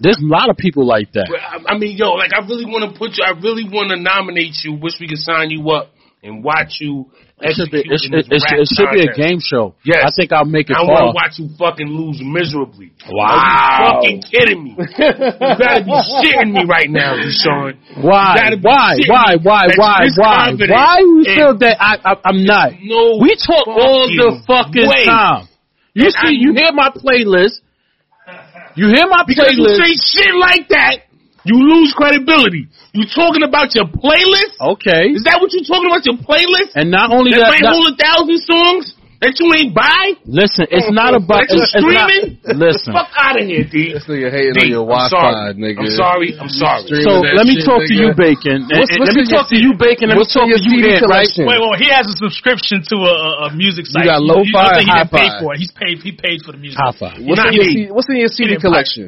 There's a lot of people like that. But I, I mean, yo, like I really want to put you. I really want to nominate you. Wish we could sign you up and watch you It should be, execute it, it, in this it, rap it should be a contest. game show. Yes. I think I'll make it I far. want to watch you fucking lose miserably. Wow. Are you fucking kidding *laughs* me? You gotta be shitting me right now, Deshaun. You Why? gotta be Why? shitting Why? me Why? that Why? you're this Why? confident Why you in- feel that I, I I'm not? No we talk all the fucking fucking way. time. You And I- see, you hear my playlist. You hear my Because you playlist. say shit like that, you lose credibility. You talking about your playlist? okay, Is that what you talking about? Your playlist? Oh. and not only that that, might not- hold a thousand songs that you ain't buy? listen, it's Oh, not about that you it's, it's not- streaming? listen, Fuck out of here, D. This nigga hating D, on your I'm Wi-Fi, sorry. nigga. I'm sorry. I'm sorry. Stream- So with that let me shit, talk to nigga. you, Bacon. And- What's- what's and let me in your talk to you, Bacon. Let me What's in talk your to you, CD Ant, right? collection? Wait, well, he has a subscription to a, a, a music site. got You- you- lo-fi I think he or didn't pay hi-fi? for it. He's paid. He paid for the music. High five. What's Not in your me. C- What's in your CD didn't play. collection?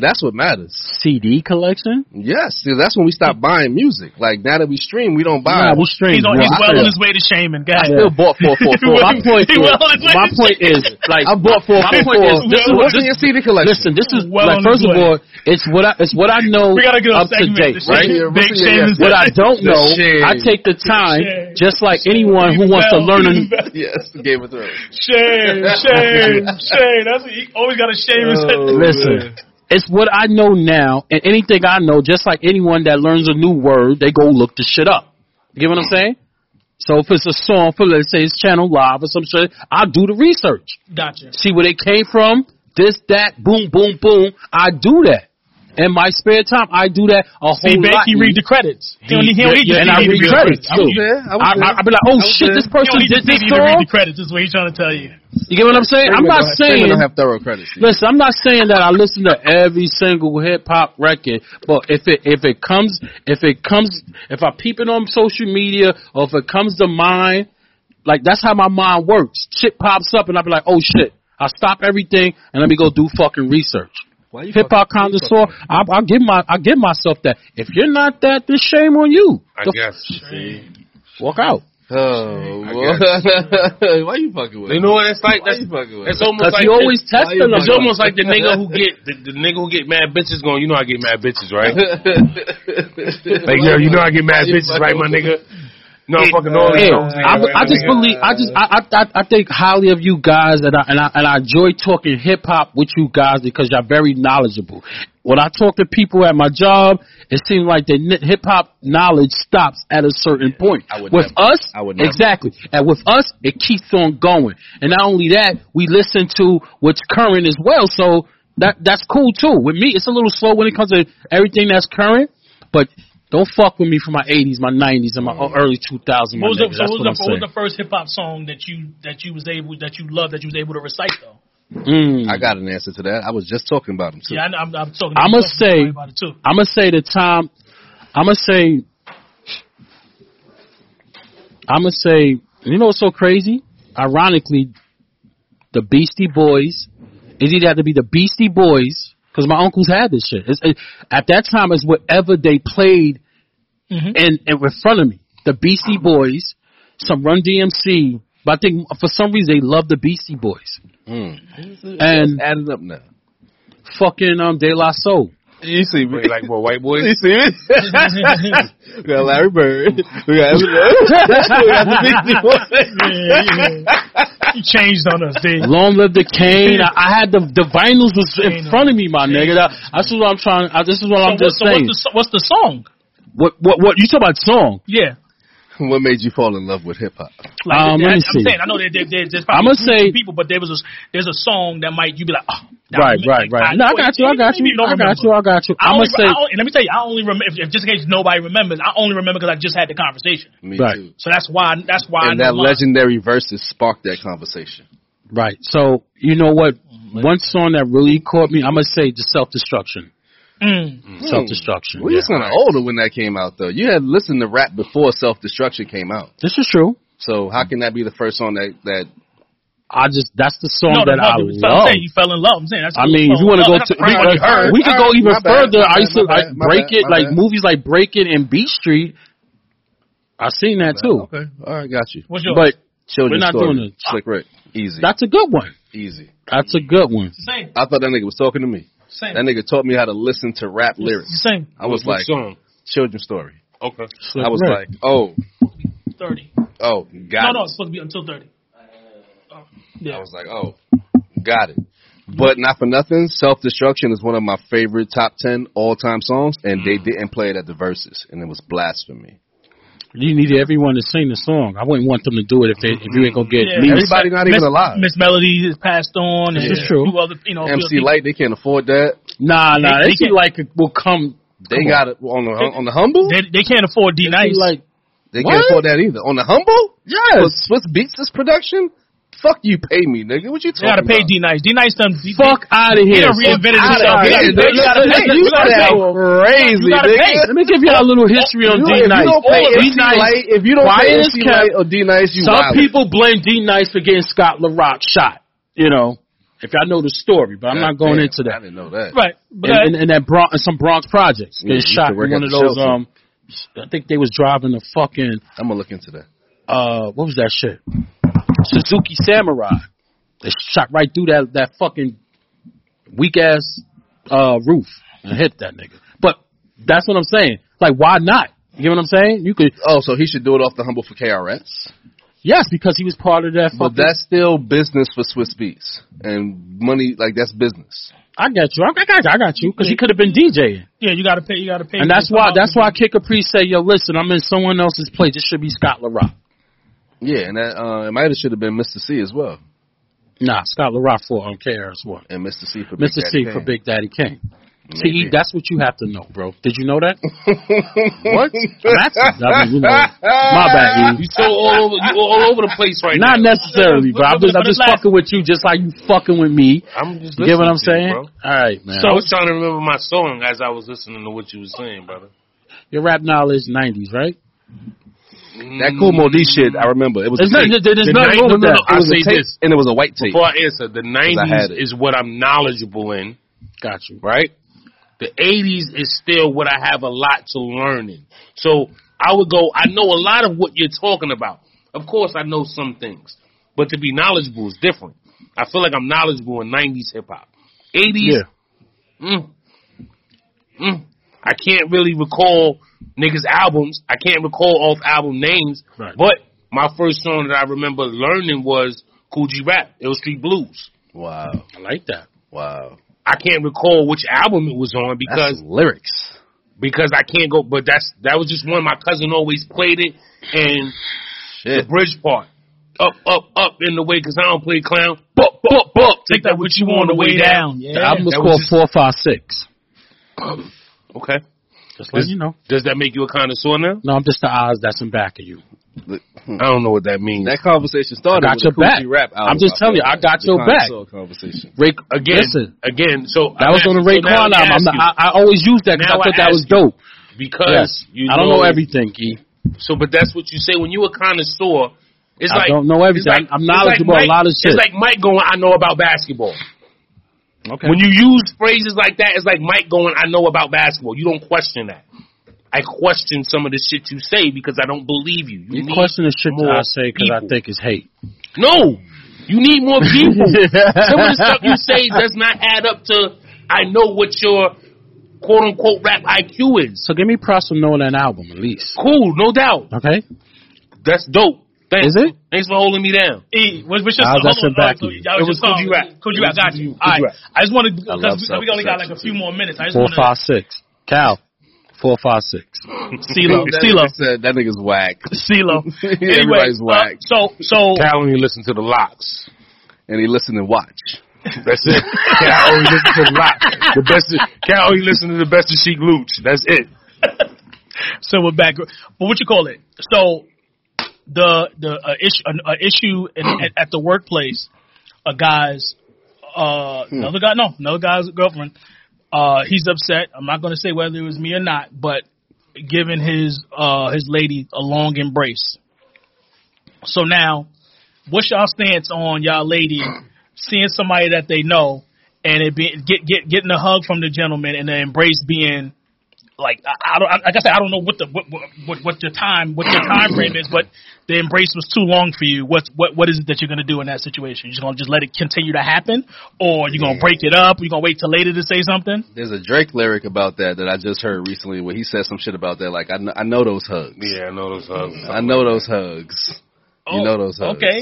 That's what matters. CD collection? Yes, see, that's when we stop buying music. Like now that we stream, we don't buy. Nah, we stream. He's, on, he's I well feel- on his way to shaming. I God. still bought four *laughs* four four. my point He is, well on his way my to point is, like, I bought four my four point four. is, this is what What's in your CD collection? Listen, this is Well on like first his of way. all, it's what I it's what I know We gotta get a up to segment. date, The right? shame- Yeah, Big what's in your- shame's- What I don't The know, shade. I take the time, shade. just like anyone who wants to Well, *laughs* learn. A, Yes, Game of Thrones. *laughs* Shame, shame, shame. That's what he always got to shame his Oh, listen, It's what I know now, and anything I know, just like anyone that learns a new word, they go look the shit up. You get what I'm saying? So if it's a song for let's say it's Channel Live or some shit, I do the research. Gotcha. See where they came from, this, that, boom, boom, boom. I do that. In my spare time, I do that a whole See, Bank, lot. he read the credits. He don't need, he don't need to yeah, and see I the read real credits I too. was- there, I was I, there. I, I be like, oh I was shit, there. this You don't person need to did see this me to read song. the credits. Is what he's trying to tell you. You get what I'm saying? Freeman don't I'm not have- Freeman saying don't have thorough credit. sheet. Listen, I'm not saying that I listen to every single hip hop record, but if it if it comes if it comes if I peep it on social media or if it comes to mind, like that's how my mind works. Shit pops up and I'll be like, oh shit. I stop everything and let me go do fucking research. Why you Hip hop fucking- why you connoisseur, I, I give my I give myself that. If you're not that, then shame on you. I The guess. See? f- walk out. Oh, I boy. *laughs* why you fucking with? You know what? It's like Why that's you fucking with it? it's almost Because like you always testing them. it's almost like the nigga who get the, the nigga who get mad bitches going. You know I get mad bitches, right? Like yo, you know I get mad bitches, right, my nigga? No, I'm fucking all Hey, you know what I'm saying, I, right, I my just nigga? believe. I just. I, I- I. I think highly of you guys, and I and I, and I enjoy talking hip hop with you guys because y'all very knowledgeable. When I talk to people at my job, it seems like the hip hop knowledge stops at a certain point. I would with never. us, I would never. exactly, and with us, it keeps on going. And not only that, we listen to what's current as well. So that that's cool too. With me, it's a little slow when it comes to everything that's current, but. Don't fuck with me for my 80s, my 90s, and my Mm. early 2000s. my What was the, nigga. so what That's what I'm was, the, what was saying. the first hip hop song that you that you was able that you loved that you was able to recite though? Mm. I got an answer to that. I was just talking about him too. Yeah, I, know- I'm, I'm talking. I'ma I'm talking to somebody say- about it *laughs* too. I'm gonna say the time. I'm gonna say. I'm gonna say. You know what's so crazy? Ironically, the Beastie Boys. It either had to be the Beastie Boys because my uncles had this shit. It's, it, at that time, it's whatever they played Mhm. in, in in front of me. The Beastie Boys, some Run DMC, but I think for some reason they love the Beastie Boys And- add it up now. fucking um De La Soul. You see me? Wait, like what *laughs* white boys? you see me? we got Larry Bird. We got Eminem. we got the Beastie Boys. *laughs* You changed on us, dude. Long live the Kane. *laughs* I, I had the the vinyls was in Kane. front of me, my nigga. That, that's what I'm trying. I, this is what I'm So, what, just so saying. what's, the, so- what's the song? what what what you talk about song? Yeah, What made you fall in love with hip hop? Um, I, let me am see. saying I know that there, there, there's I'ma probably two say- people, but there was a, there's a song that might you be like, oh, that Right, was- right, right. No, I got you. I got maybe you. I got remember. you. I got you. I I'm only, gonna say I only- let me tell you, I only remember if, if just in case nobody remembers, I only remember because I just had the conversation. Me Right. too. So that's why that's why And I know that mine. legendary verses sparked that conversation. right. So you know what? One song that really caught me. I'm gonna say the self destruction. Mm. Self destruction. We just kind of older when that came out, though. You had listened to rap before Self Destruction came out. This is true. So how can that be the first song that that? I just that's the song No, that I no, no, I'm love. saying you fell in love. I'm saying that's I mean, if you want to go to, we, what you heard. we could go Alright, even my bad, my further. I bad, used to my like bad, my break bad, it, my like bad. movies like Break It and Beat Street. I seen that too, Uh, Okay, all right, got you. What's yours? but Children's We're not story. doing it. Slick Rick, easy, that's a good one. easy. That's a good one. same, I thought that nigga was talking to me. same, That nigga taught me how to listen to rap lyrics. same. I was What like, song? Children's story. Okay. Slick I was Rick. like, oh, Thirty. oh, No, got no, it. it's supposed to be until thirty. Oh, I Yeah. was like, oh, got it. But not for nothing, Self Destruction is one of my favorite top 10 all time songs, and they didn't play it at the verses, and it was blasphemy. you needed everyone to sing the song. I wouldn't want them to do it if they, if you ain't gonna get Yeah. Everybody- me. Everybody not even Miss, alive. Miss Melody is passed on. and This is true. Who other, you know, MC people- Light, they can't afford that. Nah, nah. They- They, they feel can't- like it will come. They got it on the, on the humble. They, they can't afford D Nice. feel Like They What? can't afford that either. On the humble? Yes. For Swiss Beats this production? Fuck you, pay me, nigga. What you they talking gotta pay about? D Nice. D Nice done. D- fuck out of here. done reinvented Fuck himself. outta He here. done- they Let- gotta let- pay. let- You let- gotta let- pay. Crazy, You gotta pay. nigga. Let me give y'all a little history on You- D if Nice. you don't pay MC Light, if you don't Why pay is MC Kev- Light or D Nice, you Some wild. people blame D Nice for getting Scott LaRock shot. You know, if y'all know the story, but I'm not going Damn, into I that. didn't know that. Right. But and, and, and that Bron- and some Bronx projects. They Yeah, used to shot in work one at of the those. shelter. Um, I think they was driving a fucking I'm gonna look into that. uh, what was that shit? Suzuki Samurai. They shot right through that that fucking weak ass uh roof and hit that nigga. But that's what I'm saying. Like, why not? You get what I'm saying? You could Oh, so he should do it off the humble for KRS. yes, because he was part of that. But fucking- that's still business for Swiss Beats and money. Like that's business. I got you. I I got you. I got you. Because he could have been DJing. Yeah, you gotta pay. You gotta pay. And for that's the why song. that's why Kid Capri said, yo, listen, I'm in someone else's place. It should be Scott LaRock. Yeah, and that uh, it might have should have been Mr. C as well, Nah, Scott LaRock for on KRS-One. and Mr. C for Big Mr. C Daddy for Kane. *laughs* Big Daddy Kane. See, Maybe. that's what you have to know, bro. Did you know that? what? That's, I mean, you know, my bad, E. You so all over, you all over the place right Not now. necessarily, bro. I'm just, I'm just fucking with you, just like you fucking with me. I'm just You get what I'm listening to saying? you, All right, man. bro. I was trying to remember my song as I was listening to what you were saying, brother. your rap knowledge, '90s, right? Mm. That cool Modi shit, I remember. It was There's a nothing- tape. there's The nothing night- wrong no, with no, that. no, It I was say a tape, this. and it was a white tape. Before I answer, the I had it. '90s is what I'm knowledgeable in, Got you. right? The '80s is still what I have a lot to learn in. So I would go. I know a lot of what you're talking about. Of course, I know some things, but to be knowledgeable is different. I feel like I'm knowledgeable in '90s hip hop. '80s, Yeah. mm, mm, I can't really recall niggas' albums. I can't recall off album names. Right. But my first song that I remember learning was Cool G Rap, Ill Street Blues. Wow, I like that. wow. I can't recall which album it was on That's because lyrics. because I can't go. But that's that was just one. My cousin always played it, and the Shit. bridge part, up, up, up in the way. Because I don't play clown. Bup, bup, bup. Take that with you on the way down. Yeah. The album was that was called just- Four Five Six. Okay. Just letting you know. Does that make you a connoisseur now? No, I'm just the eyes that's in back of you. Hmm. I don't know what that means. That conversation started. I with got your the Kool G back. Rap I'm album, I just telling feel you, I like. got The your back. Console Conversation. Ray, again, listen, again. So that was on the Ray so now Kwan let me album. I'm ask not, you, I, I always use that because Now I thought I that was ask you. dope. because you I don't know everything, E. So, but that's what you say when you a connoisseur. It's I like don't know everything. it's like- I'm it's like knowledgeable a Mike- lot of shit. It's like Mike going, I know about basketball. Okay. When you use phrases like that, it's like Mike going, I know about basketball. You don't question that. I question some of the shit you say because I don't believe you. You need question the shit that more I say because I people. think it's hate. No, you need more *laughs* people. Some of the stuff you say does not add up to. I know what your quote unquote rap IQ is. So give me props for knowing that album at least. Cool, no doubt. Okay. That's dope. Is Thanks. it? Thanks for holding me down. E, what's, what's your How's song? Hold that shit back on, oh, to you? y'all It just was call Cool G Rap. Cool G It Rap, was got Cool you. All G right. Rap. I just want to love because we, we only got like a few more minutes. I just Four want five to six. Cal. Four five six. CeeLo, That CeeLo, nigga said, That nigga's whack. CeeLo. Anyway, Everybody's uh, whack. So, so Cal only listen to the locks. And he listened and watched. That's it. Cal only listen to the locks. The best. Of, Cal only listen to the best of Chic Luch. That's it. So we're back. But what you call it? So the the uh, issue an uh, issue in, at, at the workplace, a guy's uh another guy no another guy's girlfriend. Uh, he's upset. I'm not going to say whether it was me or not, but giving his uh his lady a long embrace. So now, what's y'all stance on y'all lady seeing somebody that they know and it be get get getting a hug from the gentleman and the embrace being like I, I don't like I said I don't know what the what what, what the time what your time frame is, but the embrace was too long for you. What what what is it that you're gonna do in that situation? You're just gonna just let it continue to happen, or you're gonna break it up? You're gonna wait till later to say something? There's a Drake lyric about that that I just heard recently where he said some shit about that. Like, I, kn- I know those hugs. Yeah, I know those hugs. I know those hugs. You know those hugs. Oh, Okay,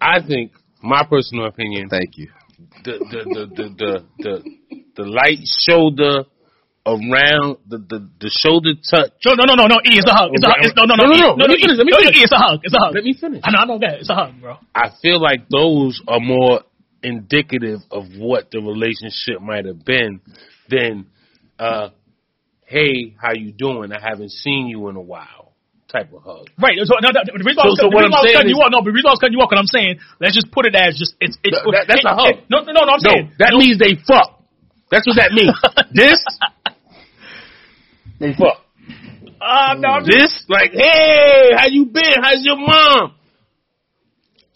I think my personal opinion. Thank you. the the the the the, the, the light shoulder around the, the the shoulder touch. no no no no no. E it's a hug. It's a hug. It's, no no no No, no, E, no. no Let me E, finish, let me no, finish. E, it's a hug. It's a hug. Let me finish. I know I know that it's a hug, bro. I feel like those are more indicative of what the relationship might have been than uh hey, how you doing? I haven't seen you in a while type of hug. Right. So, no, no, the reason why I was, So- so the what reason why I was I'm saying cutting you is- off, no, but the reason why I was cutting you off, 'cause I'm saying, let's just put it as just it's it's Th- that- that's a hug. No, no, no, no, I'm No, saying that means they fuck. That's what that means. *laughs* this they fuck. uh, no, I'm just- This like, hey, how you been? How's your mom?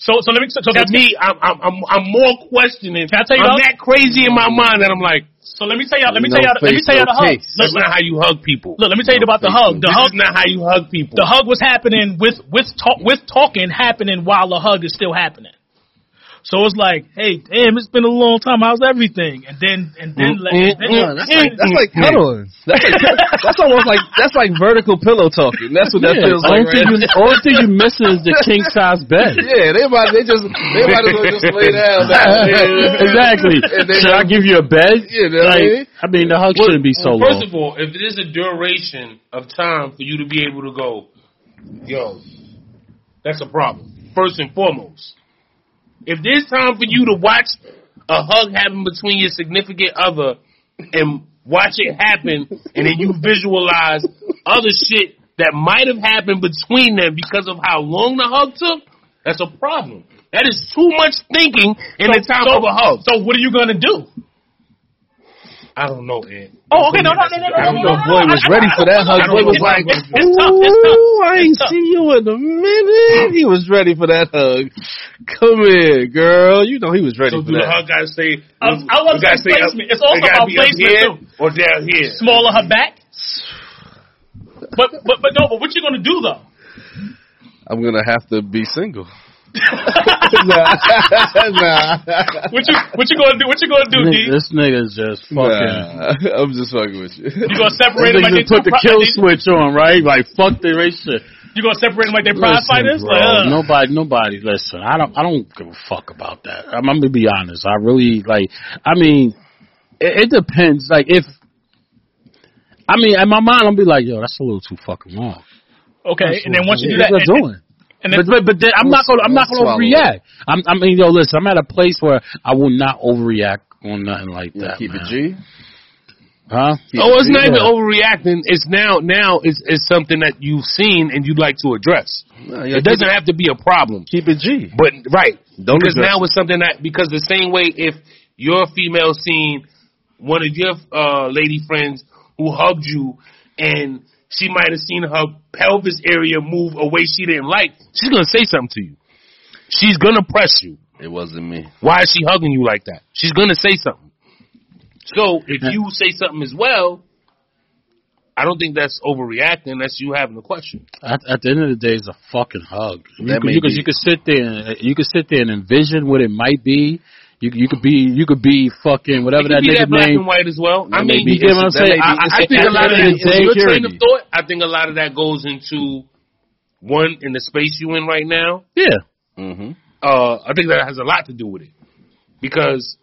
so so let me so, so to can I- me, I'm, I'm, I'm, I'm more questioning. Can I tell you I'm though? that crazy in my mind that I'm like, So let me tell y'all. Let me No tell y'all. Let me face, tell y'all no the hug. case. that's Look, not how you hug people. look, let me tell you about the hug. The this hug. is not how you hug people. The hug was happening with with talk with talking happening while the hug is still happening. So it's like, hey, damn, it's been a long time. How's everything? And then, and then, Mm, like, Mm-hmm. then- mm, No, that's like that's like cuddling. That's like that's almost like that's like vertical pillow talking. That's what that Yeah, feels only, like. thing Right? you, only thing you missing is the king size bed. Yeah, they might they just they might as well just lay down. *laughs* exactly. And they Should I give you a bed? Yeah, you know what I mean? like, I mean, the hug shouldn't be so uh, First long. of all, if there's a duration of time for you to be able to go, yo, that's a problem. First and foremost, if there's time for you to watch a hug happen between your significant other and watch it happen, and then you visualize other shit that might have happened between them because of how long the hug took, that's a problem. That is too much thinking in the time of a hug. so what are you gonna do? I don't know, Ed. Oh, okay, no, no, no, no, no, I no, don't no, know. no, Boy no, was I- ready I- for that I- hug. I- Boy was it's- like, it's, it's tough, it's tough. "Ooh, I ain't It's tough. seen you in a minute." He was ready for that hug. Come here, girl. You know he was ready So for do the that. hug guys say? I was- I was we saying gotta stay up- placement. It's also they gotta about be up placement, here too. Or down here. Smaller her back. But but but no, but what you gonna do though? I'm gonna have to be *laughs* single. nah, *laughs* nah, What you what you gonna do? What you gonna do, D? This nigga's just fucking. nah. I'm just fucking with you. You gonna separate them like they They just put two the pri- kill like they- switch on, right? Like fuck the race shit. You gonna separate them like they pride fighters? bro, Like, uh, Nobody, nobody. Listen, I don't, I don't give a fuck about that. I'm, I'm gonna be honest. I really like. I mean, it, it depends. Like if, I mean, in my mind, I'll be like, yo, that's a little too fucking long. Okay, and then once you do What that, y'all and, doing? and But then, but, but then I'm not gonna I'm not gonna Swallow it. overreact. I'm I mean yo listen I'm at a place where I will not overreact on nothing like You that. keep man. it G. huh? *laughs* Oh, it's not even Yeah. overreacting. It's now now it's it's something that you've seen and you'd like to address. Nah, yeah, It doesn't have to be a problem. keep it G. But right, Don't address because now it's something that because the same way if your female seen one of your uh, lady friends who hugged you and she might have seen her pelvis area move a way she didn't like, she's gonna say something to you. She's gonna press you. It wasn't me. Why is she hugging you like that? She's gonna say something. So if you say something as well, I don't think that's overreacting. That's you having a question. At, at the end of the day, it's a fucking hug. You That could, may you, could, be- you could sit there and uh, you could sit there and envision what it might be. You you could be you could be fucking whatever that It could be nigga that black name. and white as well. I That may mean, be you get what I'm it's- that may saying? be- I- it's I a- think a that lot may of that be it's is your train of insecurity. thought. I think a lot of that goes into one in the space you in right now. Yeah. Mhm. Uh, I think that has a lot to do with it because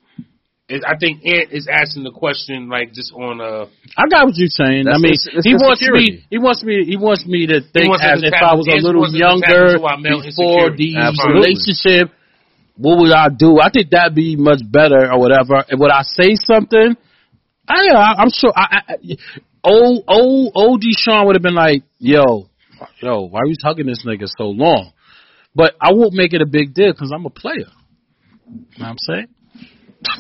it, I think Ant is asking the question like just on uh, a I got what you're saying. That's I mean, ins- it's he wants insecurity. me. He wants me. He wants me to think wants us as to if tap- I was he a little wants us to tap younger into our male before insecurities. the Absolutely. relationship. What would I do? I think that'd be much better or whatever. And would I say something? I, I I'm sure. I, I, I- old old old Deshaun would have been like, "Yo, yo, why are you hugging this nigga so long?" But I won't make it a big deal because I'm a player. You know what I'm saying?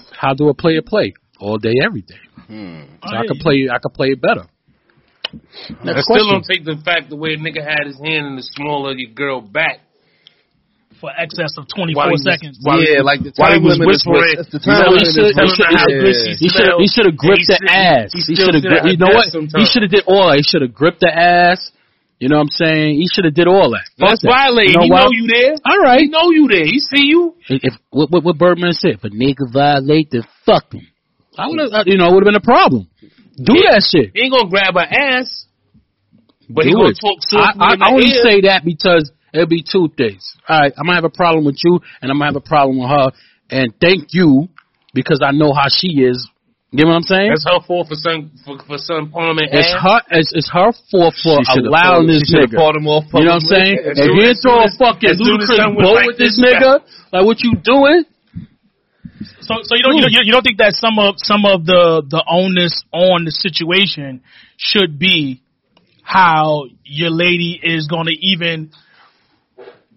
How do a player play? All day, every day. So I could play. I could play it better. I Next still question. don't take the fact the way a nigga had his hand in the small of your girl back. for excess of 24 While he was- seconds. while he yeah, was- like the while he time was limit is what- whispering, it's the You time know, limit he is should- what- he should- telling her he how should- good she he should- he should have gripped He the sit- ass. He, he still should have. sit at Gri- her you know desk what? He sometimes. should have did all. That. He should have gripped the ass. You know what I'm saying? He should have did all that. Fuck That's that. You violating. know he what? know you there. All right. He know you there. He see you. If what what, what Birdman said, if a nigga violate, then fuck him. I would have. You know, it would have been a problem. Do that shit. He ain't gonna grab her ass, but he Do it. gonna talk to her. I, I, in the I only ear. say that because it'll be two things. All right, I'm gonna have a problem with you, and I'm gonna have a problem with her. And thank you because I know how she is. You know what I'm saying? that's her fault for some for, for some Palmer It's ass. her. It's, it's her fault for allowing this nigga. You know what I'm saying? As If soon- you as throw a soon as- fucking as soon as ludicrous someone bow like with this this nigga, like what you doing? So, so you don't you, don't- you don't think that some of some of the the onus on the situation should be how your lady is going to even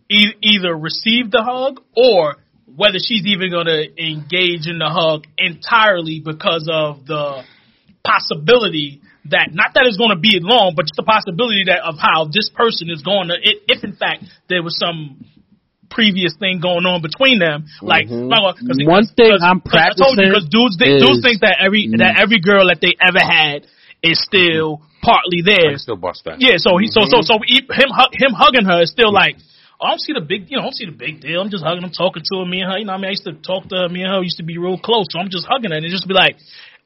e- either receive the hug or whether she's even going to engage in the hug entirely because of the possibility that not that it's going to be long, but just the possibility that of how this person is going to i- if in fact there was some previous thing going on between them like cause, One thing cause- I'm cause I told you, practicing 'cause dudes think, dudes is- think that every that every girl that they ever had is still partly I theirs still bust that. Mm-hmm. yeah, so he so so so he, him hu- him hugging her is still like, oh, I don't see the big, you know, I don't see the big deal. I'm just hugging him, talking to him, me and her. You know, what I mean, I used to talk to her, me and her used to be real close. So I'm just hugging her, and it just be like,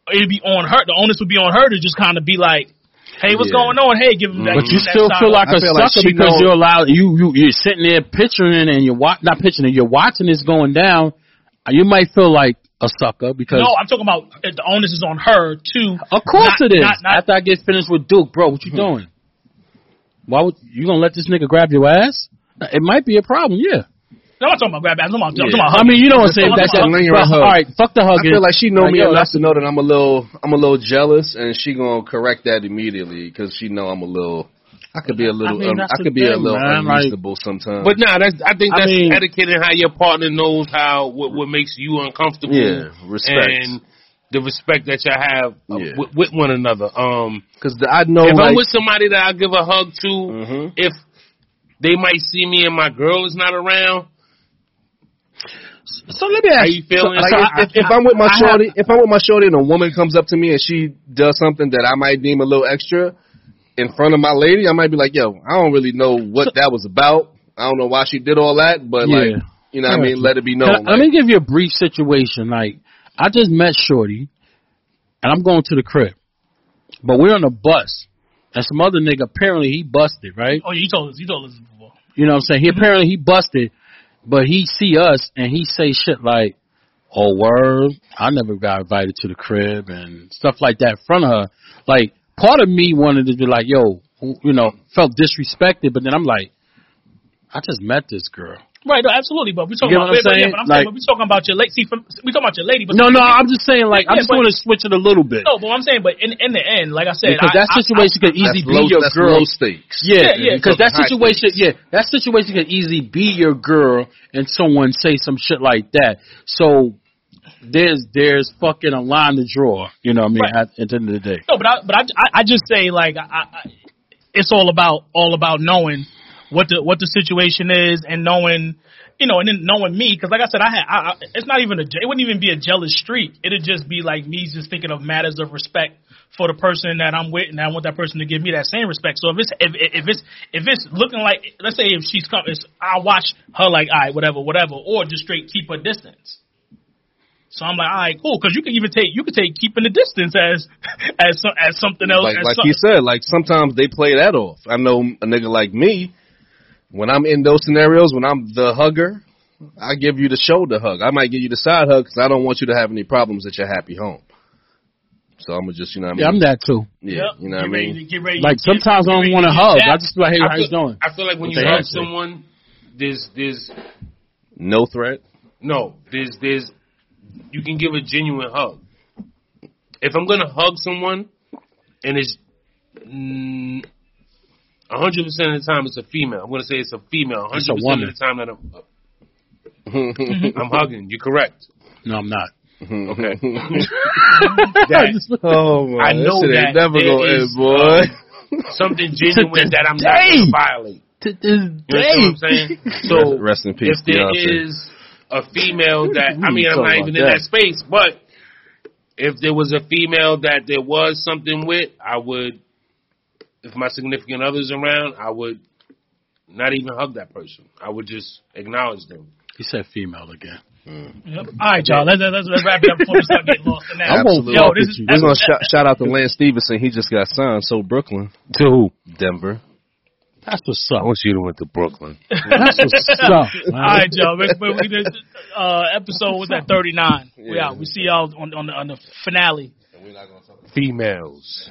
it'd be on her. The onus would be on her to just kind of be like, hey, what's Yeah. going on? Hey, give him that. But give you him that still side feel eye. like I a feel sucker like she because know- you're allowed you you you're sitting there picturing and you're wa- not picturing you're watching this going down. You might feel like a sucker because No, I'm talking about uh, the onus is on her too. of course Not- it is. Hmm. Not, not, After I get finished with Duke, bro, what you doing? Why would you gonna let this nigga grab your ass? It might be a problem, yeah. I'm not talking about grab ass. I'm talking, I'm talking about I hugging. mean, you don't say Just that's a that. lingering hug. All right, fuck the I hugging. feel like she know me yo, enough that's- to know that I'm a little, I'm a little jealous, and she gonna correct that immediately because she know I'm a little, I could be a little, I mean, un- I that's the could be a thing, little man, like- unreasonable sometimes. But nah, that's I think I that's mean- etiquette and how your partner knows how what what makes you uncomfortable. Yeah, respect. and the respect that y'all have uh, Yeah. with, with one another. Um, because I know, if like, I'm with somebody that I give a hug to, Mhm. if they might see me and my girl is not around, so let me ask how you feeling? like So if, I- if, if I'm with my I have- shorty, if I'm with my shorty, and a woman comes up to me and she does something that I might deem a little extra in front of my lady, I might be like, "Yo, I don't really know what that was about. I don't know why she did all that, but Yeah. like, you know, what I mean, let it be known." Can I- like- let me give you a brief situation. Like, I just met Shorty, and I'm going to the crib, but we're on a bus, and some other nigga apparently he busted, right? Oh, you told us. You told us before. You know what I'm saying? He Mm-hmm. apparently he busted, but he see us and he say shit like, "Oh word, I never got invited to the crib and stuff like that in front of her." Like part of me wanted to be like, "Yo," who- you know, felt disrespected, but then I'm like, "I just met this girl." Right, no, absolutely, but we talking You get about what I'm wait, but yeah, saying? but I'm Like- saying but we talking about your lady. See, from, we talking about your lady, but No, no, I'm just saying like I Yeah, just but- want to switch it a little bit. no, but I'm saying, but in in the end, like I said, Because I, that situation could that's easily be low, your that's girl. low stakes. Yeah, Yeah, yeah, Because that high situation, yeah, that situation could easily be your girl, and someone say some shit like that. So there's there's fucking a line to draw. You know what I mean? Right. At, at the end of the day, I, no, but I, but I, I, I just say like I, I, it's all about all about knowing what the what the situation is and knowing. You know, and then knowing me, because like I said, I had, I, I, it's not even a, it wouldn't even be a jealous streak. It'd just be like me just thinking of matters of respect for the person that I'm with, and I want that person to give me that same respect. So if it's if if it's if it's looking like, let's say if she's come, it's, I watch her like, all right, whatever, whatever, or just straight keep her distance. So I'm like, all right, cool, because you can even take you can take keeping the distance as *laughs* as some, as something else. Like, as like some- he said, like sometimes they play that off. I know a nigga like me, when I'm in those scenarios, when I'm the hugger, I give you the shoulder hug. I might give you the side hug because I don't want you to have any problems at your happy home. So I'm gonna just, you know, what I mean, yeah, I'm that too. yeah, Yep, you know, what get I ready mean, to- get ready Like to get- sometimes I get don't ready want to get hug. back. I just be like, hey, how I you feel, doing? I feel like when What you they hug ask me. someone, there's there's no threat. *laughs* no there's there's you can give a genuine hug. If I'm gonna hug someone, and it's hundred percent of the time it's a female. I'm gonna say it's a female. It's a Hundred percent woman. of the time that I'm, *laughs* I'm hugging. You're correct. No, I'm not. *laughs* Okay. oh my, I know shit that ain't never there gonna is, end, boy. Something genuine that I'm not Dang. gonna violate. To this You know what I'm day. saying? *laughs* So Rest- rest in peace, If there Beyonce. is a female that I Ooh, mean, I'm talk not about even in that. that space, but if there was a female that there was something with, I would. If my significant other's around, I would not even hug that person. I would just acknowledge them. He said female again. Yep. All right, y'all, let's, let's, let's wrap it up before we start getting lost in that. I won't Absolutely. fuck Yo, with this is you. We're gonna shout, shout out to Lance Stevenson. He just got signed. So Brooklyn, To who? Denver. That's what's up. want you to went to Brooklyn. That's what's up. All right, y'all. We, we, we did, uh, episode was at 39. We out. We see y'all on, on, the, on the finale. Females.